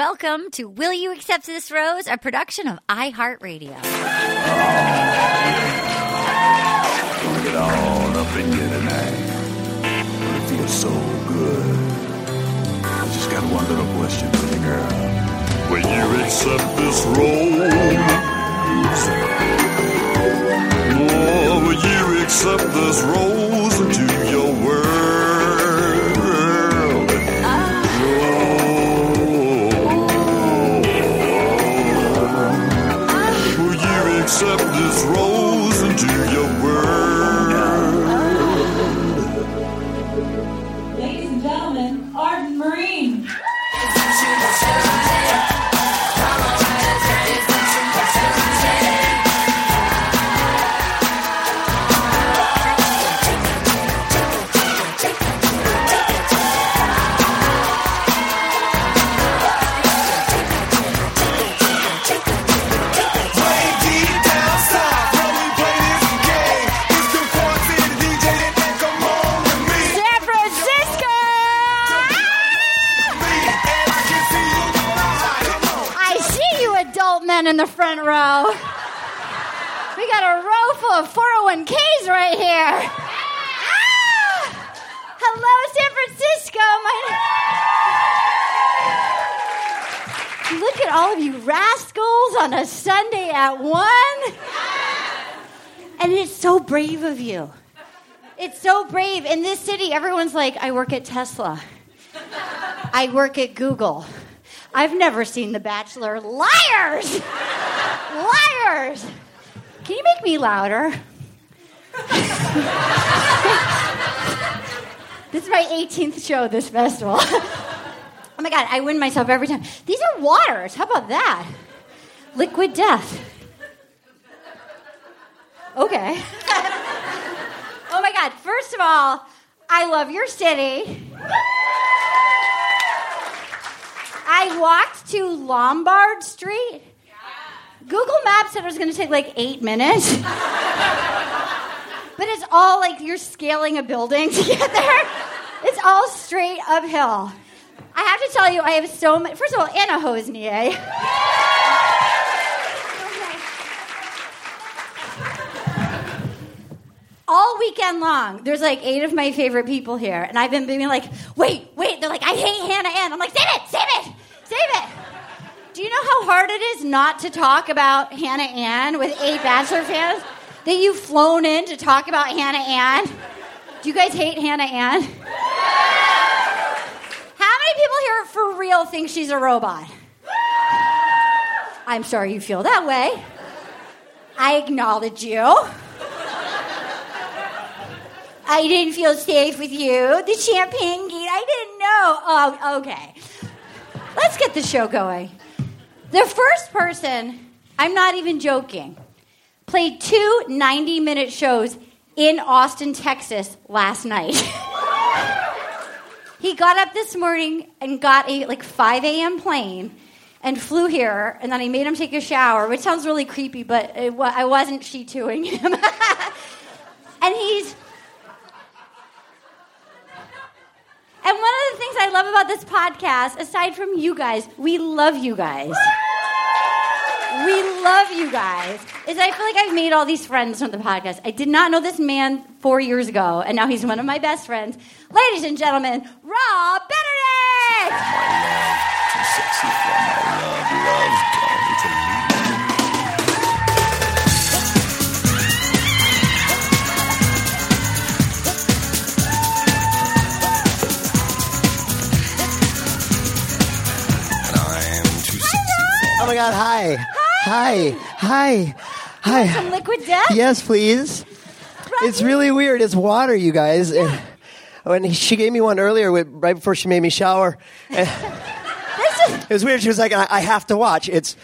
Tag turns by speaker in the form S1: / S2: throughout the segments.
S1: Welcome to Will You Accept This Rose, a production of iHeartRadio.
S2: Get all up in here tonight. It feels so good. I just got one little question for you, girl. Will you accept this rose? Oh, will you accept this rose into your world? Oh. Will you accept this rose into your world?
S3: Ladies and gentlemen, Arden Marine.
S1: San Francisco! I see you adult men in the front row. We got a row full of 401ks right here. Ah! Hello, San Francisco. My- Look at all of you rascals on a Sunday at 1. And it's so brave of you. It's so brave. In this city, everyone's like, I work at Tesla. I work at Google. I've never seen The Bachelor. Liars! Liars! Can you make me louder? this is my 18th show this festival. oh my God, I win myself every time. These are waters. How about that? Liquid death. Okay. Oh my God. First of all, I love your city. I walked to Lombard Street. Google Maps said it was going to take like eight minutes. but it's all like you're scaling a building to get there. It's all straight uphill. I have to tell you, I have so much. First of all, Anna Hosnier. all weekend long, there's like eight of my favorite people here, and I've been being like, wait, wait. They're like, I hate Hannah Ann. I'm like, save it, save it, save it. Do you know how hard it is not to talk about Hannah Ann with eight Bachelor fans that you've flown in to talk about Hannah Ann? Do you guys hate Hannah Ann? How many people here for real think she's a robot? I'm sorry you feel that way. I acknowledge you. I didn't feel safe with you. The champagne gate, I didn't know. Oh, okay. Let's get the show going. The first person, I'm not even joking, played two 90 minute shows in Austin, Texas last night. he got up this morning and got a like 5 a.m. plane and flew here, and then I made him take a shower, which sounds really creepy, but it wa- I wasn't she toing him. and he's And one of the things I love about this podcast, aside from you guys, we love you guys. We love you guys. Is I feel like I've made all these friends from the podcast. I did not know this man four years ago, and now he's one of my best friends. Ladies and gentlemen, Rob Benedict!
S4: Oh my god, hi. Hi. Hi. Hi.
S1: Some liquid death?
S4: Yes, please.
S1: Rob,
S4: It's really weird. It's water, you guys. And when she gave me one earlier with, right before she made me shower. And
S1: this is-
S4: it was weird. She was like, I, I have to watch. It's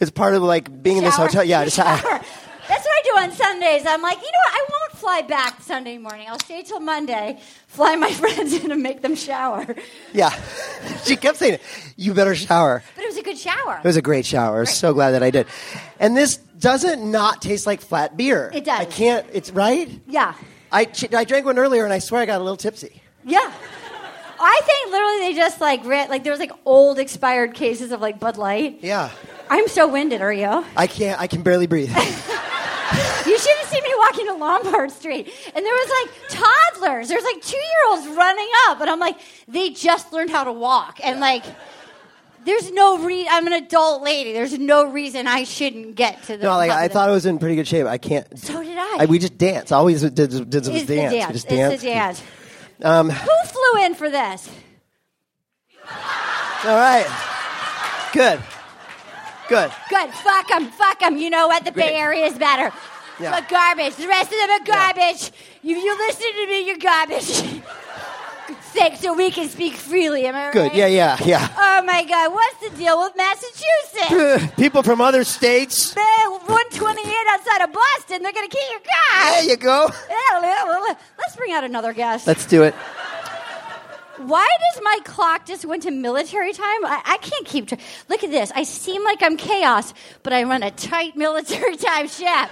S4: it's part of like being in this
S1: Shower.
S4: hotel. Yeah, just uh,
S1: Shower. That's what I do on Sundays. I'm like, you know what? I won't fly back Sunday morning. I'll stay till Monday, fly my friends in and make them shower. But
S4: yeah. she kept saying it. You better shower.
S1: it was a good shower.
S4: It was a great shower. So glad that I did. And this doesn't not taste like flat beer.
S1: It does.
S4: I can't. It's right.
S1: yeah.
S4: I I drank one earlier and I swear I got a little tipsy.
S1: Yeah. I think literally they just like ran, like there was like old expired cases of like Bud Light.
S4: Yeah.
S1: I'm so winded, are you?
S4: I can't. I can barely breathe.
S1: You should have seen me walking to Lombard Street. And there was like toddlers. There's like two year olds running up. And I'm like, they just learned how to walk. And like, there's no re I'm an adult lady. There's no reason I shouldn't get to the.
S4: No, like I
S1: public.
S4: thought I was in pretty good shape. I can't.
S1: So did I.
S4: we just dance. Always did, did, did some
S1: It's
S4: dance.
S1: the
S4: We
S1: dance.
S4: just
S1: It's
S4: dance. Um,
S1: the dance. Who flew in for this?
S4: All right. Good. Good.
S1: Good. Fuck 'em. Fuck 'em. You know what? The
S4: Great.
S1: Bay Area is better.
S4: Yeah.
S1: But garbage. The rest of them are
S4: Yeah.
S1: garbage. You, you listen to me, you're garbage. Thanks, so we can speak freely. Am I
S4: Good.
S1: right?
S4: Yeah. Yeah. Yeah.
S1: Oh my God! What's the deal with Massachusetts?
S4: People from other states.
S1: Man, 128 outside of Boston. They're gonna kill your
S4: There
S1: car.
S4: you go.
S1: Let's bring out another guest.
S4: Let's do it.
S1: Why does my clock just went to military time? I, I can't keep track. Look at this. I seem like I'm chaos, but I run a tight military time ship.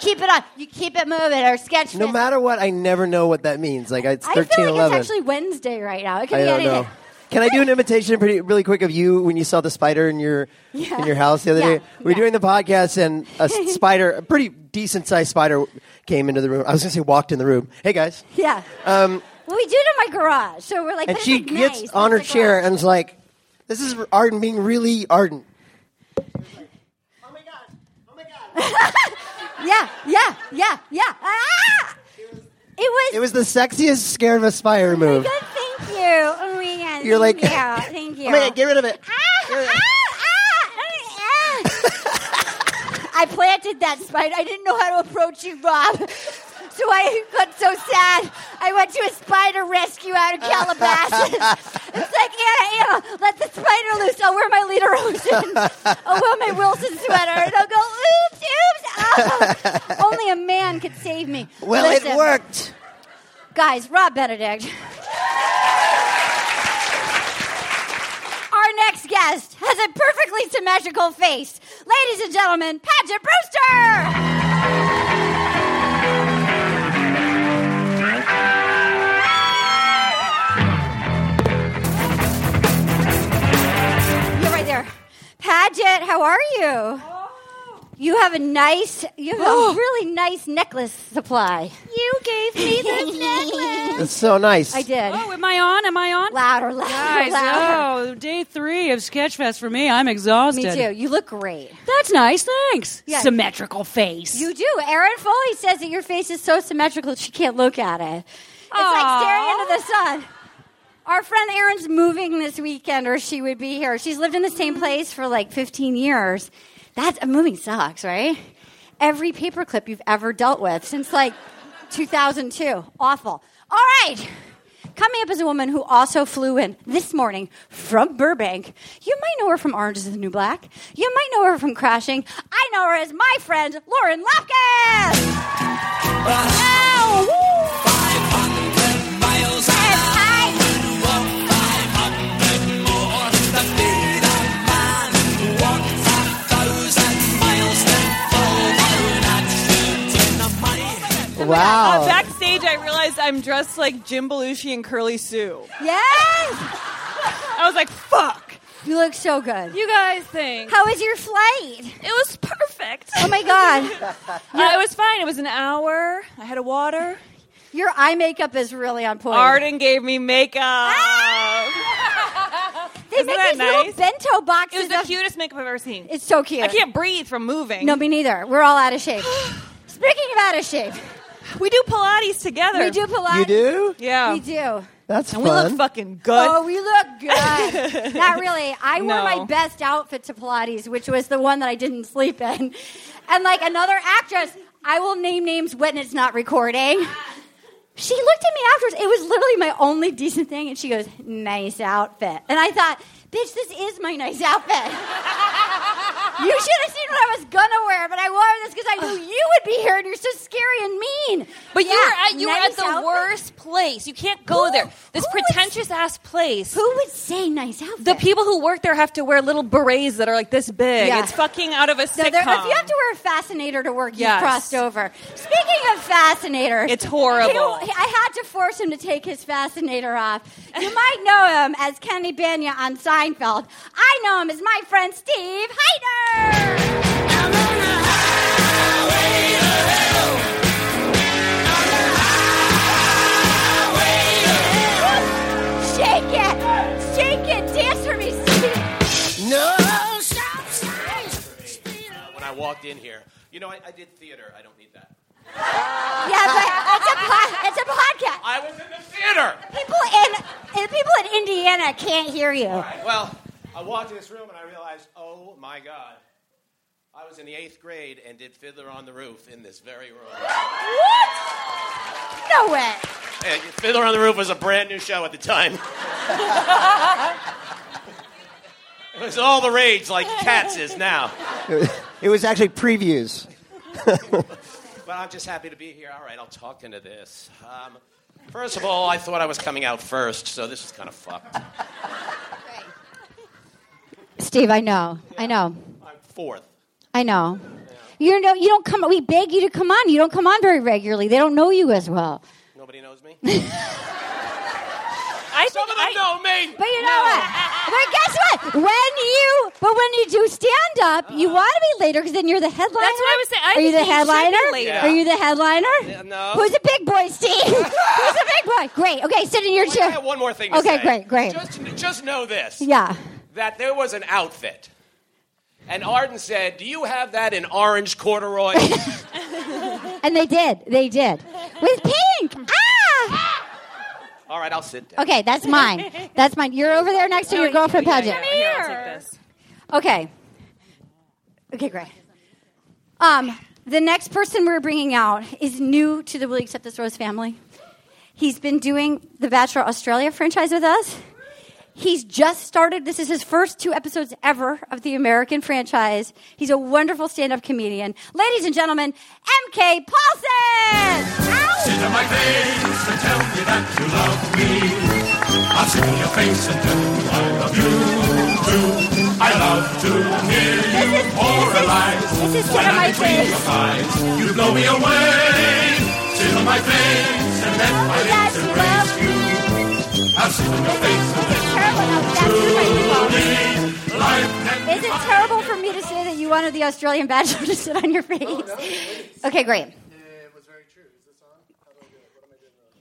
S1: Keep it on. You keep it moving or sketch.
S4: No
S1: this.
S4: matter what, I never know what that means. Like it's
S1: I feel
S4: thirteen
S1: like
S4: eleven.
S1: it's actually Wednesday right now. It could
S4: I
S1: be
S4: don't
S1: anything.
S4: know. Can I do an imitation pretty really quick of you when you saw the spider in your
S1: Yeah.
S4: in your house the other
S1: Yeah.
S4: day? We were
S1: Yeah.
S4: doing the podcast and a s- spider, a pretty decent sized spider, came into the room. I was gonna say walked in the room. Hey guys,
S1: Yeah.
S4: um,
S1: well, we do it in my garage, so we're like.
S4: and
S1: but
S4: she
S1: it's, like,
S4: gets
S1: nice.
S4: on her
S1: It's, like,
S4: chair
S1: all-
S4: and is like, "This is Arden being really ardent."
S1: Yeah, yeah, yeah, yeah. Ah! It was.
S4: It was the sexiest scared of a spider move.
S1: Good. Thank you. Oh my God.
S4: You're
S1: Oh thank
S4: like,
S1: you. Thank you.
S4: Oh my God, get rid of it.
S1: Ah,
S4: Get rid of it.
S1: ah, ah, ah. I planted that spider. I didn't know how to approach you, Rob. So I got so sad. I went to a spider rescue out of Calabasas. it's like, Anna, Anna, let the spider loose. I'll wear my Lita Rosen. I'll wear my Wilson sweater. And I'll go, oops, oops. ah. Only a man could save me.
S4: Well,
S1: Listen,
S4: it worked.
S1: Guys, Rob Benedict. Our next guest has a perfectly symmetrical face. Ladies and gentlemen, Paget Brewster! You're right there. Paget, how are you?
S5: Oh.
S1: You have a nice, you have a really nice necklace supply.
S5: You gave me this necklace.
S4: It's so nice.
S1: I did.
S5: Oh, am I on? Am I on?
S1: Louder, louder,
S5: Guys,
S1: louder.
S5: oh, day three of Sketchfest for me. I'm exhausted.
S1: Me too. You look great.
S5: That's nice. Thanks.
S1: Yeah.
S5: Symmetrical face.
S1: You do. Erin Foley says that your face is so symmetrical she can't look at it. It's like
S5: Aw.
S1: staring into the sun. Our friend Erin's moving this weekend, or she would be here. She's lived in the same place for like 15 years. That's uh, moving sucks, right? Every paperclip you've ever dealt with since like 2002. Awful. All right. Coming up is a woman who also flew in this morning from Burbank. You might know her from Orange is the New Black. You might know her from Crashing. I know her as my friend, Lauren Lapkus. Ow! Woo! Yes, I
S4: Wow.
S6: Uh, backstage, I realized I'm dressed like Jim Belushi and Curly Sue.
S1: Yes!
S6: I was like, fuck.
S1: You look so good.
S6: You guys think?
S1: How was your flight?
S6: It was perfect.
S1: Oh my god.
S6: Uh, it was fine. It was an hour. I had a water.
S1: Your eye makeup is really on point.
S6: Arden gave me makeup.
S1: Ah! they make
S6: that
S1: these little
S6: nice?
S1: bento
S6: It
S1: boxes.
S6: was the
S1: of-
S6: cutest makeup I've ever seen.
S1: It's so cute.
S6: I can't breathe from moving.
S1: No, me neither. We're all out of shape. Speaking of out of shape,
S6: we do Pilates together.
S1: we do Pilates.
S4: You do?
S6: Yeah.
S1: We do.
S4: That's
S6: And we
S4: fun.
S6: look fucking good.
S1: oh, we look good. Not really. I wore
S6: No.
S1: my best outfit to Pilates, which was the one that I didn't sleep in. And like another actress, I will name names when it's not recording. She looked at me afterwards. It was literally my only decent thing, and she goes, "Nice outfit." And I thought, "Bitch, this is my nice outfit." You should have seen what I was gonna wear, but I wore this because I knew you would be here, and you're so scary and mean.
S7: But you
S1: Yeah,
S7: were at you were at
S1: nice
S7: the
S1: outfit.
S7: worst place. You can't go
S1: Who-
S7: there. This
S1: who would-
S7: pretentious ass place.
S1: Who would say nice outfit?
S7: the people who work there have to wear little berets that are like this big.
S1: Yeah.
S7: It's
S6: It's fucking out of a
S1: No,
S6: sitcom.
S1: there- if you have to wear a fascinator to work,
S6: Yes.
S1: you've crossed over. Speaking of fascinator,
S6: It's horrible.
S1: he- I had to force him to take his fascinator off. You might know him as Kenny Banya on Seinfeld. I know him as my friend Steve Heider. Shake it, shake it, dance for me, Steve.
S4: No.
S8: when I walked in here. You know, I, I did theater. I don't need that.
S1: Yeah, but it's a po- it's a podcast.
S8: I was in the theater.
S1: People in uh, people in Indiana can't hear you.
S8: All right, well, I walked in this room and I realized, oh my God, I was in the eighth grade and did Fiddler on the Roof in this very room.
S1: What? No way.
S8: And Fiddler on the Roof was a brand new show at the time. it was all the rage, like Cats is now.
S4: It was actually previews.
S8: But I'm just happy to be here. All right, I'll talk into this. Um, first of all, I thought I was coming out first, so this is kind of fucked.
S1: Steve, I know. I know.
S8: I'm fourth.
S1: I know. You know you don't come we beg you to come on. You don't come on very regularly. They don't know you as well.
S8: Nobody knows me.
S6: I
S8: Some
S6: think
S8: of them
S6: I,
S8: know me.
S1: But you know what? But guess what? When you but when you do stand up, you want to be later because then you're the headliner.
S7: Uh-huh. That's what I was saying. I
S1: Are you
S7: think
S1: the
S7: you should be
S1: headliner?
S7: later.
S1: Are you the headliner?
S8: Yeah, no.
S1: Who's a big boy, Steve? Who's a big boy? Great. Okay, sit in your
S8: Wait, I
S1: chair.
S8: have one more thing to
S1: Okay,
S8: say.
S1: great, great.
S8: Just, just know this
S1: Yeah.
S8: that there was an outfit. And Arden said, Do you have that in orange corduroy?
S1: And they did. They did. With pink. Ah!
S8: All right, I'll sit down.
S1: Okay, that's mine. That's mine. You're over there next to your girlfriend pageant.
S6: Here, I'll take this.
S1: Okay. Okay, great. Um, the next person we're bringing out is new to the Will You Accept This Rose family. He's been doing the Bachelor Australia franchise with us. He's just started. This is his first two episodes ever of the American franchise. He's a wonderful stand-up comedian. Ladies and gentlemen, MK Paulson. Ow!
S2: Sit on my face and tell me that you love me. I'll sit on your face and tell you I love you too. I love to hear you
S1: This is-
S2: oralize.
S1: this is- this is sit
S2: When
S1: on
S2: I'm
S1: my
S2: between
S1: face.
S2: your thighs, you blow me away. Sit on my face and let my
S1: Yes,
S2: lips embrace
S1: Oh, love
S2: you. I'll sit on your face and
S1: Is it terrible? No, that's your face.
S2: leave life can be
S1: Is it terrible for me to say that you wanted the Australian Bachelor to sit on your face? okay, great.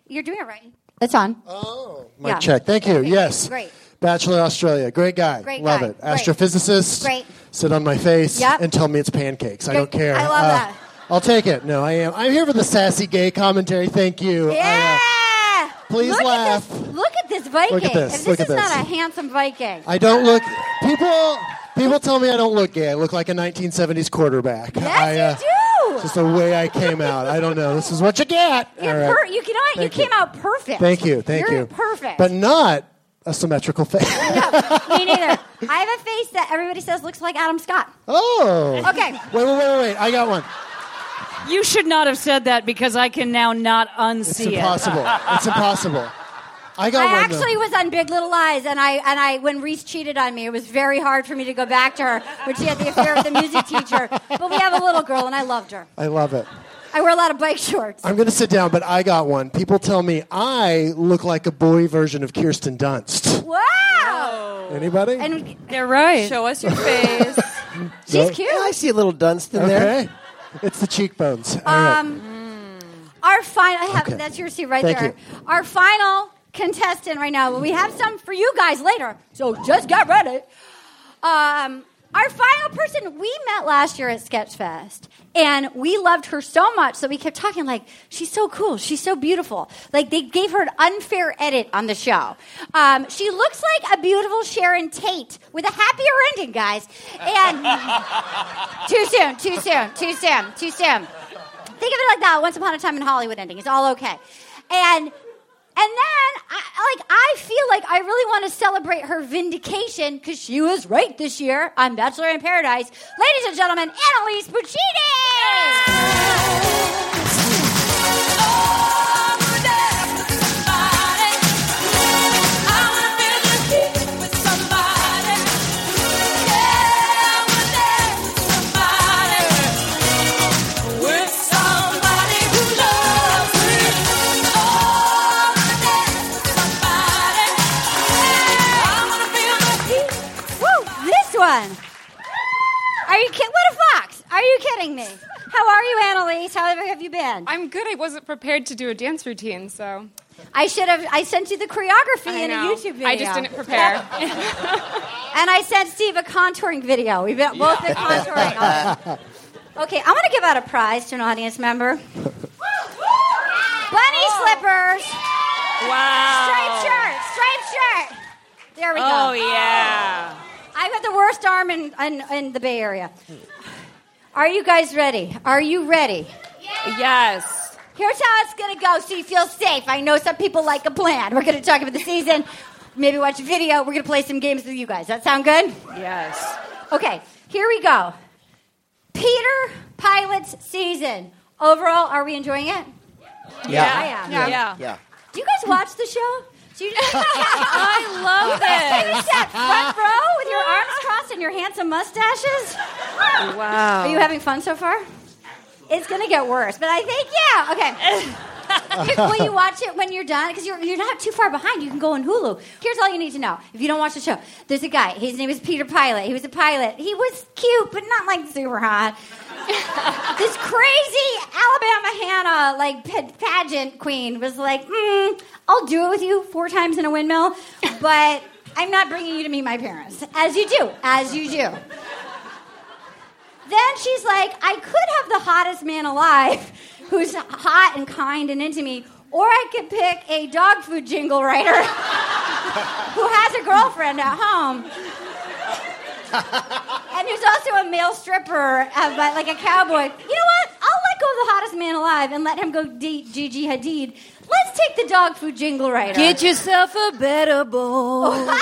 S1: You're doing it right. It's on.
S9: Oh, mic
S1: Yeah.
S9: check. Thank you. yes.
S1: great.
S9: Bachelor Australia. Great guy.
S1: Great
S9: Love
S1: guy.
S9: it.
S1: Great.
S9: Astrophysicist.
S1: Great.
S9: Sit on my face
S1: Yep.
S9: and tell me it's pancakes. I
S1: Great.
S9: don't care. Uh,
S1: I love that.
S9: I'll take it. No, I am. I'm here for the sassy gay commentary. Thank you. I, uh,
S1: Yeah.
S9: please
S1: look
S9: laugh.
S1: At this, look at this Viking.
S9: Look at this.
S1: If this
S9: Look
S1: is
S9: at
S1: not
S9: this.
S1: a handsome Viking.
S9: I don't look. People. People tell me I don't look gay. I look like a 1970s quarterback.
S1: yes,
S9: I, uh,
S1: you do.
S9: It's just the way I came out. I don't know. This is what you get.
S1: You're
S9: All right.
S1: per- you, you know what? You
S9: Thank you.
S1: came out perfect.
S9: Thank you. Thank
S1: You're
S9: you.
S1: perfect.
S9: But not a symmetrical face.
S1: no, me neither. I have a face that everybody says looks like Adam Scott.
S9: oh.
S1: Okay.
S9: Wait, wait, wait, wait. I got one.
S5: You should not have said that because I can now not
S9: It's
S5: unsee it.
S9: impossible. it's impossible. I got
S1: I
S9: one. though.
S1: actually was on Big Little Lies, and I and I when Reese cheated on me, it was very hard for me to go back to her when she had the affair with the music teacher. But we have a little girl, and I loved her.
S9: I love it.
S1: I wear a lot of bike shorts.
S9: I'm going to sit down, but I got one. People tell me I look like a boy version of Kirsten Dunst.
S1: Wow!
S9: Anybody?
S1: And
S5: They're right.
S6: Show us your face.
S1: she's
S9: No?
S1: cute.
S4: Yeah, I see a little Dunstan there.
S9: okay. It's the cheekbones. All right.
S1: Um, our final. I have-
S9: Okay.
S1: That's your seat right
S9: Thank
S1: there. Our final contestant right now. We have some for you guys later, so just get ready. Um, our final person we met last year at Sketchfest, and we loved her so much that we kept talking like she's so cool, she's so beautiful. Like they gave her an unfair edit on the show. Um, she looks like a beautiful Sharon Tate with a happier ending, guys. And too soon, too soon, too soon, too soon. Think of it like that. Once upon a time in Hollywood ending. It's all okay. And And then, I, like, I feel like I really want to celebrate her vindication because she was right this year on Bachelor in Paradise. Ladies and gentlemen, Annalise Puccini!
S5: Oh,
S1: Woo! This one! Are you kidding? What a fox! Are you kidding me? How are you, Annalise? How have you been?
S10: I'm good. I wasn't prepared to do a dance routine, so
S1: I should have. I sent you the choreography
S10: I
S1: in a
S10: know.
S1: YouTube video.
S10: I just didn't prepare.
S1: And I sent Steve a contouring video. We've been, both been contouring. all day. okay, I'm going to give out a prize to an audience member. Bunny slippers, striped
S7: Wow.
S1: shirt, striped shirt. There we go.
S7: Oh yeah.
S1: I've got the worst arm in, in, in the Bay Area. Are you guys ready? Are you ready?
S7: Oh. Yes.
S1: Here's how it's gonna go so you feel safe. I know some people like a plan. We're gonna talk about the season, maybe watch a video, we're gonna play some games with you guys. That sound good?
S7: Yes.
S1: Okay, here we go. Peter Pilot's season. Overall, are we enjoying it? I
S4: Yeah.
S1: am.
S10: Yeah.
S7: Yeah.
S4: Yeah.
S1: Do you guys watch the show? Do you
S7: I love
S1: You guys sat front row with your arms crossed and your handsome mustaches?
S7: Wow.
S1: Are you having fun so far? It's gonna get worse, but I think yeah. Okay. Here- Will you watch it when you're done? Because you're, you're not too far behind. You can go on Hulu. Here's all you need to know. If you don't watch the show, there's a guy. His name is Peter Pilot. He was a pilot. He was cute, but not like super hot. this crazy Alabama Hannah, like pa- pageant queen, was like, mm, "I'll do it with you four times in a windmill, but I'm not bringing you to meet my parents." As you do, as you do. Then she's like, I could have the hottest man alive who's hot and kind and into me, or I could pick a dog food jingle writer who has a girlfriend at home. and who's also a male stripper, uh, but like a cowboy. You know what? I'll let go of the hottest man alive and let him go date Gigi Hadid. Let's take the dog food jingle writer.
S7: Get yourself a better bowl.
S1: Ah!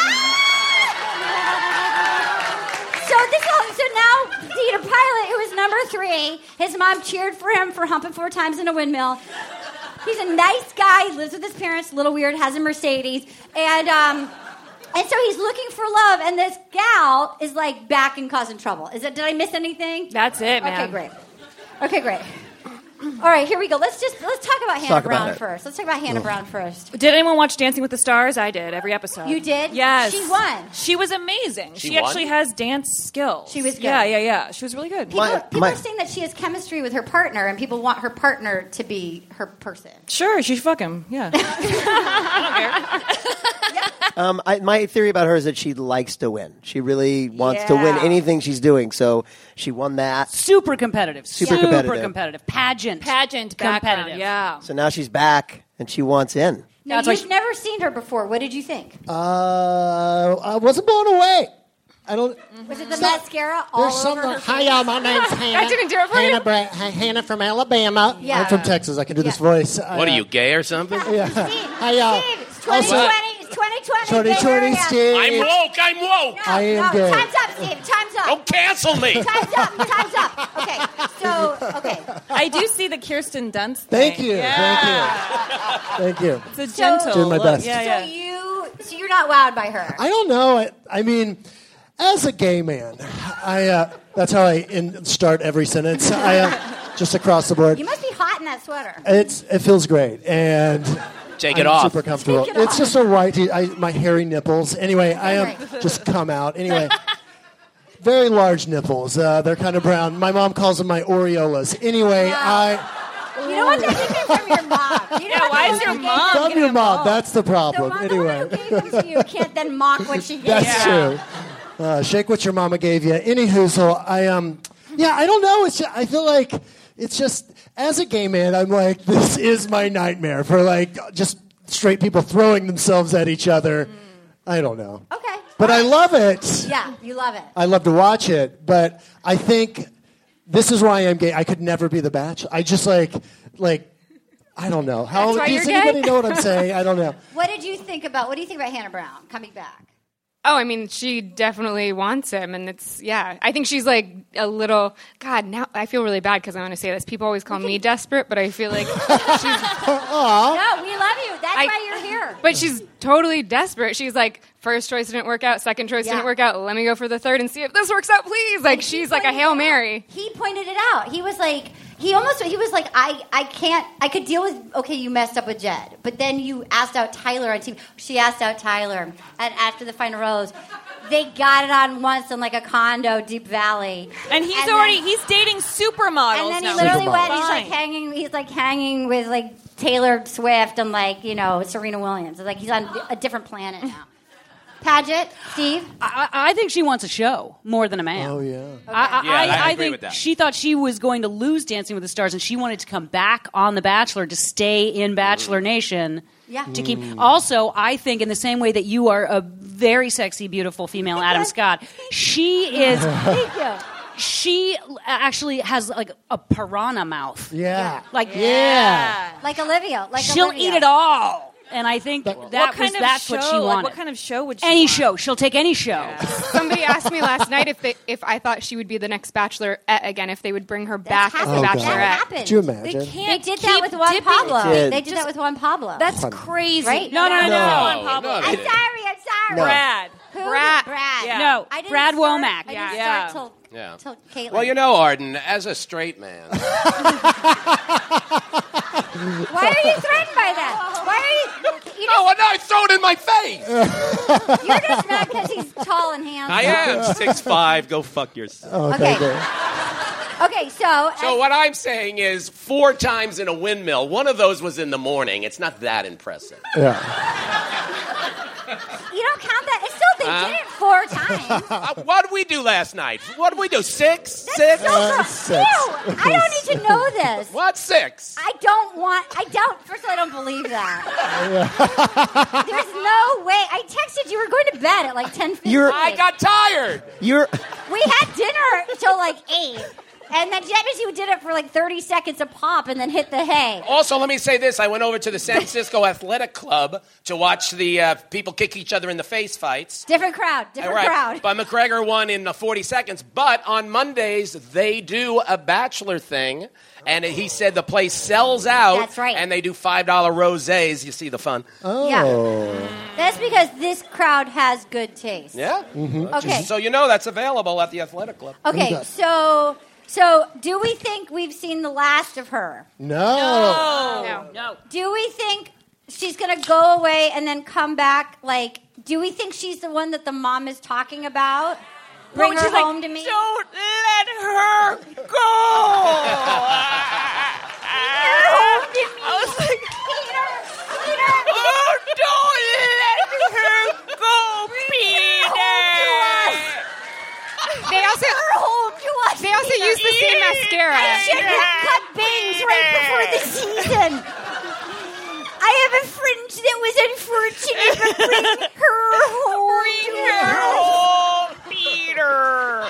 S1: So this all, so now Peter Pilot, who is number three, his mom cheered for him for humping four times in a windmill. He's a nice guy, lives with his parents, little weird, has a Mercedes, and um, and so he's looking for love, and this gal is like back and causing trouble. Is it? Did I miss anything?
S7: That's it, man.
S1: Okay, great. Okay, great. All right, here we go. Let's just let's talk about Hannah
S4: talk about
S1: Brown
S4: it.
S1: first. Let's talk about Hannah Brown first.
S7: Did anyone watch Dancing with the Stars? I did every episode.
S1: You did?
S7: Yes.
S1: She won.
S7: She was amazing. She,
S8: She won?
S7: actually has dance skills.
S1: She was good.
S7: Yeah, yeah, yeah. She was really good.
S1: People,
S4: My-
S1: people
S4: my-
S1: are saying that she has chemistry with her partner, and people want her partner to be her person.
S7: Sure, she should fuck him. Yeah.
S4: Um, I, my theory about her is that she likes to win. She really wants to win
S7: Yeah.
S4: anything she's doing. So she won that.
S5: Super competitive.
S4: Super
S5: Super
S4: competitive.
S5: competitive. Pageant.
S7: Pageant background.
S5: Competitive.
S7: Yeah.
S4: So now she's back and she wants in.
S1: Now,
S5: That's why
S1: you've
S5: she-
S1: never seen her before. What did you think?
S9: Uh, I wasn't blown away. I don't.
S1: Was it the
S9: Stop.
S1: mascara Mm-hmm. all
S9: There's
S1: over
S9: something.
S1: her
S9: Hi,
S1: face?
S9: y'all. My name's Hannah.
S10: didn't do it for
S9: Hannah
S10: you.
S9: Bra- hi, Hannah from Alabama.
S1: Yeah.
S9: I'm from Texas. I can do this voice.
S8: What are you, gay or something?
S1: Steve,
S9: Hi, y'all.
S1: Steve, it's
S9: Also-
S1: 2020. it's 2020.
S9: Shorty,
S1: Bay
S9: shorty,
S1: Area.
S9: Steve.
S8: I'm woke. I'm woke.
S1: No,
S9: I am
S1: no,
S9: good. Oh.
S1: Time's up, Steve. Time's up.
S8: Don't cancel me.
S1: Time's up. Time's up. Okay. So, okay.
S7: I do see the Kirsten Dunst.
S9: Thank
S7: thing.
S9: you.
S7: Yeah.
S9: Thank you. Thank you.
S7: It's a gentle.
S9: Doing my
S7: look.
S9: best.
S7: Yeah, yeah.
S1: So you, so you're not wowed by her.
S9: I don't know. I, I mean, as a gay man, I uh, that's how I in, start every sentence. I uh, just across the board.
S1: you must be hot in that sweater.
S9: It's it feels great and
S8: Take
S9: I'm
S8: it off.
S9: super comfortable.
S1: Take it
S9: it's
S1: off.
S9: just a right. I, my hairy nipples. Anyway, I am
S1: Right.
S9: just come out. Anyway, very large nipples. Uh, they're kind of brown. My mom calls them my areolas. Anyway, I
S1: Ah, You don't want that nickname from your mom. You know
S7: why is your mom?
S9: from your mom. That's the
S1: The,
S9: problem.
S1: mom,
S9: anyway,
S1: the one who gave them to you can't then mock what she gave.
S9: That's
S1: you.
S9: true. Uh, shake what your mama gave you. Any hoozle, I um, yeah, I don't know. It's ju- I feel like it's just as a gay man, I'm like this is my nightmare for like just straight people throwing themselves at each other. I don't know,
S1: Okay.
S9: but I love it.
S1: Yeah, you love it.
S9: I love to watch it, but I think this is why I'm gay. I could never be the Bachelor. I just like like. I don't know. How
S10: That's why
S9: does
S10: you're gay?
S9: anybody know what I'm saying? I don't know.
S1: What did you think about? What do you think about Hannah Brown coming back?
S10: Oh, I mean, she definitely wants him, and it's yeah. I think she's like a little. God, now I feel really bad because I want to say this. People always call me desperate, but I feel like
S1: No, we love you. That's
S10: I-
S1: why you're here.
S10: But she's totally desperate. She's like, first choice didn't work out, second choice
S1: Yeah.
S10: didn't work out. Let me go for the third and see if this works out, please. Like she's like a hail mary.
S1: He pointed it out. He was like, he almost, he was like, I, I can't, I could deal with. Okay, you messed up with Jed, but then you asked out Tyler on TV. She asked out Tyler, and after the final rose, they got it on once in like a condo, Deep Valley,
S6: And he's
S1: And
S6: already
S1: then-
S6: he's dating supermodels
S1: and then he
S6: now.
S1: literally went. He's like
S6: Fine.
S1: hanging. He's like hanging with like Taylor Swift and like you know Serena Williams. It's like he's on a different planet now. Paget, Steve.
S5: I, I think she wants a show more than a man.
S9: Oh yeah.
S5: I,
S8: Yeah, I agree
S5: think
S8: with that.
S5: she thought she was going to lose Dancing with the Stars, and she wanted to come back on The Bachelor to stay in
S8: Mm.
S5: Bachelor Nation.
S1: Yeah.
S5: To keep. Also, I think in the same way that you are a very sexy, beautiful female, Adam Scott, she is.
S1: Thank you.
S5: She actually has like a piranha mouth.
S9: Yeah.
S5: Like
S1: Like Olivia. Like
S5: she'll
S1: Olivia.
S5: eat it all. And I think that
S6: what kind
S5: was
S6: of
S5: that's
S6: show?
S5: what she wanted.
S6: Like, what kind of show would she
S5: any
S6: want?
S5: show? She'll take any show.
S10: Somebody asked me last night if they, if I thought she would be the next Bachelorette again, if they would bring her
S1: That's
S10: back as a
S1: happened.
S9: Oh, God.
S10: Bachelorette.
S1: That happened.
S9: Could you imagine?
S1: They did that with Juan Pablo.
S4: did.
S1: They did that with Juan Pablo.
S7: That's crazy.
S1: Right?
S5: No, no, no,
S8: Oh,
S5: no.
S8: no,
S1: I'm
S8: they didn't.
S1: sorry. I'm sorry.
S4: No.
S6: Brad.
S1: Who?
S10: Brad.
S1: Brad.
S6: Yeah.
S5: No,
S1: I didn't
S5: Brad
S1: start,
S5: Womack.
S1: I didn't
S6: Yeah.
S1: start till,
S8: Yeah.
S1: till Caitlin.
S8: Well, you know, Arden, as a straight man,
S1: Why are you threatened by that? Why are you? You
S8: no, no, Oh, throw it in my face.
S1: just, you're just mad because he's tall and handsome.
S8: I am six five. Go fuck yourself.
S9: Oh,
S1: Okay.
S9: thank you.
S1: Okay, so.
S8: So what I'm saying is, four times in a windmill. One of those was in the morning. It's not that impressive.
S9: Yeah.
S1: You don't count that. It's still they
S8: Huh?
S1: did it four times.
S8: Uh, what did we do last night? What did we do? Six,
S1: That's
S8: six.
S1: so gross. Ew,
S9: six.
S1: I don't need to know this.
S8: what six?
S1: I don't want. I don't. First of all, I don't believe that. There's no way. I texted you. We're going to bed at like ten fifteen.
S4: You're-
S8: I got tired.
S4: You're
S1: We had dinner till like eight, and then Jed you did it for like thirty seconds a pop, and then hit the hay.
S8: Also, let me say this: I went over to the San Francisco Athletic Club to watch the uh, people kick each other in the face fights.
S1: Different crowd. Different crowd.
S8: But McGregor won in uh, 40 seconds. But on Mondays, they do a bachelor thing. And he said the place sells out.
S1: That's right.
S8: And they do $5 rosés. You see the fun.
S9: Uh, Oh,
S1: Yeah.
S8: Oh.
S1: That's because this crowd has good taste.
S8: Yeah.
S1: Okay. Uh,
S8: So you know that's available at the athletic club.
S1: Okay. So. So, do we think we've seen the last of her?
S9: No.
S10: No.
S5: No.
S1: Do we think she's going to go away and then come back? Like, do we think she's the one that the mom is talking about? Bring her
S6: She's like,
S1: home to me.
S6: Don't let her go.
S1: Home to me.
S6: I was like,
S1: Peter, Peter,
S6: oh, don't let her go, Peter.
S10: They also
S1: her home to us.
S10: they also
S1: Peter.
S10: use the same mascara.
S1: I should have cut bangs right before the season. I have a fringe that was unfortunate, but bring her home. to us.
S6: Oh, Peter.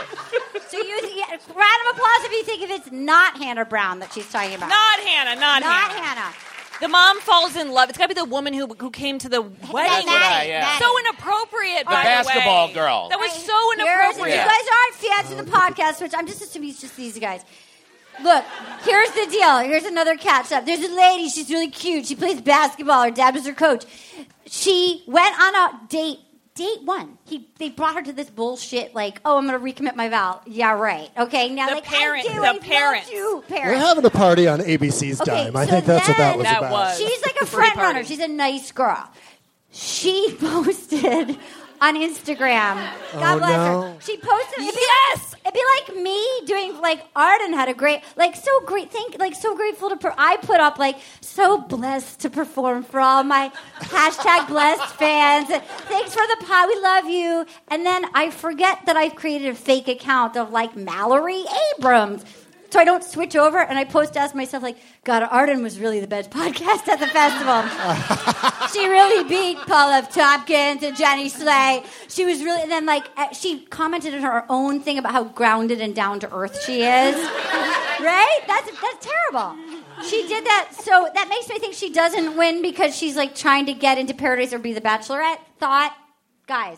S1: So you, yeah, round of applause if you think if it's not Hannah Brown that she's talking about.
S6: Not Hannah. Not,
S1: Not
S6: Hannah.
S1: Hannah.
S6: The mom falls in love. It's got to be the woman who who came to the wedding.
S1: Maddie,
S8: I- yeah.
S1: Maddie.
S6: So inappropriate.
S8: The
S6: by
S8: basketball
S6: way.
S8: girl.
S6: That was so
S1: Yours-
S6: inappropriate.
S1: You guys aren't fans of the podcast, which I'm just assuming it's just these guys. Look, here's the deal. Here's another catch up. There's a lady. She's really cute. She plays basketball. Her dad was her coach. She went on a date. Date one. He they brought her to this bullshit. Like, oh, I'm gonna recommit my vow. Yeah, right. Okay, now
S6: The
S1: like
S6: parent-
S1: I do.
S6: the
S1: I love
S6: parents.
S1: You,
S9: We're
S1: parents.
S9: having a party on ABC's
S1: Okay,
S9: dime. I
S1: so
S9: think that's what that
S1: then-
S9: was
S6: That
S9: about.
S6: was.
S1: She's like a
S6: Free
S1: front runner.
S6: party.
S1: She's a nice girl. She posted on Instagram. God
S9: Oh,
S1: bless
S9: no.
S1: her. She posted. It'd be, yes, it'd be like me doing like Arden had a great, like so great. Thank, like so grateful to. Per- I put up like so blessed to perform for all my hashtag blessed fans. Thanks for the pod. We love you. And then I forget that I've created a fake account of like Mallory Abrams. So I don't switch over, and I post to ask myself, like, God, Arden was really the best podcast at the festival. she really beat Paul F. Tompkins and Jenny Slay. She was really, and then, eh, like, uh, she commented in her own thing about how grounded and down to earth she is. right? That's that's terrible. She did that, so that makes me think she doesn't win because she's like trying to get into Paradise or be the Bachelorette. Thought, guys,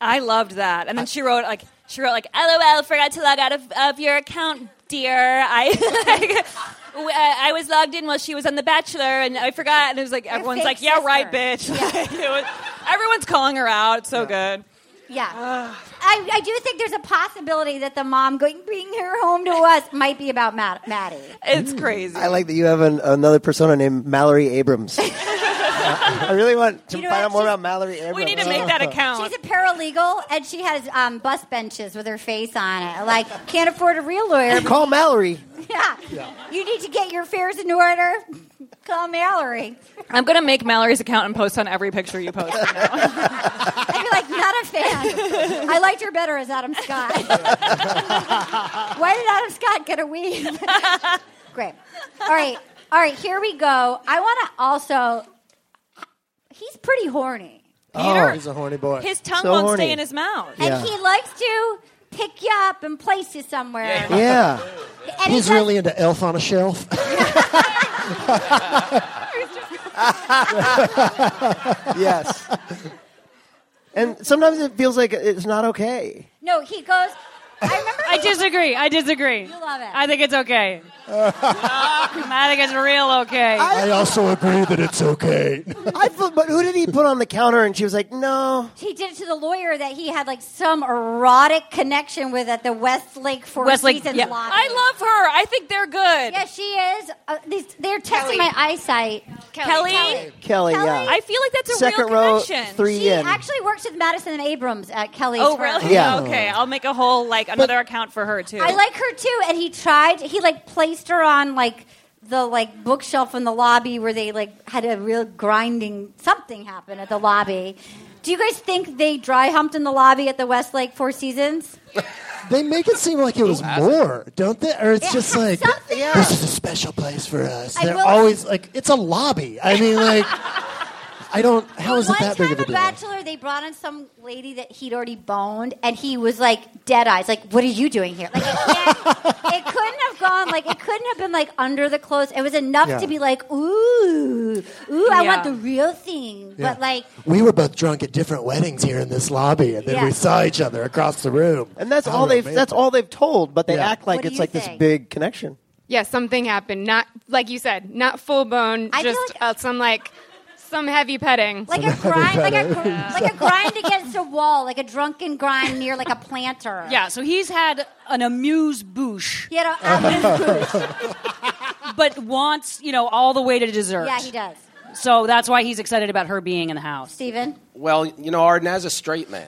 S7: I loved that. And then she wrote like she wrote like LOL forgot to log out of, of your account, dear. I like, w- I I was logged in while she was on The Bachelor and I forgot and it was like everyone's
S1: fake
S7: like, Yeah, right, bitch.
S1: sister.
S7: Like, it was- everyone's calling her out. It's so good.
S1: yeah. I, I do think there's a possibility that the mom going bring her home to us might be about Matt, Maddie.
S7: It's crazy.
S4: I like that you have an, another persona named Mallory Abrams. I really want to
S1: You know
S4: find
S1: what?
S4: out more
S1: She's-
S4: about Mallory Abrams.
S7: we need to make that account.
S1: She's a paralegal and she has um, bus benches with her face on it. Like can't afford a real lawyer. but-
S4: Call Mallory.
S1: Yeah. You need to get your affairs in order. Call Mallory.
S7: I'm gonna make Mallory's account and post on every picture you post.
S1: I'd be like, not a fan. I liked her better as Adam Scott. Why did Adam Scott get a weave? Great. All right. All right, here we go. I want to also. He's pretty horny.
S4: Oh, he's a horny boy.
S7: His tongue
S4: So
S7: won't
S4: horny.
S7: stay in his mouth.
S4: Yeah.
S1: And he likes to pick you up and place you somewhere.
S4: Yeah.
S1: And he
S9: He's
S1: does-
S9: really into Elf on a Shelf.
S4: yes. And sometimes it feels like it's not okay.
S1: No, he goes. I remember.
S5: I disagree. I disagree. You
S1: love it.
S5: I think it's okay. I think it's real okay.
S9: I also agree that it's okay.
S4: I feel, but who did he put on the counter? And she was like, "No,
S1: he did it to the lawyer that he had like some erotic connection with at the Westlake Four
S5: Westlake,
S1: Seasons
S5: yeah.
S1: lobby.
S7: I love her. I think they're good.
S1: Yeah, she is. Uh, these, they're testing my eyesight.
S7: Kelly.
S4: Kelly,
S1: Kelly?
S4: yeah,
S7: I feel like that's a
S4: second
S7: real
S4: row,
S7: connection.
S4: three
S1: She
S4: in."
S1: actually works with Madison Abrams at Kelly's.
S7: Oh,
S1: firm.
S7: really?
S4: Yeah.
S7: Okay, I'll make a whole like another account for her too.
S1: I like her too, and he tried. He like placed her on like the like bookshelf in the lobby where they like had a real grinding something happen at the lobby. Do you guys think they dry humped in the lobby at the Westlake Four Seasons?
S9: They make it seem like it was more, don't they? Or it's
S1: It
S9: just
S1: has
S9: like
S1: something. Yeah.
S9: this is a special place for us.
S1: I
S9: They're
S1: will-
S9: always like it's a lobby. I mean, like I don't. How is it
S1: One
S9: that
S1: time
S9: big of a
S1: a
S9: deal?
S1: bachelor, they brought on some lady that he'd already boned, and he was like dead eyes, like, "What are you doing here?" Like, it, can't- it couldn't have gone like it couldn't have been like under the clothes. It was enough
S9: Yeah.
S1: to be like, "Ooh, ooh, I want
S7: Yeah.
S1: the real thing,"
S9: Yeah.
S1: but like.
S9: we were both drunk at different weddings here in this lobby, and then
S1: Yeah.
S9: we saw each other across the room. Oh,
S4: and that's
S9: How
S4: all they've
S9: romantic.
S4: that's all they've told, but they
S9: Yeah.
S4: act like
S1: What do
S4: it's
S1: you
S4: like this
S1: think?
S4: big connection.
S10: Yeah, something happened. Not like you said, not full bone.
S1: I feel
S10: just
S1: like-
S10: uh, some like some heavy petting.
S1: Like a grind, like a, gr- like a grind against a wall, like a drunken grind near like a planter.
S5: yeah, so he's had an amuse bouche,
S1: He had a- a-
S5: but wants, you know, all the way to dessert.
S1: yeah, he does.
S5: So that's why he's excited about her being in the house.
S1: Steven,
S8: Well, you know, Arden, as a straight man,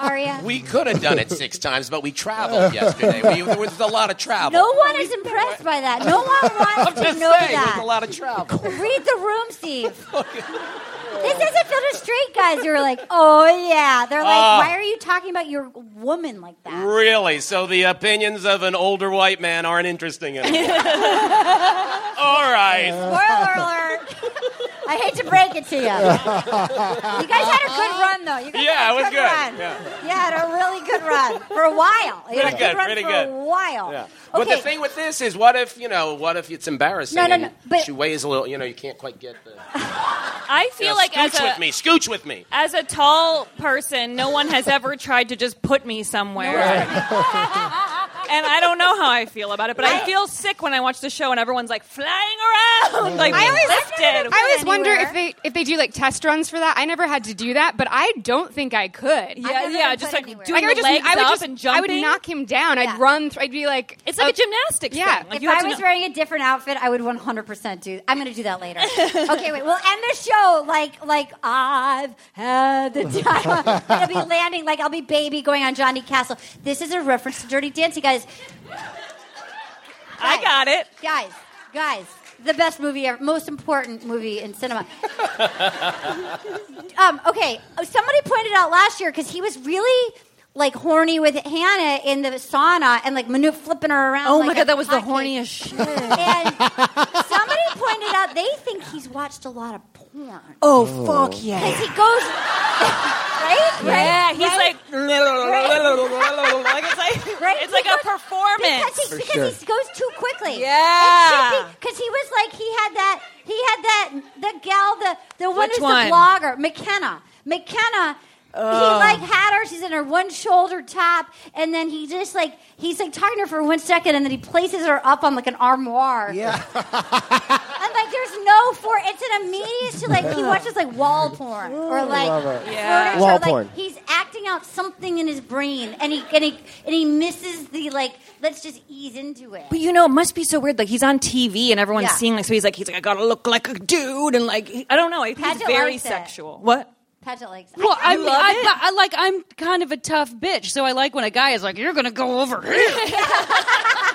S1: Aria.
S8: we could have done it six times, but we traveled yesterday. We, there was a lot of travel.
S1: no one is impressed by that. No one
S8: I'm
S1: wants
S8: just
S1: to
S8: saying,
S1: know
S8: there was a
S1: that.
S8: lot of travel.
S1: Read the room, Steve. This doesn't feel to straight guys who are like, oh yeah. They're like,
S8: Ah.
S1: why are you talking about your woman like that?
S8: Really? So the opinions of an older white man aren't interesting anymore. All right.
S1: Spoiler alert. I hate to break it to you. You guys had a good run though. You guys
S8: Yeah,
S1: had
S8: it
S1: a
S8: was
S1: good,
S8: good.
S1: run.
S8: Yeah.
S1: You had a really good run for a while. You had
S8: Pretty
S1: a
S8: good,
S1: run
S8: pretty
S1: for
S8: good.
S1: a while.
S8: Yeah.
S1: Okay.
S8: But the thing with this is, what if you know? What if it's embarrassing?
S1: No, no,
S8: and
S1: no, but-
S8: she weighs a little. You know, you can't quite get the.
S7: I feel
S8: You know,
S7: like
S8: scooch
S7: as a
S8: with me. Scooch with me.
S7: as a tall person, no one has ever tried to just put me somewhere. and I don't know how I feel about it, but I feel sick when I watch the show and everyone's like flying around, like
S1: I always-
S7: lifted.
S10: I always wonder
S1: anywhere.
S10: if they if they do like test runs for that. I never had to do that, but I don't think I could.
S1: I've
S7: Yeah,
S1: never
S7: yeah,
S1: been
S7: just
S1: put
S7: like
S1: anywhere.
S7: doing
S10: Like I would
S7: the
S10: just,
S7: legs
S10: I would
S7: up
S10: just,
S7: and
S10: I
S7: jumping.
S10: would knock him down.
S1: Yeah.
S10: I'd run. through I'd be like,
S7: It's like
S10: uh,
S7: a gymnastics
S10: yeah.
S7: thing. Like
S1: if
S7: you have
S1: I
S7: to
S1: was
S7: kn-
S1: wearing a different outfit, I would 100% do. I'm going to do that later. okay, wait. We'll end the show like like I've had the time. I'll be landing like I'll be baby going on Johnny Castle. This is a reference to Dirty Dancing, guys.
S7: I got it.
S1: Guys, guys, the best movie ever, most important movie in cinema. um, okay, somebody pointed out last year because he was really like horny with Hannah in the sauna and like manu- flipping her around.
S7: Oh
S1: like
S7: my
S1: a
S7: god, that was the
S1: hotcake.
S7: horniest shit.
S1: And somebody pointed out they think he's watched a lot of porn.
S7: Oh, fuck yeah.
S1: Because he goes, right?
S7: Yeah,
S1: Right?
S7: he's like, like it's
S1: Right?
S7: like
S1: right?
S7: It's like a performance.
S1: because he,
S7: For
S1: because
S7: sure.
S1: he goes too quickly.
S7: Yeah.
S1: because he was like he had that he had that the gal the the one
S7: Which
S1: who's
S7: one?
S1: the blogger McKenna McKenna.
S7: Ugh.
S1: He like had her. She's in her one shoulder top, and then he just like he's like talking to her for one second, and then he places her up on like an armoire. Yeah, and like there's no for it's an immediate to like he watches like wall porn or like
S4: Love it.
S1: furniture,
S4: Wall
S1: like,
S4: porn.
S1: He's acting out something in his brain, and he and he and he misses the like. Let's just ease into it.
S7: But you know, it must be so weird. Like he's on TV and everyone's
S1: Yeah.
S7: seeing. Like so, he's like, he's like, I gotta look like a dude, and like, he- I don't know. I think he's
S1: Padgett
S7: very
S1: likes it.
S7: sexual. What?
S1: Paget likes.
S5: Well, I, mean,
S7: love
S5: I,
S7: it?
S5: I, like I'm kind of a tough bitch, so I like when a guy is like, "You're gonna go over here."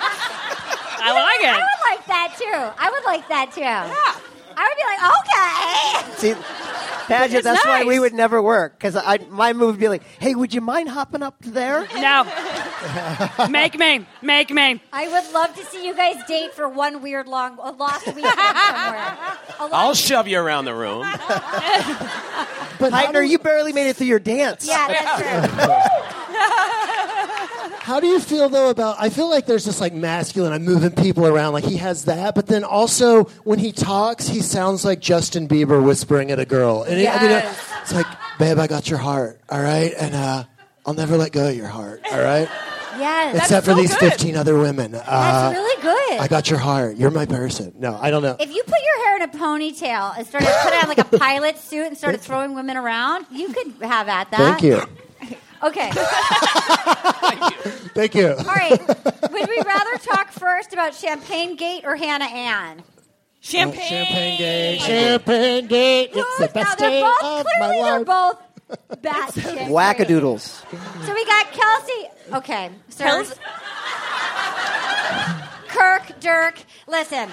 S5: I
S1: I
S5: like it.
S1: would like that too. I would like that too. I would be like, okay.
S4: See, Paget,
S5: It's
S4: that's why
S5: nice.
S4: we would never work because I my move would be like, "Hey, would you mind hopping up there?"
S5: No, make me, make me.
S1: I would love to see you guys date for one weird long a lost weekend somewhere. A lost-
S8: I'll shove you around the room.
S9: But how
S4: Heitner,
S9: do,
S4: you barely made it through your dance.
S1: yeah, that's true.
S9: how do you feel though about? I feel like there's this like masculine. I'm moving people around. Like he has that, but then also when he talks, he sounds like Justin Bieber whispering at a girl. And he- I mean, uh,
S7: Yes.
S9: it's like, babe, I got your heart. All right, and uh, I'll never let go of your heart. All right,
S1: Yes, that's,
S9: except for
S7: so
S9: these
S7: good.
S9: 15 other women. Uh,
S1: really good.
S9: I got your heart. You're my person. No, I don't know.
S1: if you put your hair in a ponytail and started putting on like a pilot suit and started throwing women around, you could have at that.
S9: Thank you.
S1: Okay.
S9: Thank you.
S1: All right. Would we rather talk first about Champagne Gate or Hannah Ann?
S7: Champagne.
S9: Oh, Champagne Gate. Champagne Gate. It's the
S1: Both-
S9: best
S1: Oh, now,
S9: day
S1: they're
S9: of
S1: both
S9: my
S1: clearly they're
S9: life.
S1: both batshit. crazy.
S4: Wackadoodles.
S1: So we got Kelsey. Okay, sir.
S7: Kels-
S1: Kirk, Dirk. Listen,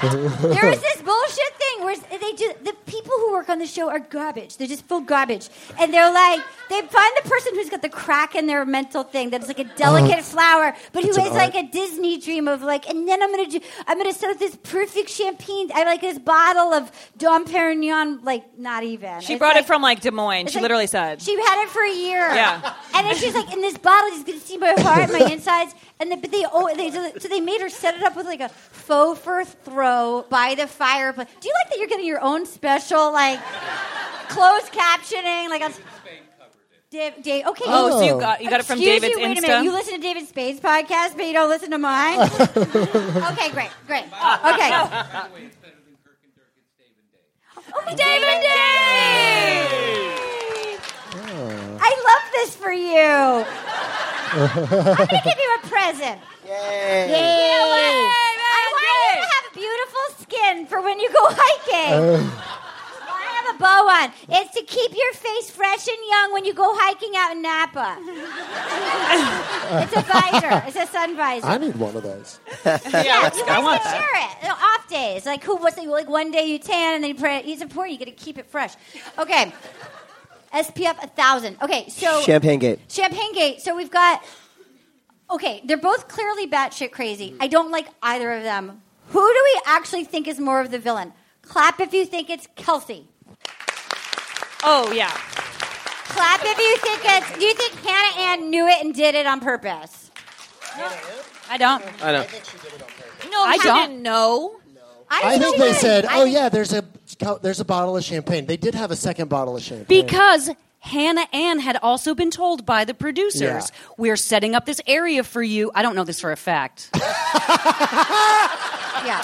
S1: there is this bullshit thing where they do. The people who work on the show are garbage. They're just full garbage, and they're like they find the person who's got the crack in their mental thing that's like a delicate flower, but who
S9: It's an
S1: has like
S9: art.
S1: a Disney dream of like, and then I'm gonna do. I'm gonna set up this perfect champagne. I like this bottle of Dom Perignon. Like not even.
S7: She
S1: It's
S7: brought
S1: like-
S7: it from like Des Moines.
S1: it's
S7: She
S1: like-
S7: literally said.
S1: she had it for a year.
S7: Yeah.
S1: and then she's like, in this bottle, you can see my heart, my insides, and the, but they oh they so they made her set it up with like a faux fur throw by the fireplace. Do you like that you're getting your own special like closed captioning like a. Dave, Dave, okay.
S7: Oh, so
S9: Oh.
S7: you got you got it from
S1: Excuse
S7: David's
S1: you, wait
S7: Insta.
S1: a minute. You listen to David Spade's podcast, but you don't listen to mine. okay, great, great.
S7: Ah.
S1: Okay. Oh, David Day! I love this for you. I'm gonna give you a present. Yay! I want you to have beautiful skin for when you go hiking. I have a bow on. It's to keep your face fresh and young when you go hiking out in Napa. it's a visor. It's a sun visor.
S9: I need one of those.
S1: yeah, you guys
S7: I want
S1: can share it. You know, Off days, like who was like one day you tan and then you put it, it's important. You got to keep it fresh. Okay, SPF a thousand. Okay, so
S4: Champagne Gate.
S1: Champagne Gate. So we've got. Okay, they're both clearly batshit crazy. I don't like either of them. Who do we actually think is more of the villain? Clap if you think it's Kelsey.
S7: oh yeah.
S1: Clap if you think it's. Do you think Hannah Ann knew it and did it on purpose?
S5: I don't.
S8: I know.
S7: No,
S5: I
S7: I
S5: don't.
S7: didn't know.
S9: I
S1: think
S9: think
S1: she
S9: they
S1: did.
S9: said,
S1: I
S9: "Oh
S1: think-
S9: yeah, there's a there's a bottle of champagne." They did have a second bottle of champagne.
S5: Because Hannah Ann had also been told by the producers,
S9: Yeah.
S5: we're setting up this area for you. I don't know this for a fact.
S1: Yeah.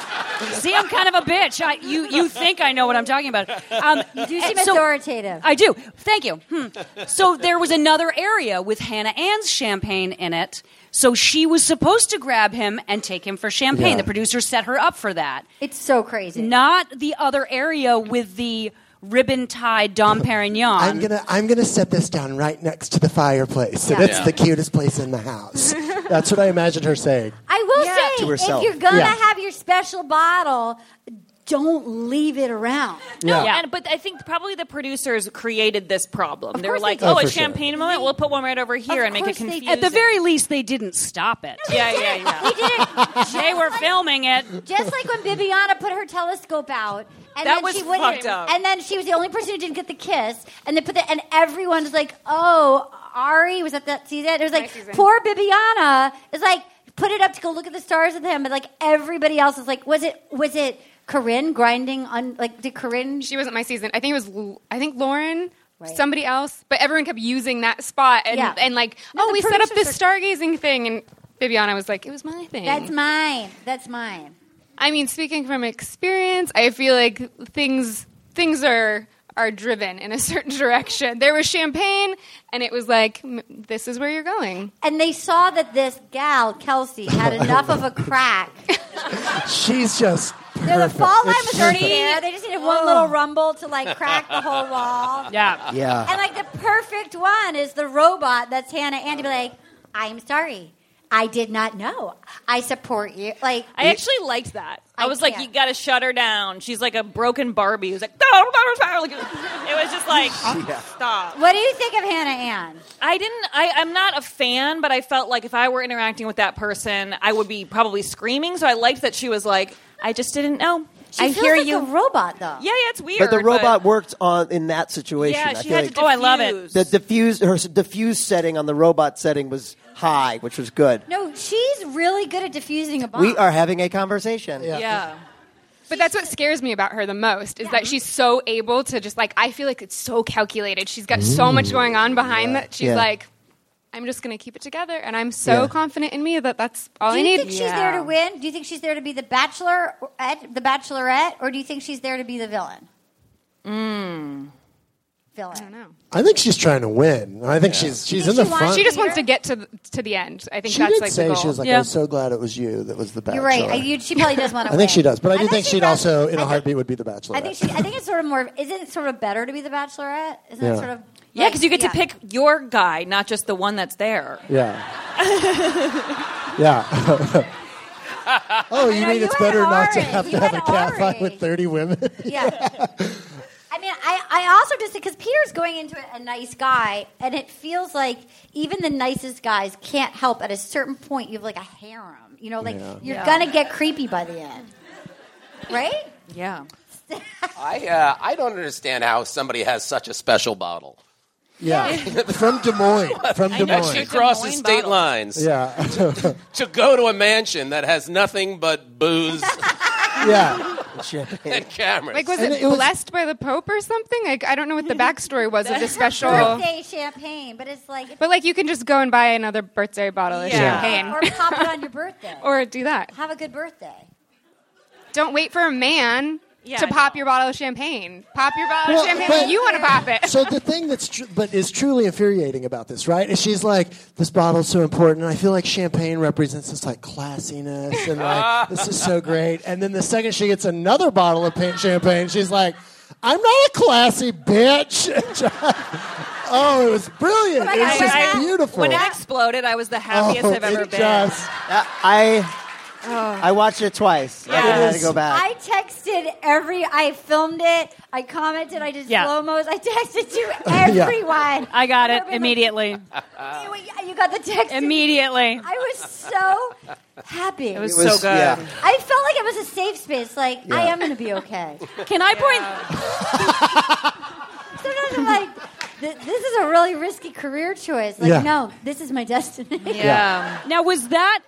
S5: See, I'm kind of a bitch. I, you, you think I know what I'm talking about. Um, you
S1: Do you seem authoritative?
S5: I do. Thank you. Hmm. So there was another area with Hannah Ann's champagne in it. So she was supposed to grab him and take him for champagne.
S9: Yeah.
S5: The producer set her up for that.
S1: it's so crazy.
S5: Not the other area with the ribbon tied Dom Perignon.
S9: I'm gonna I'm gonna set this down right next to the fireplace. So
S1: Yeah.
S9: that's
S8: Yeah.
S9: the cutest place in the house. that's what I imagined her saying.
S1: I will say,
S4: To herself.
S1: if you're gonna
S9: Yeah.
S1: have your special bottle, don't leave it around.
S7: No,
S5: Yeah.
S7: and, but I think probably the producers created this problem. they were
S1: course
S7: like,
S1: they
S9: did.
S7: "Oh,
S9: Oh,
S7: a
S9: for sure.
S7: champagne moment. We'll put one right over here
S1: Of
S7: and make it
S1: course they
S7: confusing."
S1: did.
S5: At the very least, they didn't stop it.
S7: yeah, yeah, yeah.
S1: They did it
S5: They were filming it.
S1: just like when Bibiana put her telescope out, and
S7: That
S1: then
S7: was
S1: she wouldn't,
S7: fucked up.
S1: and then she was the only person who didn't get the kiss, and they put the, and everyone's like, oh, Ari was that that season. It was like
S10: season.
S1: poor Bibiana is like put it up to go look at the stars with him, but like everybody else is like, was it was it Corinne grinding on like did Corinne?
S10: She wasn't my season. I think it was. L- I think Lauren. Somebody else, but everyone kept using that spot and,
S1: Yeah.
S10: and like,
S1: No,
S10: oh,
S1: the
S10: we set up this
S1: producers
S10: stargazing thing, and Bibiana was like, it was my thing.
S1: That's mine. That's mine.
S10: I mean, speaking from experience, I feel like things things are are driven in a certain direction. There was champagne, and it was like, "M- this is where you're going.
S1: And they saw that this gal Kelsey had enough of a crack.
S9: She's just.
S1: Their the fall line was already
S9: perfect.
S1: there. They just needed one little rumble to like crack the whole wall.
S5: Yeah.
S9: Yeah.
S1: And like the perfect one is the robot that's Hannah Andy be like, I'm sorry. I did not know. I support you. Like
S7: I actually liked that. I,
S1: I
S7: was like,
S1: can't.
S7: you gotta shut her down. She's like a broken Barbie who's like, "No, no, no, no," like, it was just like, stop.
S1: what do you think of Hannah Ann?
S7: I didn't. I, I'm not a fan, but I felt like if I were interacting with that person, I would be probably screaming. So I liked that she was like, I just didn't know.
S1: She
S7: I
S1: feels
S7: hear
S1: like
S7: you.
S1: a robot though.
S7: yeah, yeah, it's weird.
S4: But the robot worked on in that situation.
S7: Yeah,
S4: I
S7: she
S4: feel
S7: had
S4: like
S7: to. Oh, I love it.
S4: the diffuse her s- diffuse setting on the robot setting was high, which was good.
S1: No, she's really good at diffusing a bomb.
S4: We are having a conversation.
S7: Yeah.
S10: But that's what scares me about her the most is that she's so able to just like I feel like it's so calculated. She's got so much going on behind that she's
S4: Yeah.
S10: like, I'm just gonna keep it together, and I'm so
S4: Yeah.
S10: confident in me that that's all
S1: do
S10: I
S1: you
S10: need.
S1: think she's there to win? Do you think she's there to be the bachelor, or- at, the bachelorette, or do you think she's there to be the villain?
S7: Hmm.
S1: Mm. Villain.
S10: I don't know.
S9: I think she's trying to win. I think she's she's in the
S1: she wants-
S9: front.
S10: She just wants to get to the, to the end. I think
S9: She
S10: that's
S9: did
S10: like
S9: say
S10: the goal.
S9: she was like,
S7: Yeah.
S9: "I'm so glad it was you that was the bachelor."
S1: You're right. I, you, she probably does want to.
S9: I think she does, but I do think she'd also, in a heartbeat, would be the bachelor.
S1: I think she. I think it's sort of more. Isn't it sort of better to be the Bachelorette? Isn't
S9: Yeah.
S1: it sort of?
S7: Yeah,
S1: like-
S7: because you get to pick your guy, not just the one that's there.
S9: Yeah. yeah. oh, you
S1: know,
S9: mean
S1: you
S9: it's
S1: had
S9: better not to
S1: Ari.
S9: have
S1: You
S9: to have a
S1: had
S9: cat
S1: Ari.
S9: fight with 30 women?
S1: Yeah. I mean, I, I also just because Peter's going into a, a nice guy, and it feels like even the nicest guys can't help. At a certain point, you have like a harem. You know, like
S9: Yeah.
S1: you're
S7: Yeah.
S1: gonna get creepy by the end, right?
S7: Yeah.
S8: I, uh, I don't understand how somebody has such a special bottle.
S9: yeah. From Des Moines. From Des
S7: know,
S8: She
S9: Moines.
S7: It's a
S8: crosses
S7: Moines
S8: state
S7: bottle.
S8: lines
S9: Yeah.
S8: to go to a mansion that has nothing but booze
S9: yeah.
S8: and cameras.
S10: Like, was
S9: And
S10: it,
S9: it was-
S10: blessed by the Pope or something? Like, I don't know what the backstory was of the special.
S1: Birthday champagne, but it's like
S10: But like, you can just go and buy another birthday bottle of
S7: Yeah.
S1: or
S10: champagne,
S1: pop it on your birthday, or
S10: or do that.
S1: have a good birthday.
S10: Don't wait for a man
S7: Yeah,
S10: to
S7: I
S10: pop
S7: know.
S10: your bottle of champagne. Pop your bottle
S9: Well,
S10: of champagne
S9: but-
S10: when you want to pop it.
S9: So the thing that's tr- but is truly infuriating about this, right? Is she's like, this bottle's so important, and I feel like champagne represents this like classiness, and like this is so great. And then the second she gets another bottle of pa- champagne, she's like, I'm not a classy bitch. oh, it was brilliant.
S1: But
S9: It was
S1: I-
S9: just
S1: I-
S9: beautiful.
S7: When it exploded, I was the happiest
S9: Oh,
S7: I've ever
S9: it
S7: been.
S9: just-
S4: Uh, I I watched it twice. I didn't have to go back.
S1: I texted every. I filmed it. I commented. I did
S7: Yeah. Uh,
S1: slow mos. I texted to everyone.
S7: I got it
S1: Everybody
S7: immediately.
S1: was like, "You- you got the text
S7: Immediately.
S1: I was so happy.
S7: It was,
S4: It was-
S7: so good.
S4: yeah.
S1: I felt like it was a safe space. Like I
S4: Yeah.
S1: am going to be okay.
S7: Can I point?
S1: Sometimes I'm like, "Th- this is a really risky career choice. Like
S9: Yeah.
S1: no, this is my destiny.
S7: Yeah. Now was that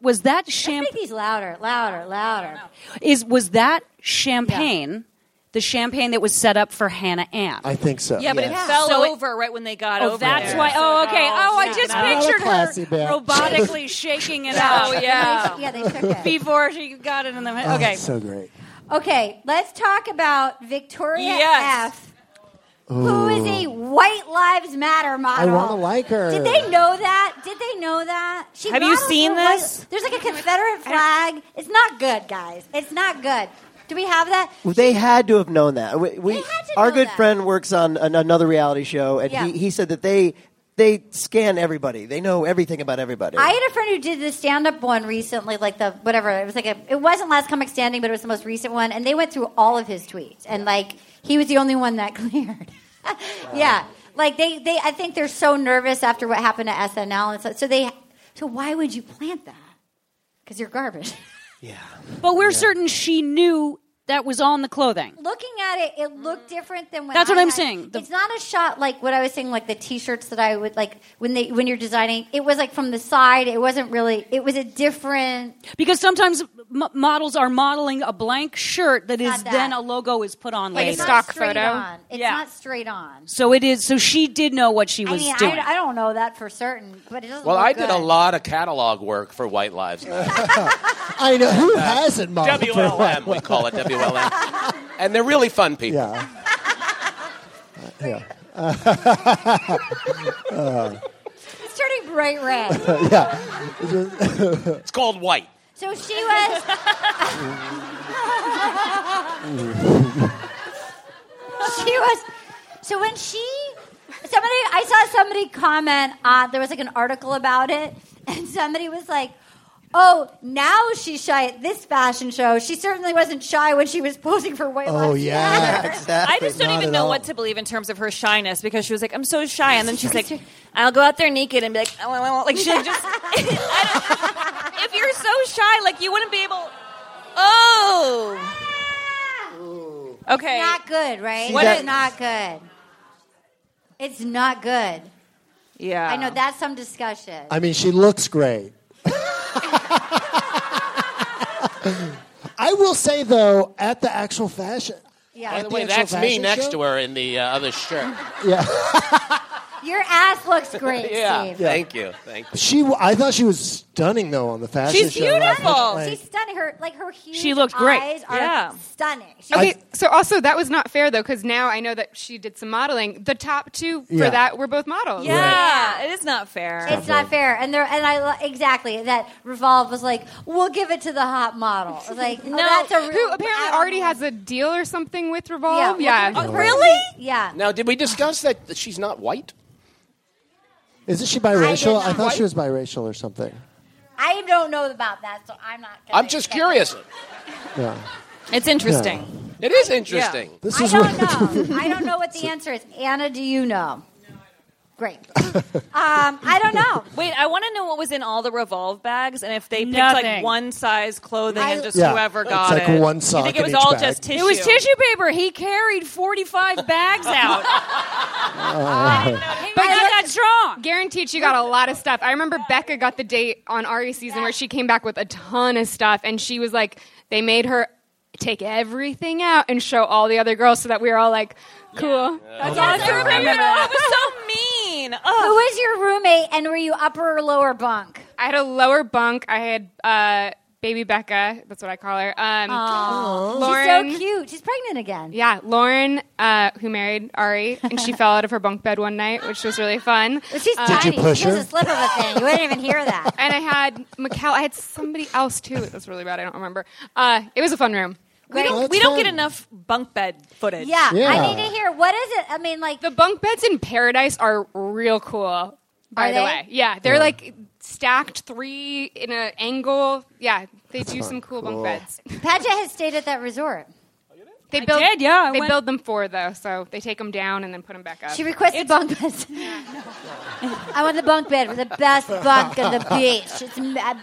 S7: was that
S1: Make
S7: champagne?
S1: these louder, louder, louder.
S5: Is was that champagne? The champagne that was set up for Hannah Ann.
S9: I think so.
S7: Yeah, but it
S1: Yeah.
S7: fell
S5: So it-
S7: over right when they got
S5: Oh,
S7: over.
S5: that's
S7: there.
S5: why. Oh, okay. Oh, I
S7: Yeah.
S5: just
S7: Not
S9: a
S5: pictured
S9: classy
S5: her
S9: bitch.
S5: robotically shaking it
S7: Oh
S5: out.
S7: yeah.
S1: Yeah, they took it.
S5: Before she got it in the
S9: Oh,
S5: okay.
S9: it's so great.
S1: Okay, let's talk about Victoria
S7: Yes.
S1: F. Who is a White Lives Matter model?
S9: I wanna like her.
S1: Did they know that? Did they know that? She
S7: Have you
S1: models
S7: seen
S1: for White-
S7: this?
S1: There's like a Confederate flag. It's not good, guys. It's not good. Do we have that?
S4: Well, They had to have known that. We, we-
S1: They had to
S4: our
S1: know
S4: good
S1: that.
S4: friend works on an, another reality show, and
S1: Yeah.
S4: he, he said that they they scan everybody. They know everything about everybody.
S1: I had a friend who did the stand up one recently, like the whatever. It was like a, it wasn't Last Comic Standing, but it was the most recent one, and they went through all of his tweets, and like he was the only one that cleared. yeah, like they, they, I think they're so nervous after what happened to SNL, and so, so they, so why would you plant that? Because you're garbage.
S5: But we're certain she knew that was on the clothing.
S1: Looking at it, it looked different than when
S5: Mm. That's what
S1: I
S5: I'm
S1: had-
S5: saying. The-
S1: it's not a shot like what I was saying, like the T-shirts that I would like when they when you're designing. It was like from the side. It wasn't really. It was a different.
S5: Because sometimes m- models are modeling a blank shirt that is
S1: Not that.
S5: then a logo is put on
S1: Like
S5: later.
S1: it's not straight On. It's not straight on.
S5: So it is. So she did know what she
S1: I
S5: was
S1: mean,
S5: doing.
S1: I, I don't know that for certain, but it doesn't.
S8: Well,
S1: look
S8: I did a
S1: good.
S8: lot of catalog work for White Lives Matter.
S9: I know who hasn't modeled for
S8: WLM, we call it WLM. And they're really fun people.
S9: Yeah.
S1: It's turning bright red.
S9: yeah.
S8: It's called White.
S1: So she was. she was. So when she, somebody, I saw somebody comment on. There was like an article about it, and somebody was like. Oh, now she's shy at this fashion show. She certainly wasn't shy when she was posing for
S8: Oh,
S1: White Lives Matter.
S7: I just don't even know what to believe in terms of her shyness because she was like, I'm so shy. And then she's like, I'll go out there naked and be like, oh, I won't." like, she just. I don't- if you're so shy, like, you wouldn't be able. Oh. Okay.
S1: Not good, right?
S7: See, that-
S1: it's not good. It's not good.
S6: Yeah.
S1: I know that's some discussion.
S10: Uh,
S9: I mean, she looks great. I will say though, at the actual fashion,
S1: Yeah.
S8: By the
S9: At the
S8: way,
S9: actual
S8: that's me
S9: fashion
S8: next
S9: show?
S8: to her in the uh, other shirt.
S9: yeah,
S1: Your ass looks great,
S8: yeah.
S1: Steve.
S8: Thank you. Thank you.
S9: she. w- I thought she was stunning though on the fashion show. Like,
S1: She's stunning. Her like her huge
S5: She looked great.
S1: eyes are
S5: Yeah.
S1: stunning. She
S10: Okay, so also that was not fair though, because now I know that she did some modeling. The top two for
S1: Yeah.
S10: that were both models.
S7: Yeah, it is not fair.
S1: It's not fair, and there, and I lo- exactly that. Revolve was like, we'll give it to the hot model. I was like, no, that's a real,
S10: who apparently already has a deal or something with Revolve.
S1: Yeah.
S10: Yeah,
S1: Oh, really? Yeah.
S8: Now, did we discuss that that she's not white?
S9: Isn't she biracial?
S1: not
S9: I, thought
S1: like-
S9: she was biracial or something.
S1: I don't know about that, so I'm not. Gonna
S8: I'm just curious.
S9: Yeah.
S7: It's
S9: interesting.
S8: It is interesting.
S9: This
S1: I
S9: is
S1: don't
S9: what-
S1: know. I don't know what the answer is. Anna, do you know? Great. um, I don't know.
S7: Wait, I want to know what was in all the revolve bags and if they picked
S5: Nothing.
S7: like one size clothing and just
S9: Yeah.
S7: whoever
S9: It's
S7: got
S9: like
S7: it.
S9: one
S7: You
S9: sock
S7: think
S9: in
S7: it was
S9: each
S7: all
S9: bag.
S7: just tissue?
S5: it was tissue paper. He carried 45 bags out.
S10: But
S5: not that strong.
S10: Guaranteed, she got a lot of stuff. I remember Becca got the date on Ari season where she came back with a ton of stuff, and she was like, they made her take everything out and show all the other girls, so that we were all like, cool. That's
S7: Yes, I
S10: awesome.
S7: remember that. It was so mean.
S1: Who
S7: Oh,
S1: was your roommate, and were you upper or lower bunk?
S10: I had a lower bunk. I had uh, baby Becca. That's what I call her. Um, Lauren.
S1: She's so cute. She's pregnant again.
S10: Yeah, Lauren, uh, who married Ari, and she fell out of her bunk bed one night, which was really fun.
S1: But she's
S10: Uh,
S1: tiny.
S9: you push
S1: she has
S9: her?
S1: a slip of a thing. You wouldn't even hear that.
S10: and I had Mikkel. I had somebody else too. That's really bad. I don't remember. Uh, it was a fun room.
S7: we
S1: Great.
S7: don't,
S9: That's
S7: we don't get
S9: fun.
S7: enough bunk bed footage.
S1: Yeah,
S9: Yeah.
S1: I need to hear what is it? I mean, like
S10: The bunk beds in Paradise are real cool. By
S1: Are
S10: the
S1: they?
S10: way, yeah, they're like stacked three in an angle. Yeah, they do some cool, bunk beds.
S1: Padgett has stayed at that resort.
S10: They build,
S5: did, yeah, I
S10: they
S5: went-
S10: build them four though, so they take them down and then put them back up.
S1: She requested bunk beds. I want the bunk bed with the best bunk on the beach. It's ma-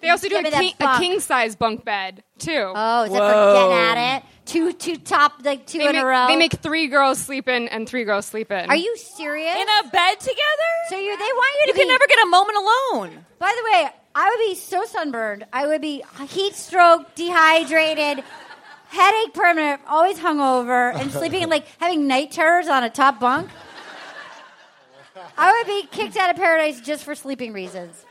S10: they also do
S1: Give
S10: a
S1: me that
S10: king, a
S1: bunk.
S10: king size bunk bed too.
S1: oh, is that for getting at it? Two, two top, like two
S10: they
S1: in
S10: make,
S1: a row.
S10: they make three girls sleep in and three girls sleep in.
S1: Are you serious?
S7: In a bed together?
S1: so you, they want you to
S7: you
S1: be.
S7: can never get a moment alone.
S1: By the way, I would be so sunburned. I would be heat stroke, dehydrated, headache permanent, always hungover, and sleeping like having night terrors on a top bunk. I would be kicked out of paradise just for sleeping reasons.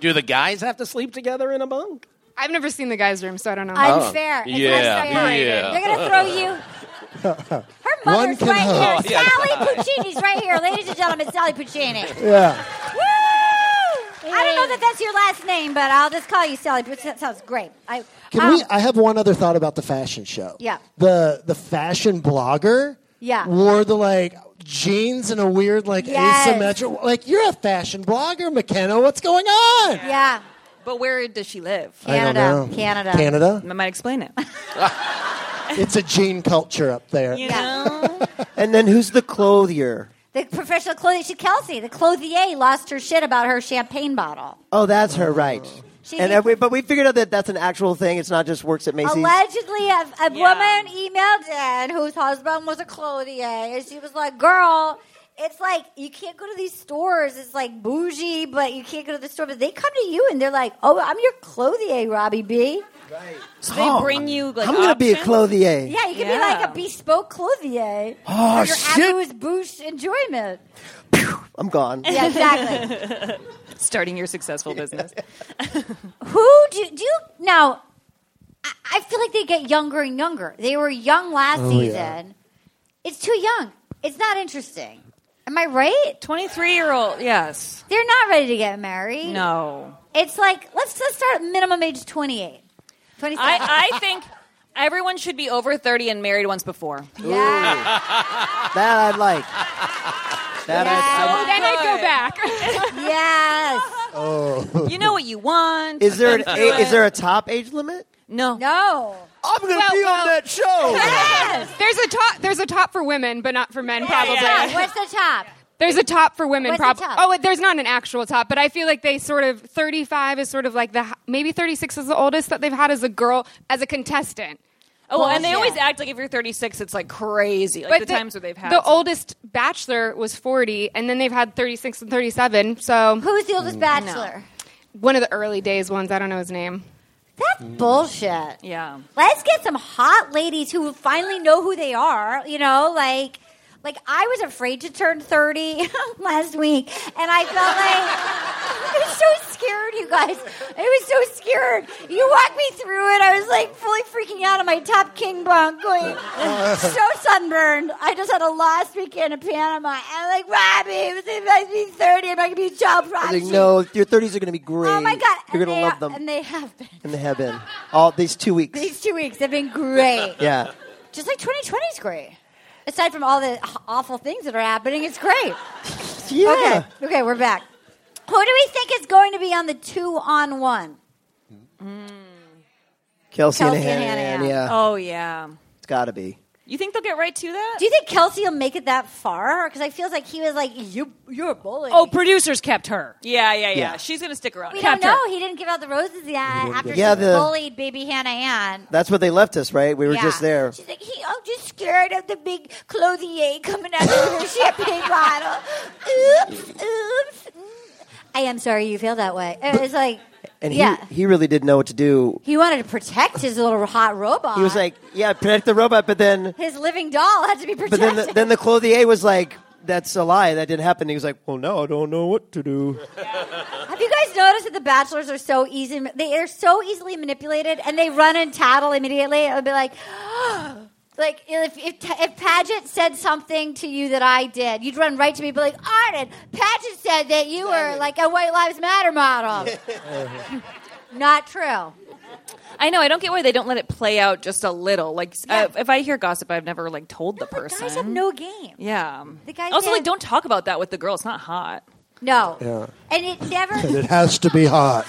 S8: Do the guys have to sleep together in a bunk?
S10: I've never seen the guys' room, so I don't know.
S1: Unfair. It's
S8: yeah,
S1: unfair.
S8: yeah.
S1: They're gonna throw you. Her
S9: One
S1: mother's
S9: can
S1: right here.
S9: hope.
S8: Yeah.
S1: Sally Puccini's right here, ladies and gentlemen. Sally Puccini.
S9: Yeah.
S1: I don't know that that's your last name, but I'll just call you Sally. Puccini. That sounds great. I,
S9: Can
S1: um,
S9: we? I have one other thought about the fashion show.
S1: Yeah.
S9: The the fashion blogger.
S1: Yeah.
S9: Wore the like jeans and a weird like
S1: Yes.
S9: asymmetrical. Like you're a fashion blogger, McKenna. What's going on?
S1: Yeah.
S7: But where does she live?
S9: I don't
S1: Canada,
S9: know.
S1: Canada.
S9: Canada.
S7: That might explain it.
S9: It's a jean culture up there.
S7: You
S1: Yeah.
S7: know?
S4: And then who's the clothier?
S1: The professional clothing. She Kelsey, the clothier, lost her shit about her champagne bottle.
S4: Oh, that's her, right.
S1: She's
S4: and
S1: a-
S4: every, but we figured out that that's an actual thing. It's not just works at Macy's.
S1: Allegedly, a, a woman emailed in whose husband was a clothier, and she was like, "Girl, it's like you can't go to these stores. It's like bougie, but you can't go to the store. But they come to you, and they're like, "Oh, I'm your clothier, Robbie B."
S7: So they bring you like
S4: I'm gonna be a
S7: options?
S4: clothier.
S1: Yeah, you can
S7: Yeah.
S1: be like a bespoke clothier
S4: Oh,
S1: for your
S4: shit.
S1: Abu's boosh enjoyment.
S4: I'm gone.
S1: Yeah, exactly.
S6: starting your successful business.
S1: Who do do you now? I, I feel like they get younger and younger. They were young last
S4: Oh,
S1: season.
S4: yeah.
S1: It's too young. It's not interesting. Am I right?
S7: 23 year old, yes.
S1: They're not ready to get married.
S7: No.
S1: It's like let's let's start at minimum age 28. 27.
S7: I, I think everyone should be over 30 and married once before.
S1: yeah.
S4: That I'd like. That
S1: Oh,
S4: I'd,
S10: then I go back.
S1: yes.
S7: You know what you want.
S4: is there an a, is there a top age limit?
S7: no.
S1: No.
S4: I'm gonna be on that show.
S10: there's a top. There's a top for women, but not for men, probably.
S1: Top. What's the top?
S10: There's a top for women,
S1: What's the
S10: probably.
S1: top?
S10: Oh, there's not an actual top, but I feel like they sort of 35 is sort of like the hi- maybe 36 is the oldest that they've had as a girl as a contestant.
S7: Oh, well, and they
S1: Bullshit.
S7: always act like if you're 36, it's like crazy. Like the, times where they've had.
S10: the
S7: some-
S10: oldest bachelor was 40, and then they've had 36 and 37. So
S1: Who's the
S4: Mm.
S1: oldest bachelor?
S10: one of the early days ones. I don't know his name.
S1: That's bullshit.
S7: Yeah.
S1: Let's get some hot ladies who finally know who they are, you know, like like I was afraid to turn 30 last week and I felt like I was so scared, you guys. I was so scared. You walked me through it. I was like fully freaking out on my top king bunk going so sunburned. I just had a last weekend in Panama. And like, Robbie, it's supposed to be 30. I'm not going to be a child
S4: I
S1: prodigy.
S4: think, no, your 30s are gonna be great.
S1: Oh my God.
S4: you're
S1: and
S4: gonna
S1: they
S4: love
S1: are-
S4: them,
S1: And they have been.
S4: and they have been all these two weeks.
S1: These two weeks have been great.
S4: yeah.
S1: Just like 2020 is great. Aside from all the h- awful things that are happening, it's great.
S4: Yeah.
S1: Okay, okay, we're back. Who do we think is going to be on the two on one? Kelsey
S4: Kelsey, and
S1: and
S4: Hannah.
S1: Hannah,
S4: yeah.
S7: Oh, yeah.
S4: It's gotta be.
S7: You think they'll get right to that?
S1: Do you think Kelsey will make it that far? Because I feel like he was like, you, you're a bully.
S5: Oh, producers kept her.
S7: yeah, yeah, yeah,
S4: Yeah.
S7: She's going to stick around.
S1: we
S7: Yeah.
S1: don't
S5: kept her.
S1: know. He didn't give out the roses yet after
S4: Yeah,
S1: she
S4: the-
S1: bullied baby Hannah Ann.
S4: That's where they left us, right? We were
S1: Yeah.
S4: just there.
S1: She's like, he, I'm just scared of the big clothier coming out of her champagne bottle. Oops, oops. I am sorry you feel that way. It was like,
S4: And
S1: yeah.
S4: he, he really didn't know what to do.
S1: He wanted to protect his little hot robot.
S4: He was like, yeah, protect the robot, but then
S1: his living doll had to be
S4: but
S1: protected.
S4: then the, then the clothier was like, that's a lie. That didn't happen. He was like, well, no, I don't know what to do.
S1: Have you guys noticed that the bachelors are so easy? They are so easily manipulated, and they run and tattle immediately. It would be like, like if if, if Paget said something to you that I did, you'd run right to me, and be like, Arden, Paget said that you were like a White Lives Matter model. Not true.
S7: I know. I don't get why they don't let it play out just a little. Like, s- uh, if I hear gossip, I've never like told the
S1: The
S7: person.
S1: guys have no game.
S7: yeah.
S1: The guys
S7: also, like,
S1: have-
S7: don't talk about that with the girl. It's not hot.
S1: No.
S9: Yeah.
S1: And it never.
S9: And it has to be hot.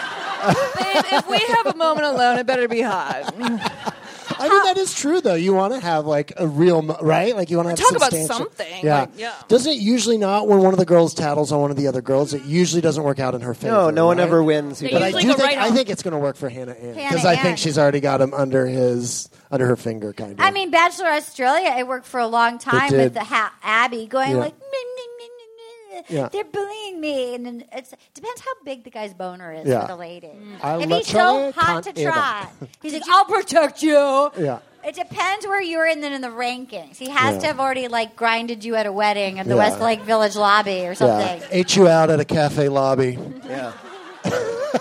S7: Babe, if we have a moment alone, it better be hot.
S9: I mean, that is true, though. You want to have like a real, mo- right? Like you want to have
S7: Talk about
S9: substantial-
S7: something,
S9: Yeah.
S7: like, yeah.
S9: Doesn't it usually not when one of the girls tattles on one of the other girls? It usually doesn't work out in her favor.
S4: No, no one
S9: right?
S4: ever wins. who
S9: But I
S4: does
S9: do
S7: usually
S4: that.
S7: go
S9: think
S7: right
S9: I
S7: on.
S9: think it's going to work for Hannah Ann because
S1: Hannah
S9: I think
S1: Ann.
S9: she's already got him under his under her finger, kind of.
S1: I mean, Bachelor Australia, it worked for a long time
S9: did.
S1: with the ha- Abby going
S9: Yeah.
S1: like, "Meh, meh, meh, meh, meh."
S9: Yeah.
S1: they're bullying me, and then it's depends how big the guy's boner is
S9: Yeah.
S1: for the lady.
S10: Mm.
S9: I
S1: if
S9: love
S1: he's so
S9: Charlie,
S1: hot to
S9: can't eat
S1: trot, he's like, "I'll protect you."
S9: Yeah.
S1: It depends where you're in then in the rankings. He has
S9: Yeah.
S1: to have already like grinded you at a wedding at the
S9: Yeah.
S1: Westlake Village lobby or something.
S9: yeah, ate you out at a cafe lobby.
S4: Yeah.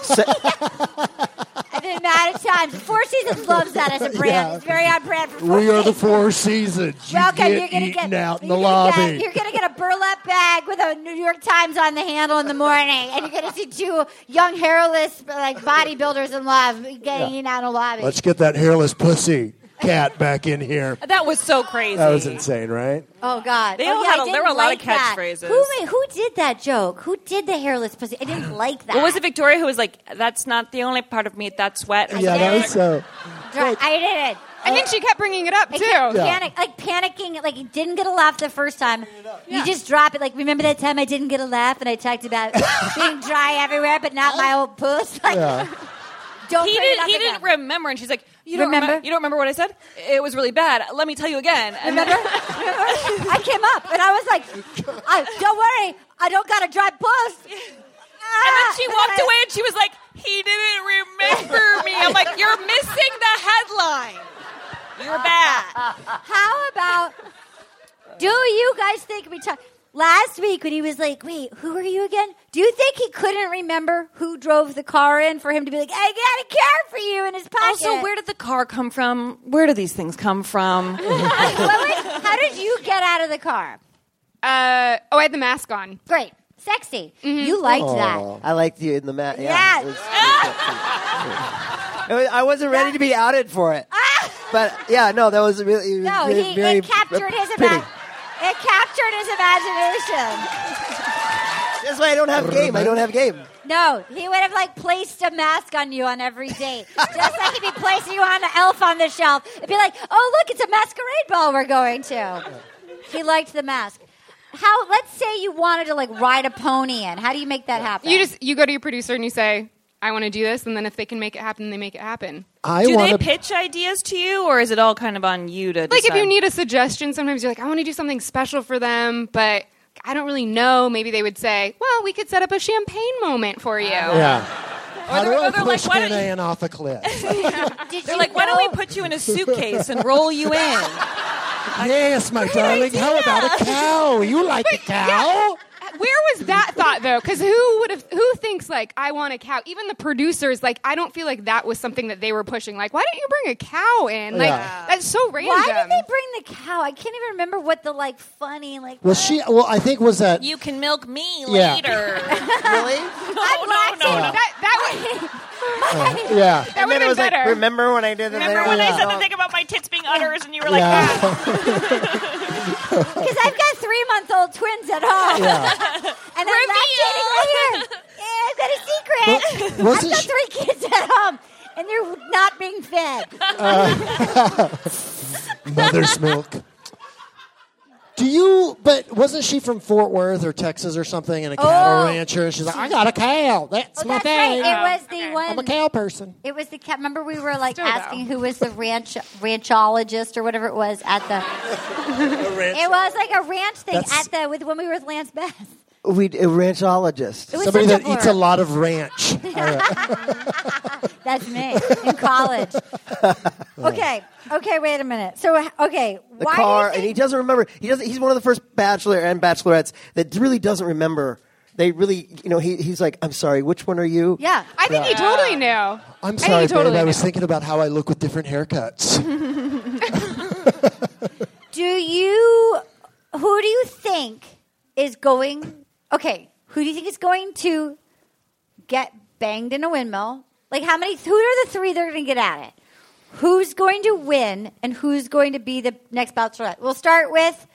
S4: Se-
S1: I've been mad at times. Four Seasons loves that as a brand.
S9: Yeah.
S1: It's very on brand for Four
S9: we are the
S1: Seasons.
S9: Four Seasons. You
S1: Welcome.
S9: get
S1: You're gonna
S9: eaten
S1: get
S9: out in the
S1: you're gonna get-
S9: lobby.
S1: you're gonna get a burlap bag with a New York Times on the handle in the morning, and you're gonna see two young hairless like bodybuilders in love getting eaten out in the lobby.
S9: Let's get that hairless pussy cat back in here.
S5: That was so crazy.
S9: That was insane, right?
S1: oh God!
S7: They
S1: oh,
S7: all
S1: yeah,
S7: had
S1: I
S7: a-
S1: didn't
S7: there were a lot of
S1: like that.
S7: catchphrases.
S1: Who made- who did that joke? Who did the hairless pussy? I didn't like that.
S7: What was it Victoria who was like, "That's not the only part of me that's wet"?
S1: Yeah,
S9: Yeah,
S1: that
S9: that
S1: Yes. was
S9: was so.
S1: right. I did it.
S10: I think she kept bringing it up
S1: I
S10: too.
S1: kept Panic, like panicking, like you didn't get a laugh the first time. You just drop it. Like remember that time I didn't get a laugh and I talked about being dry everywhere, but not my old puss. Like,
S9: Yeah.
S1: don't
S7: He
S1: bring it
S7: didn't.
S1: up
S7: He
S1: again.
S7: didn't remember, and she's like, "You don't
S1: Remember?
S7: remember? you don't remember what I said? It was really bad. Let me tell you again." And
S1: Remember? I came up and I was like, I, "Don't worry, I don't got a dry puss."
S7: And then
S1: Ah,
S7: she walked away and she was like, he didn't remember me. I'm like, you're missing the headline. You're bad.
S1: How about? Do you guys think we talked last week when he was like, "Wait, who are you again?" Do you think he couldn't remember who drove the car in for him to be like, "I got a car for you" in his pocket?
S7: Also, where did the car come from? Where do these things come from?
S1: What was- how did you get out of the car?
S10: Uh, oh, I had the mask on.
S1: Great, sexy.
S7: Mm-hmm.
S1: You liked Ah!
S4: Oh, I liked you in the mat. Yeah.
S1: Yes.
S4: it was- it was- I wasn't ready to be outed for it. But yeah, no, that was really. it was
S1: that. No,
S4: really-
S1: he
S4: very
S1: it captured his
S4: pretty.
S1: ima- It captured his imagination.
S4: That's why I don't have game. I don't have game.
S1: No, he would have like placed a mask on you on every date, just like he'd be placing you on an elf on the shelf. It'd be like, oh look, it's a masquerade ball we're going to. He liked the mask. How? Let's say you wanted to like ride a pony in. How do you make that happen?
S10: You just you go to your producer and you say, "I want to do this," and then if they can make it happen, they make it happen.
S9: I
S7: do they
S9: want to.
S7: pitch ideas to you, or is it all kind of on you to
S10: Like if
S7: decide?
S10: you need a suggestion, sometimes you're like, "I want to do something special for them," but I don't really know. Maybe they would say, "Well, we could set up a champagne moment for you."
S7: Uh,
S9: Yeah. How do
S7: they're-
S9: I
S7: or they're like,
S9: push
S7: why don't
S9: Hannah Ann off a cliff?
S1: Did
S7: They're
S1: you
S7: like, why don't
S1: know-
S7: we put you in a suitcase and roll you in?
S9: yes, my darling. How about a cow? You like a
S10: Uh,
S9: cow?
S10: Where was that thought though? Because who would have? Who thinks like I want a cow? Even the producers, like I don't feel like that was something that they were pushing. Like, why didn't you bring a cow
S7: Oh,
S10: in? Like
S9: Yeah.
S10: that's so random.
S1: Why did they bring the cow? I can't even remember what the like funny like.
S9: Well, she. Well, I think was that.
S7: You can milk me
S9: Yeah.
S7: later.
S4: Really?
S1: I'm
S7: no, no,
S1: lactating.
S10: That that would
S9: Yeah.
S10: that
S4: and
S10: would have
S4: then it
S10: been
S4: was
S10: better.
S4: like, remember when I did the
S7: Remember
S4: thing?
S7: when I said
S4: Oh.
S7: the thing about my tits being udders, and you were like,
S9: Yeah.
S1: Because I've got three month old twins at home. And I'm lactating right here. Yeah, I've got a secret.
S9: Well,
S1: I've
S9: wasn't
S1: got
S9: she-
S1: three kids at home. And they're not being fed.
S9: Mother's milk. Do you? But wasn't she from Fort Worth or Texas or something, and a cattle
S1: Oh.
S9: rancher? And she's like, I got a cow. That's
S1: Oh,
S9: my
S1: that's
S9: thing.
S1: right. It was the
S9: I'm a
S1: one.
S9: cow person.
S1: It was the cat. Remember, we were like
S10: Still, though.
S1: asking who was the ranch ranchologist or whatever it was at the. It was like a ranch thing
S9: That's-
S1: at the with when we were with Lance Bass.
S4: We a ranchologist.
S1: It was
S9: Somebody
S1: such
S9: that eats a
S1: blur.
S9: lot of ranch.
S1: That's me in college. Okay. Okay. Wait a minute. So okay,
S4: The
S1: why do
S4: car,
S1: you
S4: and he
S1: think
S4: doesn't remember. He doesn't. He's one of the first bachelor and bachelorettes that really doesn't remember. They really, you know, he, he's like, I'm sorry, which one are you?
S1: Yeah.
S10: I think he totally knew.
S9: I'm
S10: I think
S9: sorry,
S10: he totally
S9: babe. I was
S10: knew.
S9: thinking about how I look with different haircuts.
S1: Do you? Who do you think is going? Okay, who do you think is going to get banged in a windmill? Like, how many? Who are the three that are going to get at it? Who's going to win, and who's going to be the next Bachelorette? We'll start with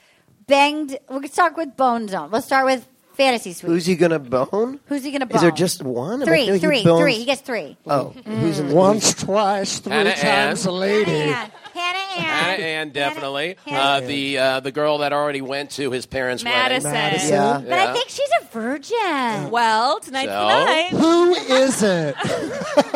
S1: banged. We'll start with Bone Zone. We'll start with Fantasy Suite.
S4: Who's he gonna bone?
S1: Who's he going to bone?
S4: Is there just one? I mean, I
S1: Three,
S4: feel like he
S1: three,
S4: bones-
S1: three. He gets three.
S4: Oh, who's in the
S9: Once, twice, three
S8: Hannah
S9: times
S8: Ann.
S9: a lady.
S1: Hannah Ann.
S8: Hannah Ann, definitely.
S1: Hannah
S8: uh,
S1: Ann.
S8: the uh, the girl that already went to his parents'
S7: Madison.
S8: wedding.
S9: Madison.
S4: Yeah.
S1: But
S8: Yeah.
S1: I think she's a virgin.
S7: well, tonight's
S8: So?
S7: the night.
S9: Who isn't?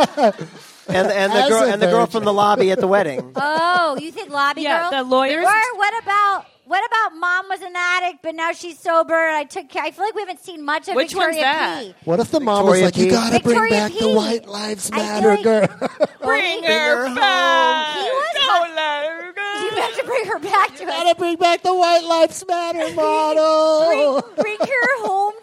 S4: And, and the
S9: As
S4: girl
S9: a
S4: and the girl
S9: virgin.
S4: from the lobby at the wedding.
S1: Oh, you think lobby
S7: Yeah,
S1: girl?
S7: the lawyers.
S1: Or what about what about mom was an addict but now she's sober? And I took. care I feel like we haven't seen much of
S7: Which
S1: Victoria
S7: one's that?
S1: P.
S9: What if the mom was
S4: Victoria
S9: like, you
S4: P.
S9: gotta bring
S1: Victoria
S9: back
S1: P.
S9: the White Lives
S1: I feel
S9: Matter
S1: like-
S9: girl?
S1: Bring
S4: her
S1: He was.
S7: Don't let her go.
S1: You have to bring her back to us.
S9: gotta bring back the White Lives Matter
S1: Bring,
S9: model.
S1: bring
S10: Oh.
S1: her home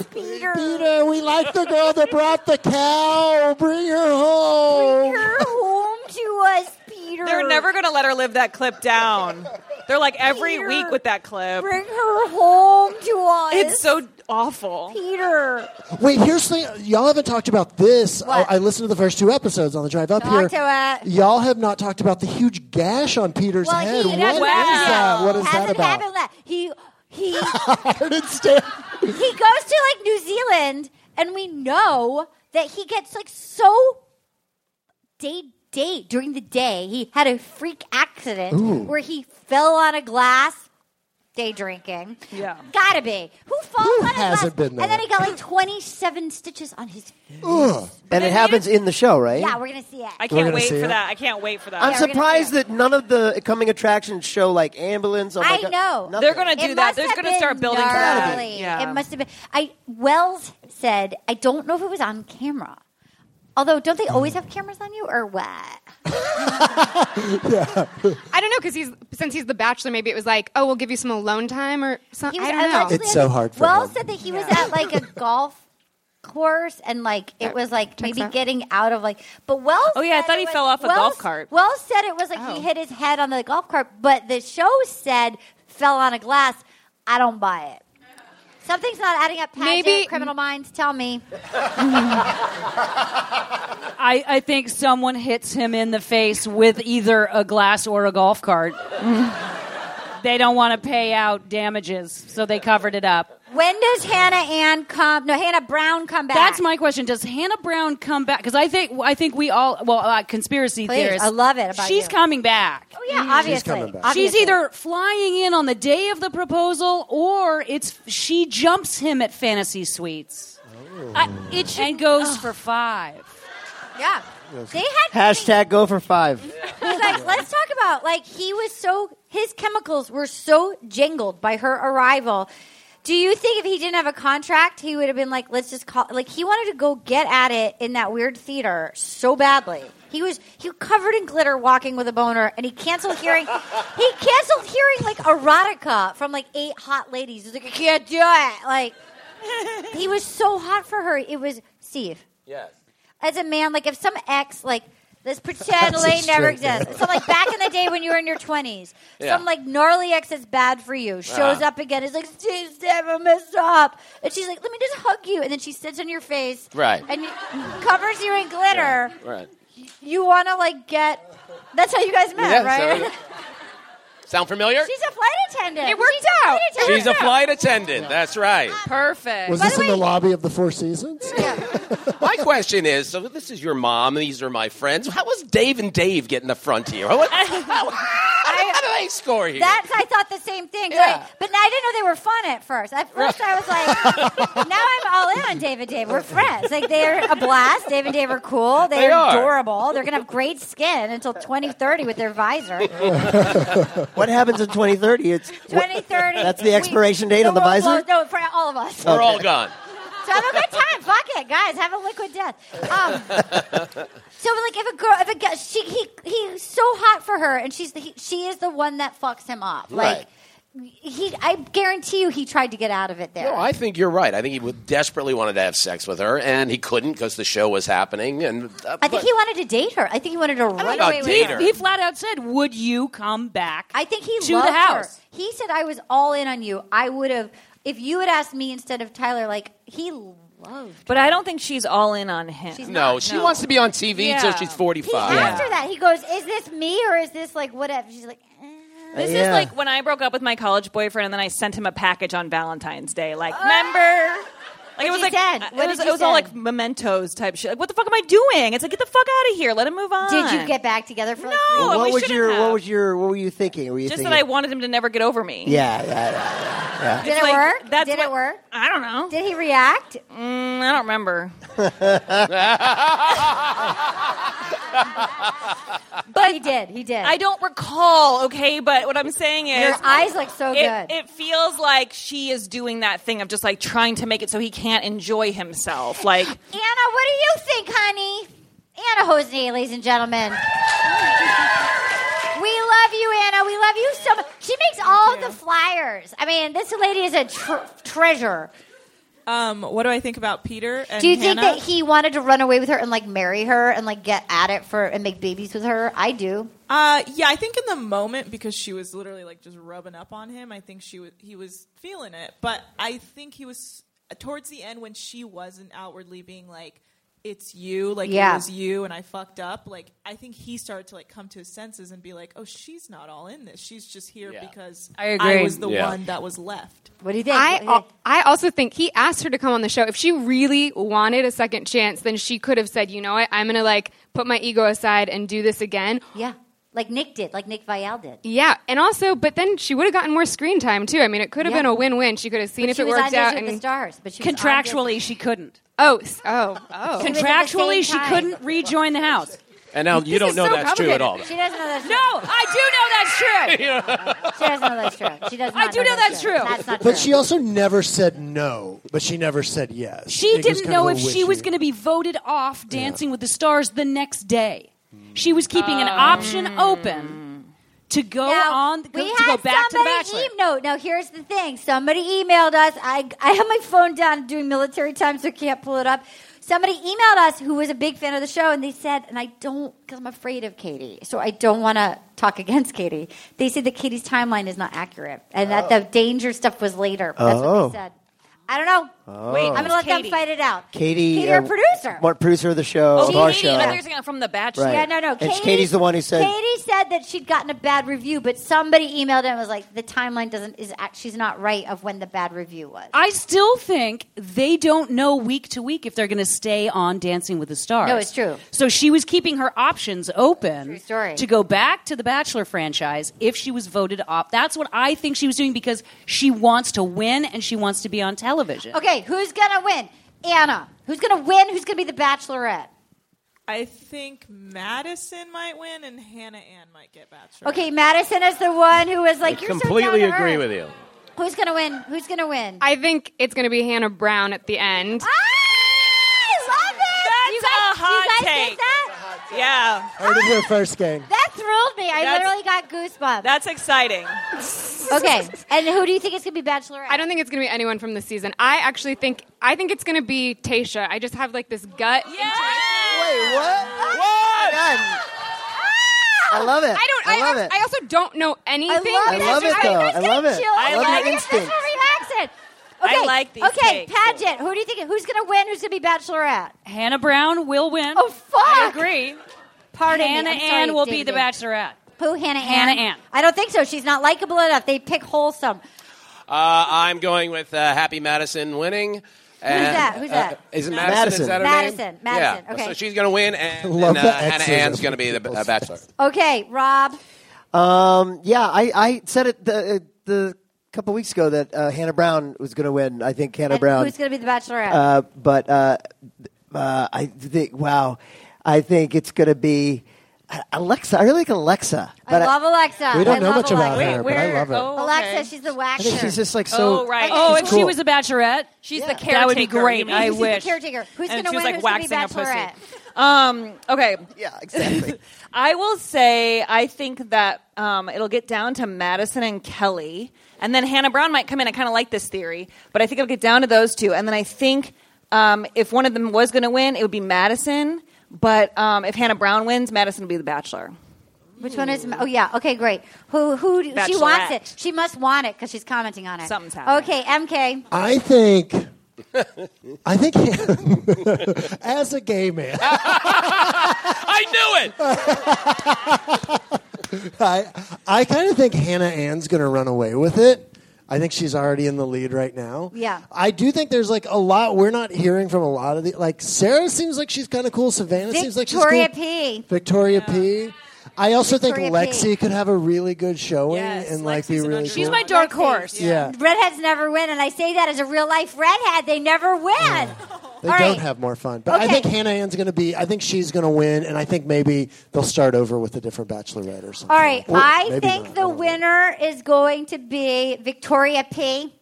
S1: us, Peter.
S9: Peter, we like the girl that brought the cow. Bring her
S1: Bring
S9: home.
S1: her home to us, Peter.
S7: They're never going to let her live that clip down. They're like every
S1: Peter.
S7: week with that clip.
S1: bring her home to us.
S7: It's so awful.
S1: Peter.
S9: Wait, here's the thing. Y'all haven't talked about this. I,
S1: What?
S9: I listened to the first two episodes on the drive up
S1: Talk
S9: here.
S1: to it.
S9: Y'all have not talked about the huge gash on Peter's
S1: Well,
S9: head.
S1: he
S9: What
S1: it
S9: is
S1: hasn't happened
S9: that?
S1: yet.
S9: What is that
S1: hasn't
S9: about?
S1: Happened yet. He he.
S9: I didn't stand.
S1: he goes to like New Zealand, and we know that he gets like so day date during the day. He had a freak accident
S11: Ooh.
S1: where he fell on a glass. Day drinking. Yeah. Gotta be. Who falls on a glass?
S4: hasn't been there?
S1: And then he got like 27 stitches on his
S4: Ugh. And it happens in the show, right?
S1: Yeah, we're gonna see it.
S7: I
S4: We're
S7: can't
S4: gonna
S7: wait
S4: see
S7: for
S4: it.
S7: that. I can't wait for that.
S4: I'm surprised that none of the coming attractions show like ambulance. Oh my
S1: I
S4: God.
S1: know.
S4: Nothing.
S7: They're gonna do that. They're gonna start building to that.
S1: gnarly.
S7: Yeah.
S1: It must have been. I Wells said, I don't know if it was on camera. Although, don't they
S4: Mm.
S1: always have cameras on you or what?
S10: I don't know because he's since he's the bachelor. Maybe it was like, oh, we'll give you some alone time or something.
S1: was
S10: I don't know.
S1: allegedly-
S9: It's so hard for
S1: Wells
S9: him.
S1: said that he was at like a golf course and like it was like maybe getting out of like. But Wells.
S7: Oh, yeah, I
S1: said
S7: thought
S1: it
S7: he
S1: was-
S7: fell off a
S1: Wells-
S7: golf cart.
S1: Wells said it was like
S10: Oh.
S1: he hit his head on the golf cart, but the show said fell on a glass. I don't buy it. Something's not adding up. Paget,
S5: Maybe-
S1: Criminal Minds, tell me.
S5: I, I think someone hits him in the face with either a glass or a golf cart. they don't want to pay out damages, so they covered it up.
S1: When does Hannah Ann come? No, Hannah Brown come back.
S5: That's my question. Does Hannah Brown come back? Because I think I think we all well uh, conspiracy
S1: Please,
S5: theorists.
S1: I love it about
S5: she's
S1: you.
S5: coming back.
S1: Oh yeah, obviously.
S5: coming
S1: back. Obviously.
S5: She's either flying in on the day of the proposal, or it's she jumps him at Fantasy Suites. it and goes for five.
S1: Yeah. They had
S4: Hashtag go for five.
S1: He's like, let's talk about like he was so his chemicals were so jangled by her arrival. Do you think if he didn't have a contract, he would have been like, let's just call like he wanted to go get at it in that weird theater so badly. He was he was covered in glitter walking with a boner and he canceled hearing he canceled hearing like erotica from like eight hot ladies. He's like, I can't do it. Like he was so hot for her. It was Steve
S8: Yes.
S1: as a man, like if some ex, like let's pretend
S8: That's a
S1: Lane never
S8: straight man.
S1: exists. So like back in the day when you were in your twenties,
S8: Yeah.
S1: some like gnarly ex that's bad for you shows
S8: Uh-huh.
S1: up again. Is like, Steve, Steve, I messed up, and she's like, "Let me just hug you," and then she sits on your face,
S8: Right.
S1: and covers you in glitter.
S8: Right.
S1: You want to like get? That's how you guys met,
S8: Yeah,
S1: right?
S8: so- sound familiar?
S1: she's a flight attendant.
S10: It worked
S1: She's a flight
S10: out.
S1: attendant.
S8: She's a flight attendant. That's right.
S10: Perfect.
S9: Was
S1: By
S9: this
S1: the
S9: in the lobby of the Four Seasons?
S8: My question is: So this is your mom. These are my friends. How was Dave and Dave getting the front here? How, how- how do they score here?
S1: That's I thought the same thing.
S8: Yeah.
S1: Right? But I didn't know they were fun at first. At first I was like, now I'm all in on Dave and Dave. We're friends. Like they're a blast. Dave and Dave are cool. They're
S8: They are.
S1: adorable. They're gonna have great skin until 2030 with their visor.
S4: What happens in 2030? It's
S1: 2030.
S4: That's the expiration date
S1: the
S4: on the
S1: world
S4: visor?
S1: blows- no, for all of us.
S8: We're all gone.
S1: So have a good time. Fuck it, guys. Have a liquid death. Um, so like, if a girl, if a guy, she, he, he's so hot for her, and she's the, he, she is the one that fucks him up. Like, he, I guarantee you, he tried to get out of it there.
S8: No, I think you're right. I think he would desperately wanted to have sex with her, and he couldn't because the show was happening. And uh,
S1: I think he wanted to date her. I think he wanted to run
S8: about
S1: away with
S8: date
S1: her.
S8: her.
S5: He flat out said, "Would you come back?"
S1: I think he
S5: to
S1: loved
S5: the house.
S1: her. He said, "I was all in on you. I would have if you had asked me instead of Tyler." Like he loved.
S7: But I don't think she's all in on him.
S1: She's
S8: no,
S1: not-
S8: she wants to be on TV
S7: Yeah.
S8: until she's
S1: He
S8: 45.
S1: asked her that. He goes, "Is this me or is this like whatever?" She's like, "Uh,
S7: This
S4: Yeah.
S7: is like when I broke up with my college boyfriend, and then I sent him a package on Valentine's Day. Like, remember? Like it was
S1: Uh, you
S7: like
S1: send?
S7: uh,
S1: What
S7: it was,
S1: did
S7: it
S1: you
S7: was all
S1: send?
S7: like mementos type shit. Like, what the fuck am I doing? It's like get the fuck out of here. Let him move on.
S1: "Did you get back together for like,
S7: No,
S1: three
S7: Well,
S4: what
S7: Oh, we
S4: was
S7: shouldn't
S4: your
S7: have.
S4: What was your What were you thinking? Were you
S7: Just
S4: thinking?
S7: that I wanted him to never get over me.
S4: yeah, yeah, yeah.
S7: It's
S1: Did it
S7: like,
S1: work?
S7: That's
S1: Did
S7: what-
S1: it work?
S7: I don't know.
S1: Did he react?
S7: Mm, I don't remember.
S1: But he did. He did.
S7: I don't recall. Okay, but what I'm saying is,
S1: Your eyes look so
S7: it,
S1: good.
S7: it feels like she is doing that thing of just like trying to make it so he can't enjoy himself. Like,
S1: Anna, what do you think, honey? Anna Hosney, ladies and gentlemen. we love you, Anna. We love you so much. She makes all the flyers. I mean, this lady is a tr- treasure.
S6: Um, what do I think about Peter? And
S1: Do you
S6: Hannah?
S1: think that he wanted to run away with her and like marry her and like get at it for and make babies with her? I do.
S6: Uh, yeah, I think in the moment because she was literally like just rubbing up on him. I think she was he was feeling it, but I think he was towards the end when she wasn't outwardly being like, it's you, like
S1: Yeah.
S6: it was you, and I fucked up. Like I think he started to like come to his senses and be like, oh, she's not all in this. She's just here because
S10: I agree.
S6: was the
S10: Yeah.
S6: one that was left.
S1: What do you think?
S10: I, al- I also think he asked her to come on the show. If she really wanted a second chance, then she could have said, you know what, I'm going to like put my ego aside and do this again.
S1: Yeah. Like Nick did, like Nick Vial did.
S10: Yeah. And also, but then she would have gotten more screen time too. I mean, it could have
S1: Yeah.
S10: been a win win. She could have seen
S1: But
S10: if
S1: she
S10: it
S1: was
S10: worked
S1: on Dancing
S10: out.
S1: with the
S10: and-
S1: Stars, but she was on
S5: Contractually, she couldn't.
S10: Oh, s- oh, oh.
S1: She was at the
S5: Contractually,
S1: same
S5: she
S1: time.
S5: couldn't rejoin the house.
S8: And now you don't know that's true at all.
S1: She doesn't know that's true.
S5: No, I do know that's true.
S1: She doesn't know that's true. She does
S5: I
S1: not
S5: do
S1: know,
S5: know that's true.
S1: That's not
S9: But
S1: true.
S9: she also never said no, but she never said yes.
S5: She
S9: It was
S5: didn't
S9: kind of
S5: know
S9: a
S5: if she
S9: wishy-
S5: was going to be voted off Dancing with the Stars the next day. She was keeping an option open to go on go,
S1: we
S5: to go
S1: had
S5: back to the
S1: somebody
S5: Bachelor.
S1: e- no, no, here's the thing. Somebody emailed us. I, I have my phone down doing military time, so I can't pull it up. Somebody emailed us who was a big fan of the show, and they said, and I don't, because I'm afraid of Katie, so I don't want to talk against Katie. They said that Katie's timeline is not accurate, and that the danger stuff was later. That's
S4: Oh.
S1: what they said. I don't know.
S4: Wait,
S1: I'm going to let them fight it out.
S4: Katie, uh,
S1: Katie, our producer.
S4: What producer of the show? of our show.
S7: from The Bachelor.
S4: Oh, Right.
S1: Yeah, no, no.
S4: And Katie's the one who said-
S1: Katie said that she'd gotten a bad review, but somebody emailed her and was like, "The timeline doesn't is act- she's not right of when the bad review was."
S5: I still think they don't know week to week if they're going to stay on Dancing with the Stars.
S1: No, it's true.
S5: So she was keeping her options open
S1: True story.
S5: to go back to the Bachelor franchise if she was voted off. That's what I think she was doing because she wants to win and she wants to be on television.
S1: Okay, who's gonna win? Anna. Who's gonna win? Who's gonna be the Bachelorette?
S6: I think Madison might win, and Hannah Ann might get Bachelor.
S1: Okay, Madison is the one who was like, "You're so
S8: completely
S1: down to
S8: agree
S1: earth."
S8: with you.
S1: Who's gonna win? Who's gonna win?
S10: I think it's going to be Hannah Brown at the end.
S1: Ah, I love it.
S6: That's
S1: you
S6: a
S1: guys,
S6: hot
S1: you guys
S6: take.
S1: get that?
S6: Yeah,
S9: Heard of her first gang.
S1: That thrilled me. I
S6: That's-
S1: literally got goosebumps.
S6: that's exciting.
S1: okay, and who do you think is gonna be Bachelorette?
S10: I don't think it's going to be anyone from this season. I actually think I think it's going to be Tasha. I just have like this gut.
S4: Wait, what? What? I love
S10: I
S4: it.
S10: don't. I,
S4: love
S10: al-
S4: it.
S10: I also don't know anything.
S1: I love
S4: I
S1: it.
S4: love
S1: Are you
S4: it, though.
S1: guys
S4: I love
S1: getting
S4: it.
S1: chills?
S4: I love
S1: Are
S4: your
S1: you guys
S4: instincts.
S1: relaxing?
S7: I
S1: Okay.
S7: like these
S1: Okay,
S7: takes.
S1: pageant. Who do you think? Who's gonna win? Who's gonna be bachelorette?
S5: Hannah Brown will win.
S1: Oh fuck!
S5: I agree.
S1: Pardon
S5: Hannah
S1: me. I'm sorry,
S5: Ann will be
S1: David.
S5: the Bachelorette.
S1: Who? Hannah Ann.
S5: Hannah Ann.
S1: I don't think so. She's not likable enough. They pick wholesome.
S8: Uh, I'm going with uh, Happy Madison winning. Who's
S1: that? Who's that?
S8: is it Madison?
S4: Madison.
S8: Is that her
S1: Madison.
S8: name?
S1: Madison.
S8: Yeah.
S1: Okay.
S8: So she's going to win, and,
S9: Love
S8: and, uh,
S9: the
S8: Hannah
S9: X's
S8: Ann's
S9: of
S8: going to be the
S9: people's
S8: uh, Bachelor.
S1: Okay, Rob.
S4: Um, yeah, I, I said it the, uh, the couple weeks ago that uh, Hannah Brown was going to win. I think Hannah
S1: And
S4: Brown.
S1: Who's gonna be the bachelorette?
S4: uh, but uh, uh, I think wow, I think it's going to be uh, Alexa. I really like Alexa.
S1: I
S4: but
S1: love Alexa.
S9: We don't
S1: I
S9: know
S1: love
S9: much about
S1: Alexa.
S9: her, but I love her.
S1: Alexa, she's the
S4: I think
S1: waxer.
S4: she's just like so.
S7: Oh, right.
S5: Oh,
S4: she's
S5: if she
S4: cool.
S5: was a Bachelorette,
S7: She's
S4: Yeah.
S7: the caretaker.
S5: That would be great.
S7: you mean?
S5: I
S1: She's the
S5: wish.
S1: caretaker. Who's
S7: And
S1: gonna win?
S7: she's like
S1: Who's gonna be
S7: waxing a pussy.
S1: bachelorette?
S7: Um, okay.
S4: Yeah, exactly.
S7: I will say I think that um, it'll get down to Madison and Kelly, and then Hannah Brown might come in. I kind of like this theory, but I think it'll get down to those two, and then I think um, if one of them was going to win, it would be Madison. But um, if Hannah Brown wins, Madison will be the Bachelor.
S1: Which one is? Oh yeah. Okay, great. Who? Who? She wants it.
S7: Bachelorette.
S1: She must want it because she's commenting on it.
S7: Something's happening.
S1: Okay, MK.
S9: I think. I think as a gay man,
S8: I knew it.
S9: I, I kind of think Hannah Ann's going to run away with it. I think she's already in the lead right now.
S1: Yeah.
S9: I do think there's like a lot we're not hearing from a lot of the like Sarah seems like she's kind of cool. Savannah seems like she's cool.
S1: Victoria P.
S9: Victoria P. I also
S1: Victoria
S9: think Lexi
S1: P.
S9: could have a really good showing
S6: Yes,
S9: and like be
S6: Lexi's an
S9: really.
S6: underdog.
S5: she's
S9: cool.
S5: my dark
S1: Lexi.
S5: horse.
S9: yeah.
S1: Redheads never win, and I say that as a real life redhead. They never win.
S9: They
S1: All
S9: don't
S1: right.
S9: have more fun, but I
S1: Okay.
S9: think Hannah Ann's going to be. I think she's going to win, and I think maybe they'll start over with a different Bachelorette or something.
S1: All right,
S9: Or
S1: I
S9: maybe
S1: think
S9: not.
S1: the
S9: don't know.
S1: winner is going to be Victoria P.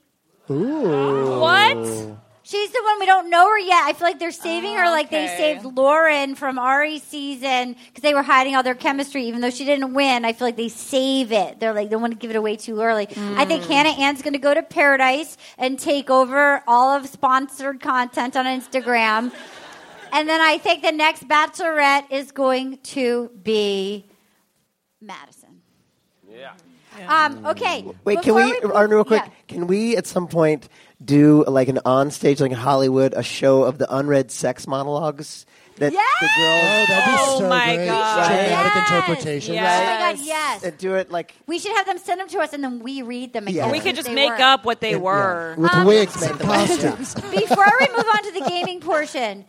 S9: Ooh.
S7: What?
S1: She's the one we don't know her yet. I feel like they're saving her, like they saved Lauren from Ari's season because they were hiding all their chemistry, even though she didn't win. I feel like they save it. They're like they want to give it away too early. I think Hannah Ann's going to go to Paradise and take over all of sponsored content on Instagram, and then I think the next Bachelorette is going to be Madison.
S8: Yeah.
S1: Um, okay.
S4: Wait,
S1: before
S4: can we, Arden, real quick? Can we at some point do like an on stage, like in Hollywood, a show of the unread sex monologues that the girls.
S9: Oh, that'd be
S7: Oh
S9: so
S7: my
S9: great.
S7: God.
S9: Dramatic
S1: Yes.
S9: interpretation.
S1: Oh my God, yes.
S4: And do it like
S1: We should have them send them to us and then we read them again.
S4: Yeah.
S7: We
S1: if
S7: could just
S1: they
S7: make
S1: weren't.
S7: up what they were.
S9: With
S1: Um,
S9: wigs and costumes.
S1: Before we move on to the gaming portion,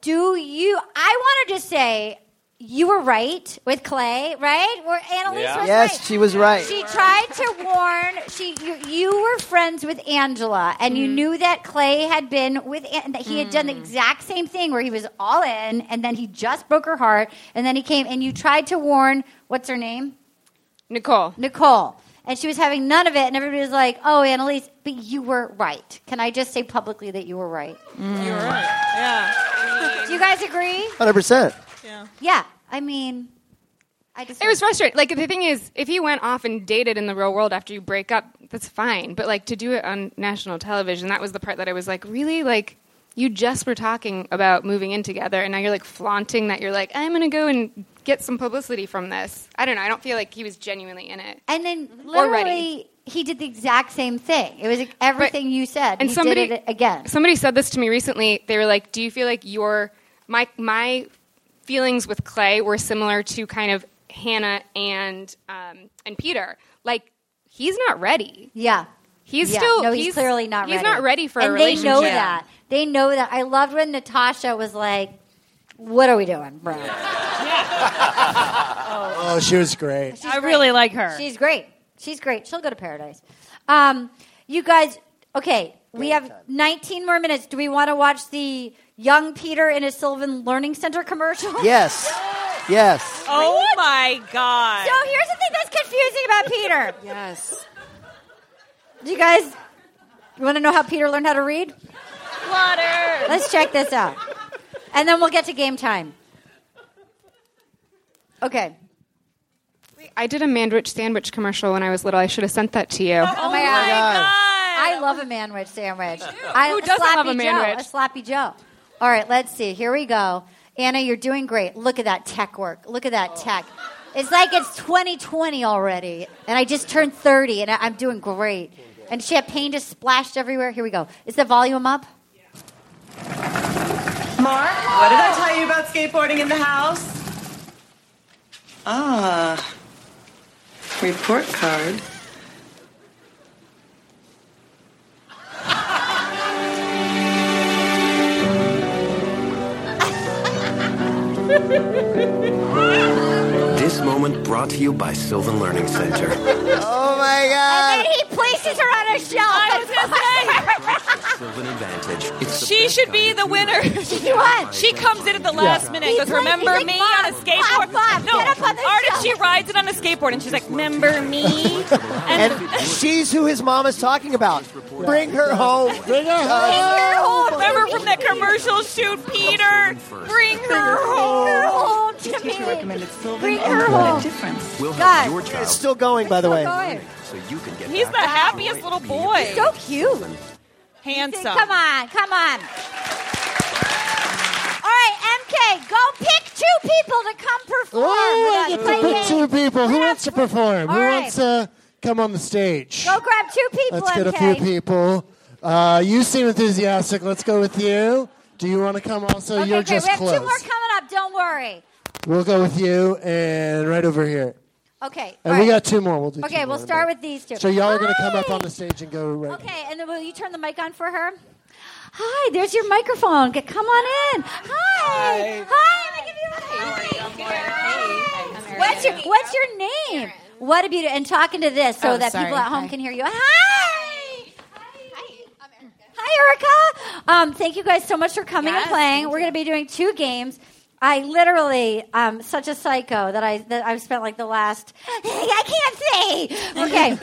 S1: do you? I want to just say you were right with Clay, right? Where Annalise
S8: Yeah.
S1: was
S4: Yes,
S1: right.
S4: she was right.
S1: She tried to warn. She you, you were friends with Angela, and
S6: Mm.
S1: you knew that Clay had been with An- that he had done the exact same thing where he was all in, and then he just broke her heart, and then he came and you tried to warn. What's her name?
S10: Nicole.
S1: Nicole. And she was having none of it, and everybody was like, oh, Annalise, but you were right. Can I just say publicly that you were right?
S6: Mm. You're right. Yeah.
S1: Do you guys agree?
S4: 100%.
S6: Yeah.
S1: Yeah. I mean, I just.
S10: It was frustrating. Like the thing is, if he went off and dated in the real world after you break up, that's fine. But like to do it on national television, that was the part that I was like, really, like you just were talking about moving in together, and now you're like flaunting that you're like, I'm gonna go and get some publicity from this. I don't know. I don't feel like he was genuinely in it.
S1: And then
S10: Or ready.
S1: literally, he did the exact same thing. It was like everything you said.
S10: and
S1: he
S10: somebody-
S1: did it again.
S10: Somebody said this to me recently. They were like, "Do you feel like your my my feelings with Clay were similar to kind of Hannah and um, and Peter? Like he's not ready.
S1: yeah.
S10: He's
S1: Yeah.
S10: still
S1: no, he's, clearly not
S10: he's
S1: ready.
S10: not ready for
S1: and
S10: a
S1: they
S10: relationship.
S1: know that. They know that. I loved when Natasha was like, "What are we doing, bro?
S9: Oh, she was great.
S5: I really like her.
S1: She's great. She's great. She'll go to paradise. Um, you guys, okay, we have 19 more minutes. Do we want to watch the young Peter in a Sylvan Learning Center commercial?
S4: Yes. Yes.
S7: Oh my god!
S1: So here's the thing that's confusing about Peter.
S5: yes.
S1: Do you guys you want to know how Peter learned how to read?
S7: Water.
S1: Let's check this out. And then we'll get to game time. Okay.
S10: I did a Mandwich sandwich commercial when I was little. I should have sent that to you.
S1: Oh, my God. I
S7: God.
S1: love a manwich sandwich. I,
S10: Who doesn't
S1: sloppy
S10: love a
S1: Joe, a
S10: manwich?
S1: sloppy Joe. All right, let's see. Here we go. Anna, you're doing great. Look at that tech work. Look at that tech. It's like it's 2020 already, and I just turned 30, and I- I'm doing great. And champagne just splashed everywhere. Here we go. Is the volume up?
S11: Mark, what did I tell you about skateboarding in the house? Ah, report card.
S2: This moment brought to you by Sylvan Learning Center.
S4: Oh my God.
S1: And then he places her on a shelf. I was going to
S2: Sylvan Advantage. It's the
S7: She
S2: best
S7: should be
S2: kind
S7: the
S2: of
S7: winner.
S2: humor.
S1: She won.
S7: She comes in at the last minute and
S1: He
S7: goes,
S1: played-
S7: "Remember
S1: he's like,
S7: me
S1: "Mom,
S7: on a
S1: Mom,
S7: skateboard?"
S1: Mom,
S7: no,
S1: get up on the
S7: Art if
S1: shelf.
S7: she rides it on a skateboard and she's like, "Remember me?" And,
S4: And she's who his mom is talking about. Bring her home. Bring her
S7: oh, remember from that commercial shoot, Peter? Bring
S1: her
S7: her home.
S1: home to
S11: Teacher recommended Sylvan.
S1: Bring
S11: and
S1: her
S11: what a
S1: home.
S11: difference.
S2: We'll help
S1: God.
S2: your child
S4: It's still going, by the way.
S1: Going.
S2: so you can get
S7: He's
S2: back
S7: the
S2: to
S7: happiest
S2: enjoying
S7: little
S2: being a
S7: boy.
S1: So cute.
S7: Handsome.
S1: Come on, come on. All right, MK, go pick two people to come perform.
S9: Oh,
S1: with
S9: I
S1: us.
S9: get
S1: Play
S9: to pick
S1: games.
S9: two people. Who
S1: Grab-
S9: wants to perform?
S1: All
S9: Who
S1: right.
S9: wants to come on the stage?
S1: Go grab two people,
S9: Let's get a
S1: MK.
S9: few people. Uh, you seem enthusiastic. Let's go with you. Do you want to come also?
S1: Okay,
S9: You're
S1: great.
S9: just
S1: we have
S9: close.
S1: two more coming up. Don't worry.
S9: we'll go with you and right over here.
S1: Okay.
S9: And
S1: all
S9: we
S1: right.
S9: got two more. We'll do two
S1: Okay, we'll
S9: more.
S1: start with these two.
S9: So y'all are going to come up
S1: Hi.
S9: on the stage and go right.
S1: Okay, and then will you turn the mic on for her? Hi, there's your microphone. Get- Come on in. Hi. Hi. let me give you a Hi. What's your What's your name? What a beauty. And talking to this so
S11: Oh,
S1: that
S11: sorry.
S1: people at home
S11: Hi.
S1: can hear you. Hi. Hi, Erica. Um, thank you guys so much for coming and
S11: Yes,
S1: playing.
S11: thank
S1: We're going to be doing two games. I literally, um, such a psycho that I that I've spent like the last. I can't say. Okay.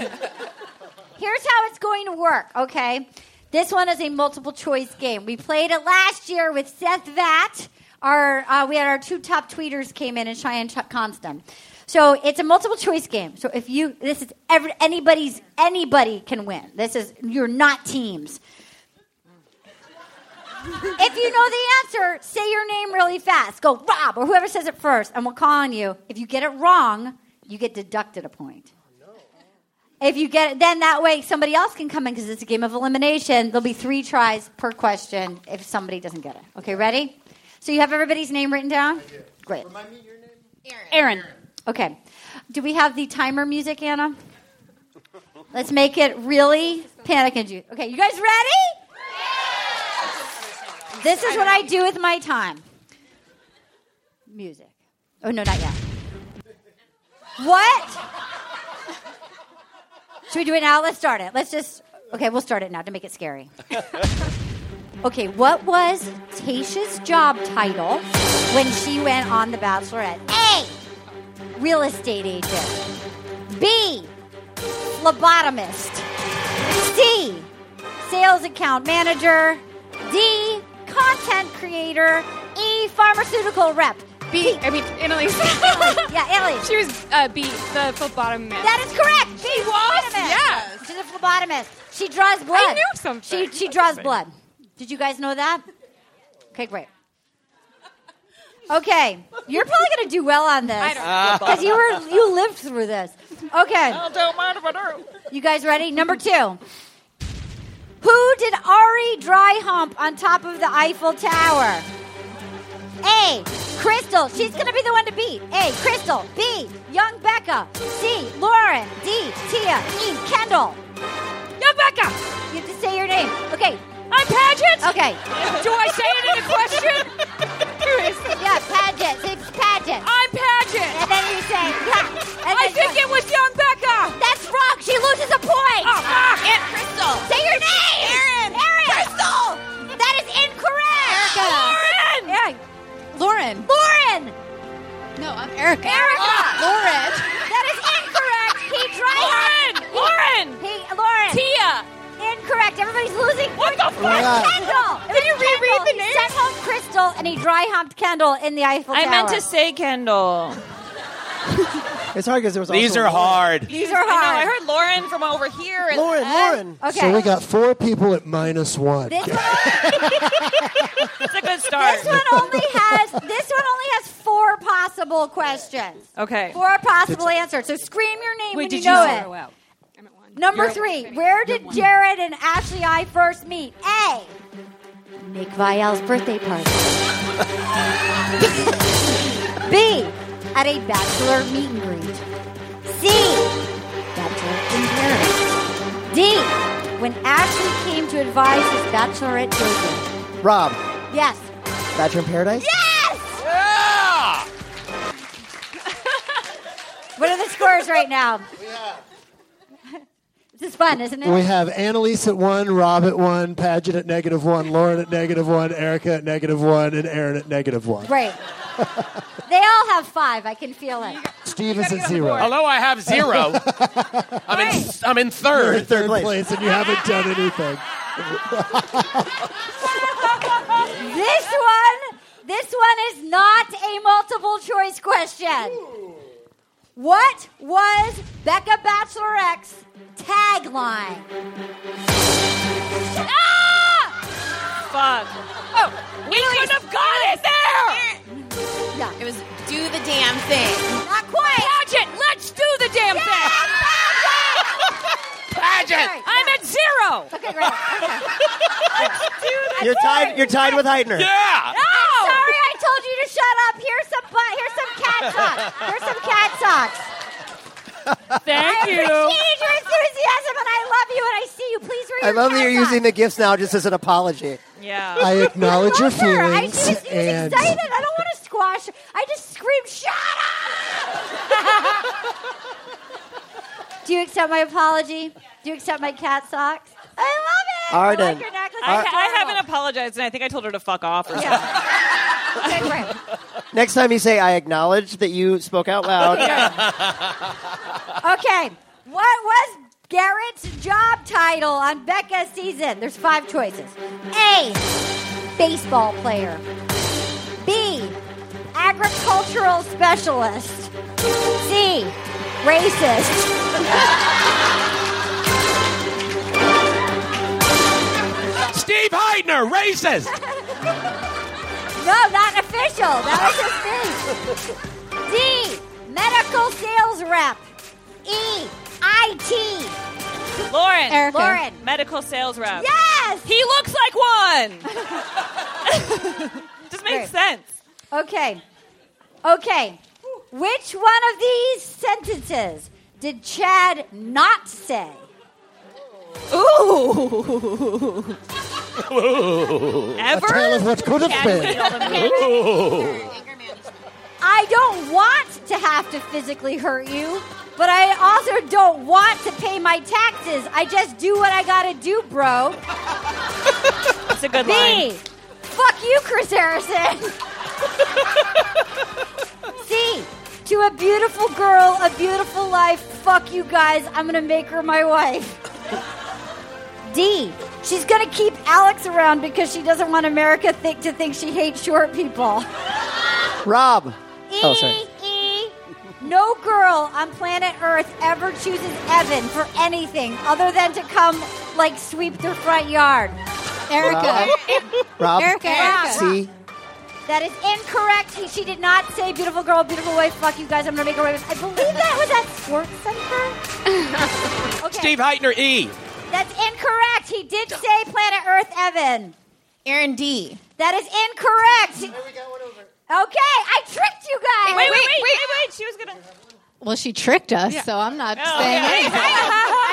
S1: Here's how it's going to work, okay? This one is a multiple choice game. We played it last year with Seth Vatt. Our, uh, we had our two top tweeters came in and Cheyenne Ch- Constant. So it's a multiple choice game. So if you, this is every, anybody's, anybody can win. This is, you're not teams. If you know the answer, say your name really fast. Go Rob or whoever says it first, and we'll call on you. If you get it wrong, you get deducted a point. If you get it, then that way somebody else can come in because it's a game of elimination. There'll be three tries per question if somebody doesn't get it. Okay, ready? So you have everybody's name written down? Great. Remind me your name? Aaron. Aaron. Okay. Do we have the timer music, Anna? Let's make it really panic and juice. Okay, you guys ready? This is what I do with my time. Music. Oh no, not yet. What? Should we do it now? Let's start it. Let's just. Okay, we'll start it now to make it scary. Okay, what was Tasha's job title when she went on The Bachelorette? A. Real estate agent. B. Phlebotomist. C. Sales account manager. D. Content creator. E. Pharmaceutical rep. B. I mean, Emily. yeah, Emily. She was uh, B. The phlebotomist. That is correct. She was. Yes. She's a phlebotomist. She draws blood. I knew something. She she draws blood. Did you guys know that? Okay, great. Okay, you're probably going to do well on this
S3: I don't know.
S1: because you were you lived through this. Okay.
S3: I don't mind if I do.
S1: You guys ready? Number two. Who did Ari dry hump on top of the Eiffel Tower? A. Crystal. She's going to be the one to beat. A. Crystal. B. Young Becca. C. Lauren. D. Tia. E. Kendall. Young Becca. You have to say your name. Okay. I'm Paget. Okay. Do I say it in a question? yeah, Paget. It's Paget. I'm Paget. And then you say, yeah. I think it was Young Becca. That's wrong. She loses a point. Aunt Crystal. Say your name. Erin. Erin. Crystal. That is incorrect. Erica. Lauren. Eric. Lauren. Lauren. No, I'm Erica. Erica. Lauren. That is incorrect. He tried. Lauren. Lauren. He, Lauren. Tia. Incorrect. Everybody's losing. What the
S3: fuck?
S1: Kendall.
S7: Oh
S1: Can you reread Kendall. the name? He sent home Crystal and he dry humped Kendall in the Eiffel
S7: I
S1: Tower.
S7: meant to say Kendall.
S4: It's hard because there was.
S8: These are hard.
S1: These are hard.
S7: I heard Lauren from over here. And
S1: Lauren,
S7: Lauren.
S1: Okay.
S9: So we got four people at minus one.
S1: This one,
S7: It's a good start.
S1: this one only has this one only has four possible questions.
S7: Okay.
S1: Four possible answers. So scream your name when
S7: Wait, did
S1: you know
S7: you-
S1: it. Number three. Where did Jared and Ashley I first meet? A. Nick Vial's birthday party. B. At a bachelor meet and greet. C. Bachelor in Paris. D. When Ashley came to advise his bachelorette children.
S4: Rob,
S1: Yes.
S4: Bachelor in Paradise.
S1: Yes! What are the scores right now? This is fun, isn't it?
S9: We have Annalise at one, Rob at one, Paget at negative one, Lauren at negative one, Erica at negative one, and Aaron at negative one.
S1: Great. they all have five. I can feel it.
S9: Steve is at zero.
S8: Although I have zero, I'm in, I'm in
S9: You're
S8: third.
S9: in third place, and you haven't done anything.
S1: This one, this one is not a multiple choice question. What was Becca Bachelorette's tagline? Ah!
S7: Fuck.
S1: Oh,
S7: We should have got it there.
S1: Yeah.
S12: It was do the damn thing.
S1: not quite.
S7: Paget, let's do the damn thing.
S1: Paget.
S7: I'm at zero.
S1: Okay, right. Okay.
S4: You're tied. You're tied with Heitner.
S8: Yeah.
S1: I'm sorry I told you to shut up. Here's some butt. Here's some cat socks. Here's some cat socks. I
S5: Thank you.
S1: appreciate your enthusiasm and I love you and I see you. Please read
S4: I
S1: your
S4: love that
S1: cat
S4: you're using
S1: socks.
S4: the gifts now just as an apology.
S7: Yeah.
S9: I acknowledge your
S1: Sure, I
S9: feelings,
S1: she was, she was
S9: and
S1: excited. I don't want to squash. her. I just screamed, "Shut up!" Do you accept my apology? Do you accept my cat socks? I love it. I
S4: Arden.
S1: like your necklace.
S7: I,
S1: It's
S7: I
S1: adorable.
S7: haven't apologized, and I think I told her to fuck off. Or something.
S1: Yeah. Okay, great.
S4: Next time you say, "I acknowledge that you spoke out loud."
S1: Okay. What was Garrett's job title on Becca's season? There's five choices. A. Baseball player. B. Agricultural specialist. C. Racist.
S8: Steve Heidner, racist.
S1: No, not official. That was his thing. D. Medical sales rep. E. IT.
S7: Lauren.
S1: Erica. Lauren.
S7: Medical sales rep.
S1: Yes!
S7: He looks like one! Just makes sense.
S1: Okay. Okay. Which one of these sentences did Chad not say?
S7: Ooh.
S1: Ever?
S9: A tale of what could have been. Ooh.
S1: I don't want to have to physically hurt you, but I also don't want to pay my taxes. I just do what I gotta do, bro.
S7: That's a good
S1: B.
S7: line.
S1: Fuck you, Chris Harrison. C. To a beautiful girl, a beautiful life. Fuck you guys. I'm gonna make her my wife. D. She's gonna keep Alex around because she doesn't want America think to think she hates short people.
S4: Rob.
S1: E,
S4: Oh, sorry.
S1: E. No girl on planet Earth ever chooses Evan for anything other than to come, like, sweep their front yard.
S4: Rob. Rob. C.
S1: That is incorrect. He, she did not say beautiful girl, beautiful wife, fuck you guys, I'm gonna make her wife. I believe that was at Sports Center. okay.
S8: Steve Heitner, E.
S1: That's incorrect. He did say planet Earth, Evan. Aaron D. That is incorrect. There we got one over. Okay, I tricked you guys.
S7: Wait, wait, wait, wait, wait. She was gonna.
S12: Well, she tricked us,
S1: Yeah.
S12: so I'm not
S1: Oh,
S12: saying
S1: okay.
S12: anything.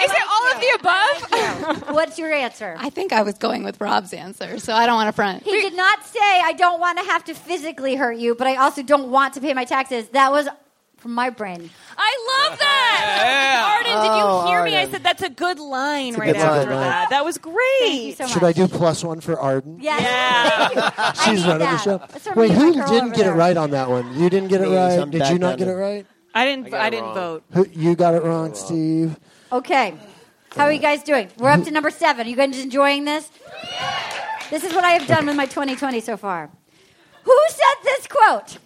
S1: Is it all
S12: of the
S1: above? What's your answer?
S12: I think I was going with Rob's answer, so I don't want to front.
S1: He did not say, I don't want to have to physically hurt you, but I also don't want to pay my taxes. That was from my brain.
S7: I love that. Arden, did you
S9: Oh,
S7: hear me? I
S9: Arden.
S7: said that's a good line
S9: a
S7: right
S9: good line,
S7: after
S9: right.
S7: that. That was great.
S9: Should I do plus one for Arden?
S1: Yes.
S9: She's running the
S7: that.
S9: show.
S7: That's our
S9: Wait,
S7: meet
S9: who
S7: my girl
S9: didn't
S7: over
S9: get it
S7: there.
S9: right on that one? You didn't get it
S4: Please,
S9: right.
S4: I'm
S9: Did you
S4: backhanded.
S9: not get it right?
S7: I didn't. I, didn't
S8: wrong.
S7: vote.
S9: Who, you got it wrong, Steve.
S1: Okay. How are you guys doing? We're up to number seven. Are you guys enjoying this? This is what I have done with my 2020 so far. Who said this quote?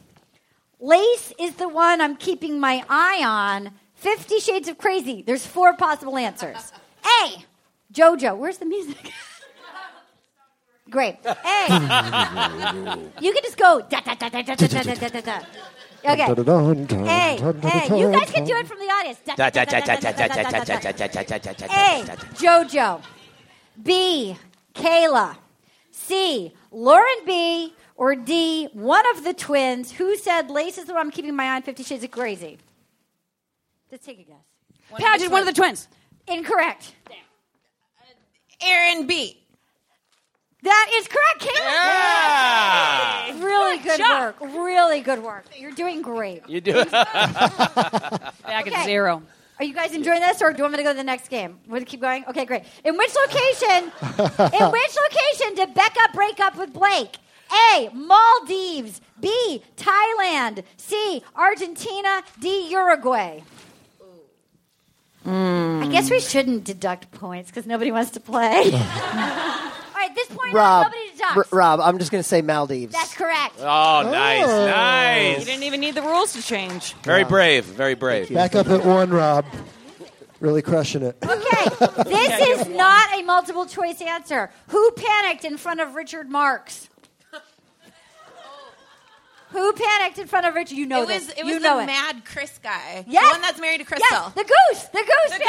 S1: Lace is the one I'm keeping my eye on. Fifty Shades of Crazy. There's four possible answers. A. JoJo. Where's the music? Great. A. you can just go da da da da da da da da da da. Okay. Hey, hey, you guys can do it from the audience. Da, da, da, da, da, da, da, da, da, da. A. JoJo. B. Kayla. C. Lauren B. Or D. One of the twins who said lace is the one I'm keeping my eye on. Fifty Shades of Crazy. Let's take a guess.
S5: Pageant, one of the twins.
S1: Incorrect.
S12: Aaron B.
S1: That is correct, Kayla.
S8: Yeah.
S1: Really good
S5: job.
S1: work. Really good work. You're doing great.
S8: You do. Oh, Back
S5: Back at zero.
S1: Are you guys enjoying this, or do you want me to go to the next game? Want to keep going? Okay, great. In which location? in which location did Becca break up with Blake? A. Maldives. B. Thailand. C. Argentina. D. Uruguay. I guess we shouldn't deduct points because nobody wants to play. All right, this point
S4: Rob.
S1: nobody deducts.
S4: R- Rob. I'm just going to say Maldives.
S1: That's correct.
S8: Oh, nice,
S4: Oh.
S8: nice.
S7: You didn't even need the rules to change.
S8: Very brave, very brave.
S9: Back up at one, Rob. Really crushing it.
S1: This is not a multiple choice answer. Who panicked in front of Richard Marks? Who panicked in front of Richard? You know
S12: It was
S1: this.
S12: it
S1: you
S12: was
S1: know
S12: the
S1: it.
S12: mad Chris guy.
S1: Yes.
S12: The one that's married to Crystal.
S1: Yes, the goose. The goose
S12: The goose.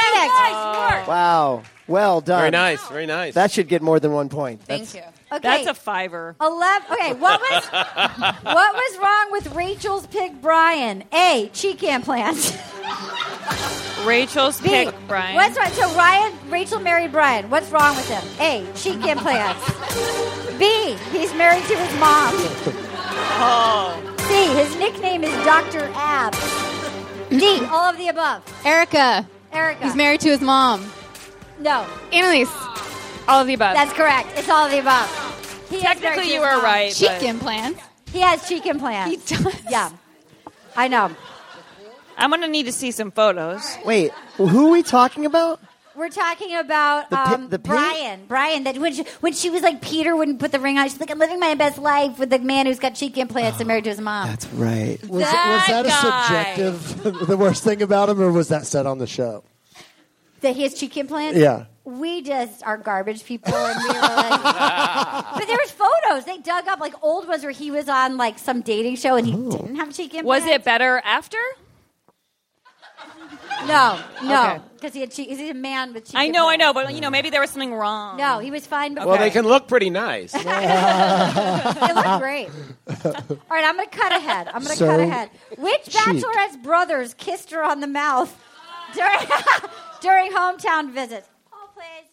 S12: Nice
S1: panicked.
S4: Wow. Well done.
S8: Very nice, very nice.
S4: That should get more than one point.
S12: Thank you.
S1: Okay.
S7: That's a fiver.
S1: Eleven. Okay, what was what was wrong with Rachel's pig Brian? A. Cheek implants.
S7: Rachel's
S1: B.
S7: pick, Brian.
S1: What's right? So Ryan, Rachel married Brian. What's wrong with him? A. Cheek implants. B. He's married to his mom.
S7: Oh.
S1: C. His nickname is Doctor Ab. D. All of the above.
S12: Erica.
S1: Erica.
S12: He's married to his mom.
S1: No.
S10: Annalise. All of the above.
S1: That's correct. It's all of the above. He is married
S7: Technically,
S1: to
S7: you
S1: his
S7: were
S1: mom.
S7: right.
S12: Cheek
S7: but-
S12: implants.
S1: He has cheek implants. He does. Yeah. I know.
S7: I'm gonna need to see some photos.
S4: Wait, who are we talking about?
S1: We're talking about
S4: The pi-
S1: um,
S4: the pig?
S1: Brian. Brian, that when she, when she was like Peter wouldn't put the ring on, she's like, "I'm living my best life with the man who's got cheek implants and married to his mom."
S4: That's right.
S9: Was, that was
S1: That
S9: that
S1: guy.
S9: a subjective, the worst thing about him, or was that said on the show?
S1: that he has cheek implants.
S9: Yeah.
S1: we just are garbage people, and we were like, but there was photos they dug up, like old ones where he was on like some dating show and he didn't have cheek implants.
S7: Was it better after?
S1: No, no,
S7: Okay.
S1: because he had cheek. He's a man with cheek.
S7: I know, I know, but you know, maybe there was something wrong.
S1: No, he was fine before.
S8: Well, Oh, they can look pretty nice.
S1: They look great. All right, I'm going to cut ahead. I'm going to
S8: So
S1: cut ahead. Which
S8: cheap.
S1: Bachelorette's brothers kissed her on the mouth during, during hometown visits? Hold, please.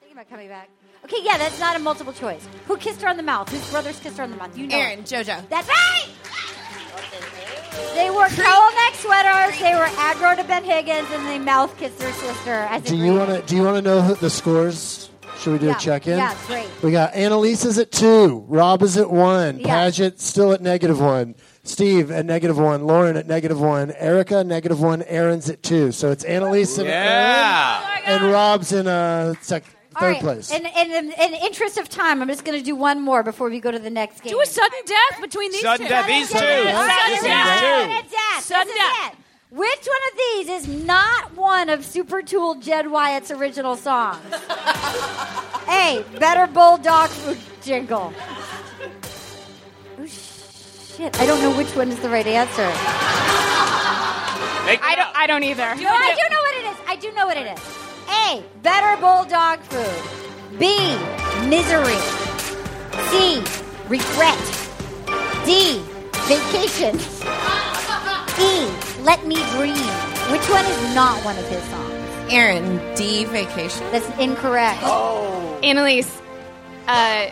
S1: Thinking about coming back. Okay, yeah, that's not a multiple choice. Who kissed her on the mouth? Whose brothers kissed her on the mouth? You know.
S12: Aaron,
S1: it. JoJo. That's right! They wore cowl neck sweaters, they were aggro to Ben Higgins, and they mouth kissed their sister as
S9: Do you want to? Do you want to know who- the scores? Should we do
S1: Yeah.
S9: a check-in?
S1: Yeah, great.
S9: We got Annalise is at two, Rob is at one,
S1: Yeah.
S9: Paget still at negative one, Steve at negative one, Lauren at negative one, Erica negative one, Aaron's at two. So it's Annalise and
S8: Yeah.
S9: Aaron, and Rob's in uh, sec-
S1: Oh All
S9: third
S1: right.
S9: place.
S1: In, in, in, in interest of time, I'm just going to do one more before we go to the next game. Do a
S5: sudden death between
S1: these
S8: Sudden two. death, these two. This is these two.
S1: Sudden death. Which one of these is not one of Super Tool Jed Wyatt's original songs? A. Better Bulldog Food Jingle. Oh, shit. I don't know which one is the right answer.
S10: I don't. I don't either.
S1: No, I do know what it is. I do know what it is. A. Better bulldog food. B. Misery. C. Regret. D. Vacation. E. Let me dream. Which one is not one of his songs?
S12: Aaron, D vacation.
S1: That's incorrect.
S10: Oh. Annalise, uh,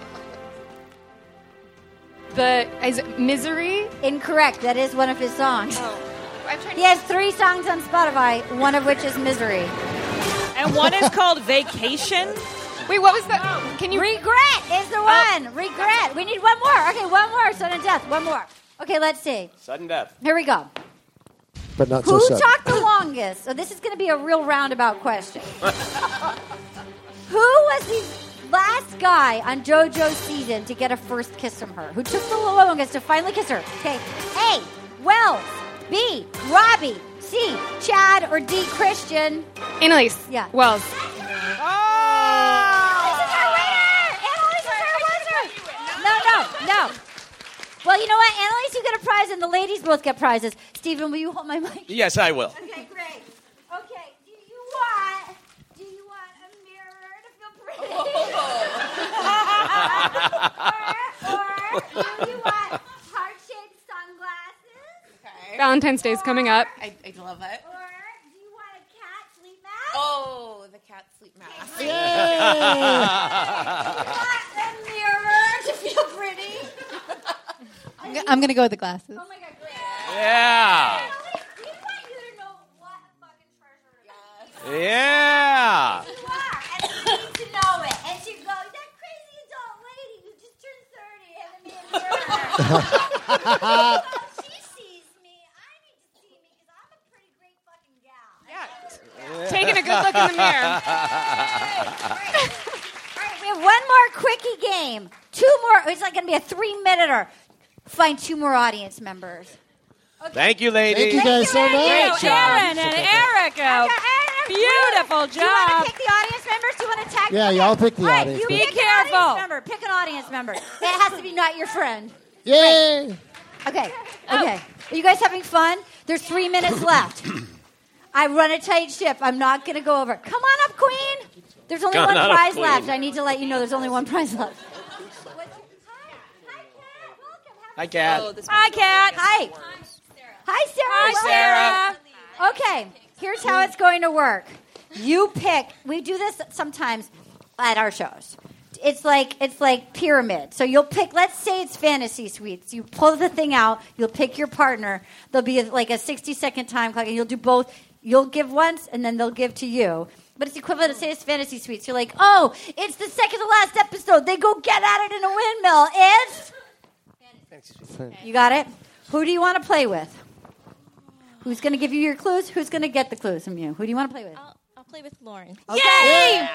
S10: the is it misery.
S1: Incorrect. That is one of his songs. He has three songs on Spotify, one of which is Misery.
S7: And one is called Vacation.
S10: Wait, what was the? Can you
S1: regret is the one? Regret. We need one more. Okay, one more. Sudden death. One more. Okay, let's see.
S8: Sudden death.
S1: Here we go.
S9: but not
S1: Who
S9: so sudden.
S1: talked the longest? So this is going to be a real roundabout question. Who was the last guy on JoJo's season to get a first kiss from her? Who took the longest to finally kiss her? Okay, A. Wells, B. Robbie, C. Chad, or D. Christian?
S10: Annalise.
S1: Yeah.
S10: Wells.
S1: No, no, no. Well, you know what? Annalise, you get a prize, and the ladies both get prizes. Stephen, will you hold my mic?
S8: Yes, I will.
S1: Okay, great. Okay, do you want? Do you want a mirror to feel pretty? or, or do you want heart-shaped sunglasses? Okay.
S10: Valentine's Day is coming up.
S12: I, I love it.
S1: Or do you want a cat sleep mask?
S12: Oh, the cat sleep mask.
S1: Yay. A mirror to feel pretty.
S12: I'm go- I'm gonna go with the glasses.
S1: Oh my god, great.
S8: Yeah.
S1: Annalise, we want you to know what fucking treasure it is.
S8: Yeah.
S1: You are, and you need to know it. And she goes, that crazy adult lady who just turned 30 hasn't made a mirror. she sees me. I need to see me because I'm a pretty great fucking gal.
S10: Taking a good look in the mirror.
S1: All right, we have one more quickie game. Two more. It's like going to be a three-minuter. Find two more audience members.
S8: Thank you, ladies.
S9: Thank you guys so much.
S7: Thank you, Aaron and Erica. Beautiful
S1: Do you want
S7: job.
S1: to pick the audience members? Do you want to tag?
S9: Yeah,
S1: okay.
S9: y'all pick the
S1: All right,
S9: audience
S1: you
S9: members.
S1: pick
S7: Be
S1: an audience
S7: careful.
S1: member. Pick an audience member. It has to be not your friend.
S9: Yay!
S1: Okay. Okay. Are you guys having fun? There's three minutes left. I run a tight ship. I'm not going to go over. Come on up, queen. There's only
S8: Come
S1: one
S8: on up,
S1: prize
S8: queen.
S1: left. I need to let you know there's only one prize left.
S8: Hi, Cat.
S1: Hi, Kat. Hi. Hi, Sarah.
S7: Hi, Sarah.
S1: Okay, here's how it's going to work. You pick. We do this sometimes at our shows. It's like it's like pyramid. So you'll pick. Let's say it's fantasy suites. You pull the thing out. You'll pick your partner. There'll be like a 60 second time clock, and you'll do both. You'll give once, and then they'll give to you. But it's equivalent to say it's fantasy suites. You're like, oh, it's the second to last episode. They go get at it in a windmill. It's you got it. Who do you want to play with? Who's going to give you your clues? Who's going to get the clues from you? Who do you want to play with?
S7: I'll play with Lauren.
S1: Yay!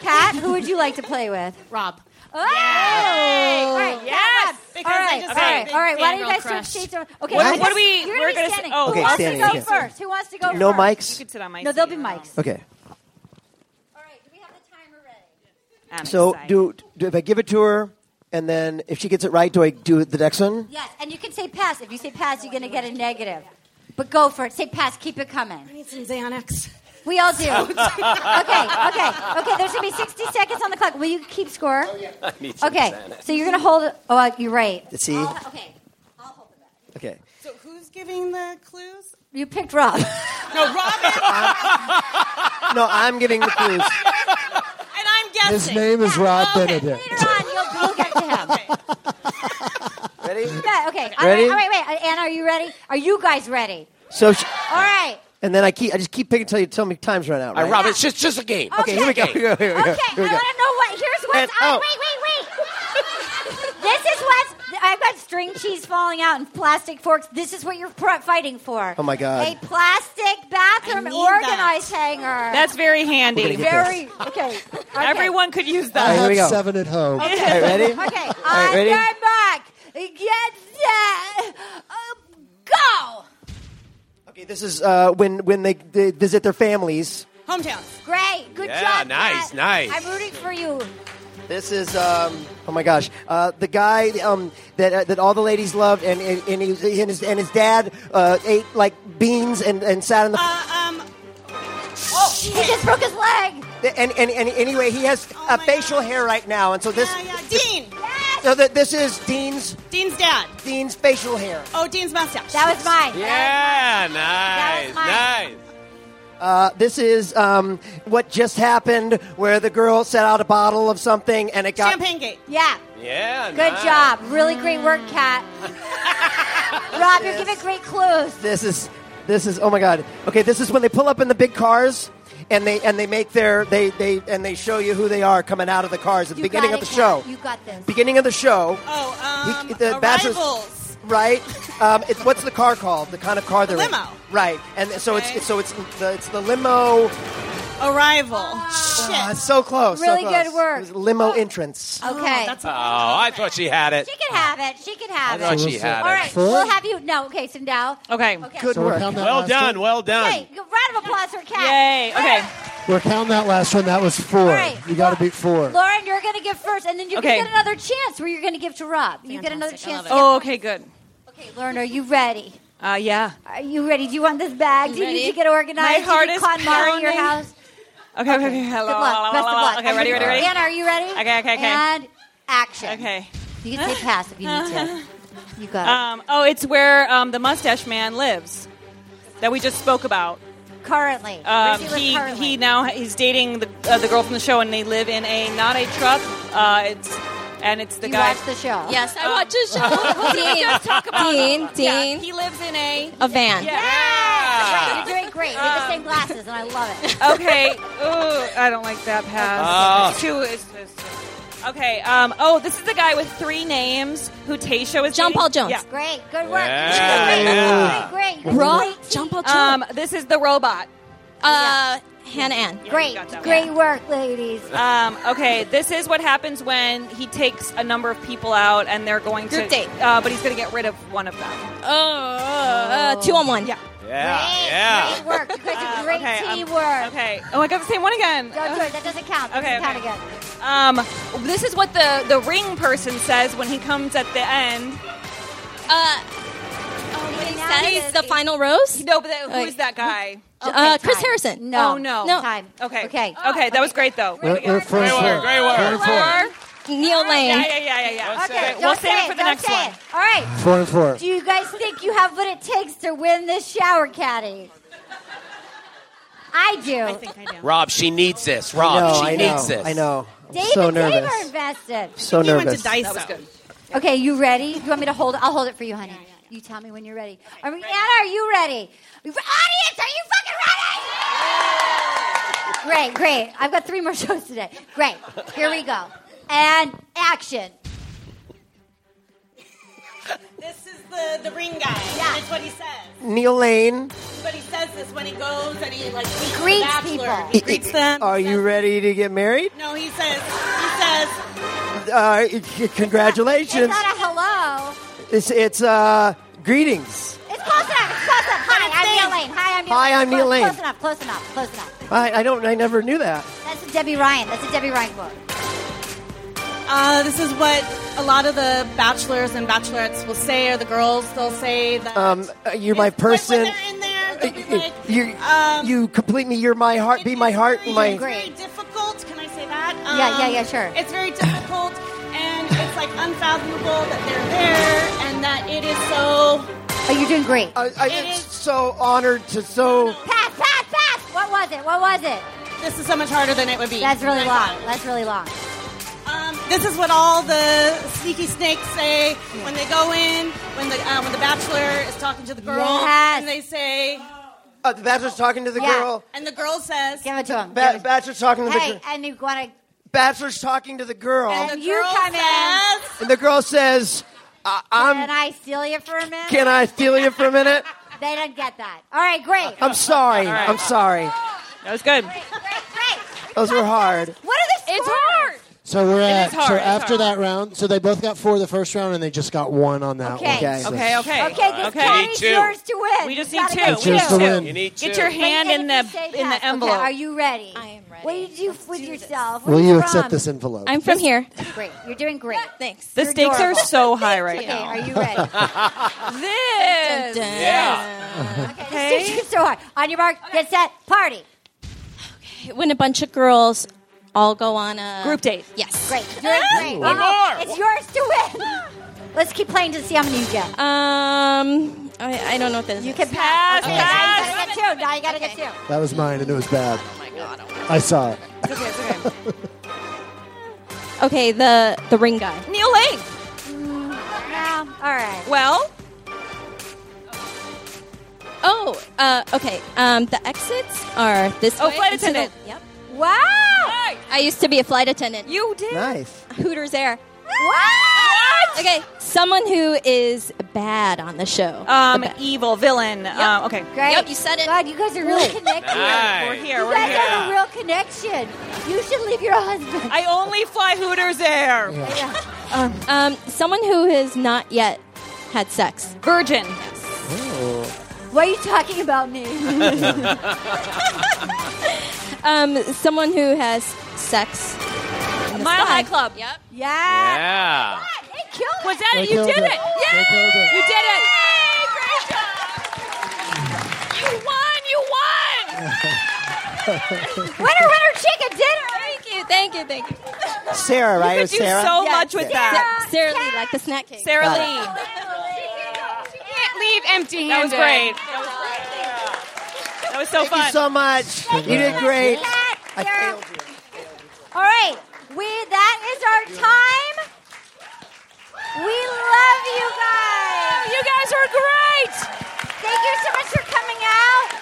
S1: Kat, who would you like to play with? Rob. Oh! All right,
S7: Yes!
S1: Rob.
S7: Because
S1: all
S7: I
S1: right,
S7: just
S1: all
S7: had a
S1: right,
S7: big
S1: all right. Why don't you
S7: fangirl
S1: guys
S7: crush.
S1: switch seats? Okay,
S7: What-
S1: let's-
S7: what do we-
S1: You're
S7: we're
S1: gonna be
S7: gonna
S1: standing.
S7: s- oh,
S1: who
S7: Okay,
S1: wants
S4: standing,
S1: to go
S4: yeah.
S1: first? Who wants to go
S4: No
S1: first?
S4: mics? You could
S7: sit on my
S1: No, there'll be mics.
S4: Okay.
S1: All right, do we have the timer ready?
S4: so do, do if I give it to her, And then if she gets it right, do I do the next one?
S1: Yes, and you can say pass. If you say pass, you're going to get a negative. But go for it. Say pass. Keep it coming. I need some Xanax. We all do. okay, okay, okay. There's going to be 60 seconds on the clock. Will you keep score?
S4: Oh, I need some
S1: Okay,
S4: Xanax.
S1: so you're going to hold it. Oh, uh, you're right.
S4: See?
S1: I'll- okay.
S4: Okay.
S13: So who's giving the clues?
S1: You picked Rob.
S13: No, Robin.
S4: No, I'm giving the
S13: and
S4: clues.
S13: I'm guessing.
S9: His name is Rob Benedict.
S1: You'll get to him.
S4: Ready?
S1: Yeah, okay. All
S4: Ready?
S1: right, all right, wait. Uh, Anna, are you ready? Are you guys ready?
S4: So, she,
S1: All right.
S4: and then I keep, I just keep picking until you tell me time's run out.
S8: All
S4: Right?
S8: right, Rob, it's just just a game.
S4: Okay, here we go. Here we go. Here we go.
S1: Okay,
S4: here
S1: I
S4: we go.
S1: want to know what. Here's what's.
S4: And-
S1: oh,
S4: oh.
S1: wait, wait, wait. this is what's. I've got string cheese falling out and plastic forks. This is what you're pr- fighting for.
S4: Oh, my God.
S1: A plastic bathroom
S13: I need
S1: organize hanger.
S7: That's very handy.
S4: We're gonna get
S1: very okay. okay.
S7: Everyone could use
S9: I
S7: that.
S4: here we
S9: have
S4: go.
S9: seven at home.
S4: Okay. All right, ready?
S1: Okay,
S4: right,
S1: on
S4: ready?
S1: your mark, get set, uh, go.
S4: Okay, this is uh, when when they, they visit their families.
S13: Hometowns.
S1: Great, good
S4: Yeah,
S1: job.
S4: nice,
S1: Matt.
S4: nice.
S1: I'm rooting for you.
S4: This is um, oh my gosh, uh, the guy um, that uh, that all the ladies loved, and and, and, he was, and his and his dad uh, ate like beans and, and sat in the
S13: um,
S1: oh, he just broke his leg.
S4: and, and and anyway, he has a facial hair right now, and so this
S13: Dean.
S4: so that this is Dean's
S13: Dean's dad.
S4: Dean's facial hair.
S13: Oh, Dean's mustache.
S1: That was mine.
S8: Yeah,
S1: was mine.
S8: nice, nice.
S4: Uh, this is um, what just happened, where the girl set out a bottle of something and it got
S13: Champagne gate.
S1: Yeah.
S8: Yeah,
S1: Good
S8: nice.
S1: job. Really great work, Kat. Rob, you're giving great clues.
S4: This is this is oh my god. Okay, this is when they pull up in the big cars and they and they make their they they and they show you who they are coming out of the cars at the
S1: You
S4: beginning
S1: got
S4: of the
S1: it,
S4: show.
S1: Kat. You got this.
S4: beginning of the show.
S13: Oh, um,
S4: He- Bachelor's-
S13: Arrivals.
S4: right? Um, it's what's the car called? The kind of car they're in.
S13: limo.
S4: Right, and so it's,
S13: Okay.
S4: it's so it's the, it's the limo.
S13: Arrival.
S4: Ah,
S13: Shit.
S4: it's so close. so
S1: Really
S4: close.
S1: good work.
S4: It was limo entrance.
S1: Okay.
S8: Oh, I thought she had it.
S1: she can have it. She can have
S8: I
S1: it.
S8: thought she had
S1: All
S8: it.
S1: right.
S9: Four?
S1: We'll have you. No. Okay. So now.
S7: Okay.
S1: Okay.
S4: Good
S9: So we're
S4: work.
S9: counting that
S8: Well
S9: last
S8: done,
S9: One.
S8: well done.
S1: Okay. good Round of applause for Kat.
S7: Yay. Okay.
S9: We're counting that last one. That was four.
S1: All right.
S9: You got to beat four.
S1: Lauren, you're going to give first, and then you
S7: Okay.
S1: can get another chance where you're going to give to Rob. You get another chance. to
S13: Ah.
S7: Oh, okay, good.
S1: get- Okay, Lauren, are you ready?
S7: Uh, yeah.
S1: Are you ready? Do you want this bag? Do you need
S14: ready.
S1: to get organized?
S7: My
S1: Do you
S7: heart
S1: need
S7: is
S1: KonMari in your
S7: pounding.
S1: house?
S7: Okay, okay, okay. Hello,
S1: Good luck. Best of luck.
S7: Okay, ready, ready, ready.
S1: Anna, are you ready?
S7: Okay, okay, okay.
S1: And action.
S7: Okay.
S1: You can say pass if you need to. You got
S7: Um, oh, it's where um, the mustache man lives that we just spoke about.
S1: it. Currently.
S7: Um,
S1: Where's he live
S7: he
S1: currently?
S7: he now he's dating the uh, the girl from the show, and they live in a not a truck. Uh, it's and it's the
S1: you
S7: guy.
S1: watch the show.
S14: Yes, I watch a show. Who Dean, just talk about Dean, Dean. he lives in a a van.
S7: Yeah.
S1: You're doing great. You
S7: Um,
S1: have the same glasses, and I love it.
S7: okay. Ooh, I don't like that pass.
S8: Oh.
S7: It's too. It's, it's too- Okay. Um, oh, this is the guy with three names who Taysha was.
S14: John
S7: dating.
S14: Paul Jones.
S7: Yeah.
S1: Great. Good work.
S8: Yeah,
S1: Great,
S8: yeah.
S1: Great. Great.
S14: Raw.
S1: Great. Uh,
S14: John Paul Trump.
S7: Um, this is the robot.
S14: uh, Hannah Ann.
S7: Yeah, you
S1: Great.
S7: got that one.
S1: Great work, ladies.
S7: Um, okay, this is what happens when he takes a number of people out and they're going to
S14: Group date.
S7: Uh, but he's going to get rid of one of them.
S14: Uh, uh, two on one.
S7: Yeah.
S8: Yeah,
S1: Great,
S8: yeah.
S1: Great work. You guys are great
S7: okay, um,
S1: teamwork.
S7: Okay. Oh, I got the same one again.
S1: Don't do it. That doesn't count. That
S7: Okay,
S1: doesn't
S7: okay.
S1: count again.
S7: Um, this is what the the ring person says when he comes at the end.
S14: Uh,
S1: Even now,
S14: that
S1: it
S14: is
S1: is-
S14: the final rose.
S7: No, but that, who
S14: Wait.
S7: is that guy?
S1: Okay,
S14: Uh, Chris
S1: time.
S14: Harrison.
S1: No.
S7: Oh, no.
S14: No.
S1: Time.
S7: Okay.
S1: Okay.
S7: Okay, that was great though.
S9: We're, we're four
S8: Great
S9: and four.
S8: work, great work.
S9: Four and four.
S7: Yeah,
S14: Neil Lane.
S7: yeah, yeah, yeah, yeah.
S1: Okay,
S7: We'll
S1: don't
S7: save
S1: say
S7: it for the
S1: don't
S7: next
S1: say
S7: one.
S1: it. All right.
S9: Four and four.
S1: Do you guys think you have what it takes to win this shower caddy? I do.
S8: Rob, she needs this. Rob,
S4: no,
S8: she
S4: I know.
S8: needs this.
S4: I know. I'm
S1: Dave
S4: so
S1: and Dave
S4: nervous.
S1: are invested.
S4: So
S13: He went
S4: nervous.
S13: to Dyson.
S1: Okay, you ready? You want me to hold it? I'll hold it for you, honey. You tell me when you're ready. Are we, Anna, are you ready? Audience, are you fucking ready? Great, great. I've got three more shows today. Great. Here we go. And action.
S13: This is the, the ring guy.
S1: Yeah.
S13: That's what he says.
S4: Neil Lane.
S13: But he says this when he goes and he like meets the
S1: Greets
S13: bachelor.
S1: people.
S13: He greets them.
S4: Are you ready to get married?
S13: No, he says. He says.
S4: Uh, c-
S1: It's
S4: congratulations.
S1: not a hello.
S4: It's it's uh, greetings.
S1: It's close enough. It's close enough. Hi, I'm Neil Lane. Hi, I'm Neil
S4: Hi,
S1: Lane.
S4: I'm
S1: close,
S4: Neil Lane.
S1: Close enough. Close enough. Close enough.
S4: I, I don't. I never knew that.
S1: That's a Debbie Ryan. That's a Debbie Ryan quote.
S13: Uh, this is what a lot of the bachelors and bachelorettes will say, or the girls, they'll say that.
S4: Um, uh, you're my person. Uh, you
S1: um,
S4: you complete me. You're my heart. Be my heart. and My
S13: It's um, very difficult. Can I say that? Um,
S1: Yeah, yeah, yeah, sure.
S13: It's very difficult, and it's like unfathomable that they're there, and that it is so.
S1: Oh, you're doing great.
S4: I, I am so honored to so.
S1: Pass, pass, pass. What was it? What was it?
S13: This is so much harder than it would be.
S1: That's really
S13: Than I
S1: long. That's really long.
S13: Um, this is what all the sneaky snakes say when they go in, when the uh, when the bachelor is talking to the girl,
S4: Yes.
S13: and they say,
S4: Uh, the bachelor's talking to the girl.
S13: and the girl says,
S1: "Give it to him."
S4: Ba- bachelor's talking to the
S1: Hey,
S4: girl.
S1: and you want
S4: Bachelor's talking to the girl.
S1: to, and you come in,
S4: And the girl says, I-
S1: and
S4: "I'm.
S1: I steal you for a minute.
S4: Can I steal you for a minute?
S1: They don't get that. All right, great.
S4: I'm sorry.
S1: All right.
S4: I'm sorry.
S7: That was good.
S4: Those were hard.
S1: What are the scores? It's hard.
S9: So we're
S1: It
S9: at
S1: is hard,
S9: so
S1: it's
S9: after
S1: hard.
S9: that round. So they both got four the first round, and they just got one on that
S1: Okay.
S9: one. So-
S1: Okay, this caddy's yours to win.
S7: We just
S1: You
S7: need
S1: gotta
S7: two.
S1: get
S9: It's yours to win. You
S7: need
S9: need
S7: Get
S9: two.
S7: your hand in the
S1: Say
S7: in
S1: yes.
S7: the envelope.
S1: Okay, are you ready? I am ready. What do you do with yourself?
S9: Will you accept this envelope?
S1: I'm
S14: from here.
S1: Great. You're doing great. Thanks.
S7: The stakes are so high right
S1: okay,
S7: now.
S1: are you ready?
S14: this.
S1: Okay. The stakes are so high. On your mark, get set, party.
S14: When a bunch of girls all go on a group date. Yes.
S1: Great. You're great.
S14: One
S1: Wow.
S14: more.
S1: It's yours to win. Let's keep playing to see how many you get.
S14: Um, I, I don't know what this. You
S1: can pass. Okay, now you gotta get two. Now you gotta get two.
S9: That was mine, and it was bad. Oh my god! I saw it.
S14: okay, Okay, the the ring guy. Neil Lane.
S1: Yeah, Um, all right.
S14: Well. Oh, uh, okay. Um, the exits are this
S7: Oh,
S14: way.
S7: flight
S14: and to the-
S7: attendant.
S14: yep.
S1: Wow.
S14: I used to be a flight attendant. You did.
S4: Nice.
S14: Hooters Air. What? Okay, someone who is bad on the show.
S15: Um, evil villain. Um, okay.
S1: Oh, Great. Yep, you said it. God, you guys are really connected.
S15: Nice. We're here,
S1: You
S15: we're
S1: guys
S15: here.
S1: have a real connection. You should leave your husband.
S15: I only fly Hooters Air.
S14: Um, um, someone who has not yet had sex. Virgin.
S1: Why are you talking about me?
S14: um, someone who has sex. in the
S7: Mile
S14: sky.
S7: High Club.
S14: Yep.
S1: Yeah.
S8: Yeah.
S7: Was that it? You did it.
S14: Yay!
S7: You did it. You won. You won.
S1: winner, winner, chicken dinner.
S14: Thank you, thank you, thank you.
S4: Sarah, right? It
S14: You
S4: was
S14: could do
S4: Sarah?
S14: so Yeah, much with Sarah. that.
S16: Sarah Lee, like the snack cake.
S14: Sarah
S4: Got
S14: Lee.
S16: She can't leave empty-handed.
S7: That was great. That was so
S4: Thank you
S7: fun.
S4: so much. You did great. I failed you.
S1: All right. We that is our time. We love you guys. You guys are great. Thank you so much for coming out.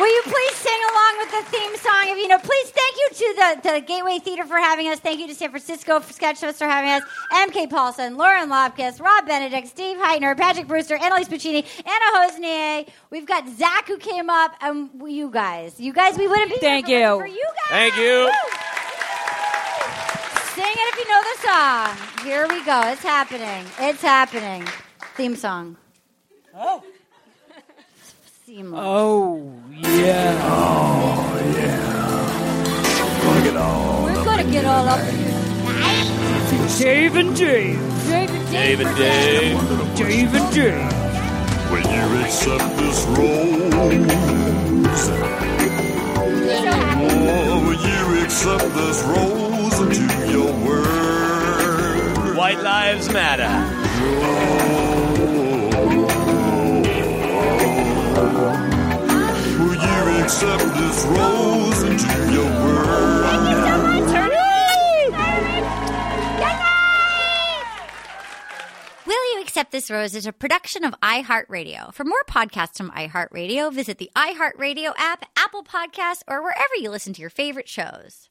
S1: Will you please sing along with the theme song? If you know, please thank you to the, the Gateway Theater for having us. Thank you to San Francisco for Sketchfest for having us. MK Paulson, Lauren Lobkis, Rob Benedict, Steve Heitner, Patrick Brewster, Annalise Puccini, Anna Hosnier. We've got Zach who came up, and you guys. You guys, we wouldn't be here
S7: Thank
S1: if it wasn't
S7: you.
S1: for you guys.
S8: Thank you.
S1: Sing it if you know the song. Here we go. It's happening. It's happening. Theme song.
S7: Oh.
S1: Seamless.
S7: Oh yeah.
S2: Oh, yeah. Gonna get all
S1: We're gonna get all up in your
S7: Dave and Dave.
S1: Dave and
S2: Dave and Dave.
S7: Dave and Dave.
S2: When you accept this rose. Oh, will you accept this rose into your word?
S8: White Lives Matter.
S2: Will you accept this rose into your word?
S17: Will You Accept This Rose is a production of iHeartRadio. For more podcasts from iHeartRadio, visit the iHeartRadio app, Apple Podcasts, or wherever you listen to your favorite shows.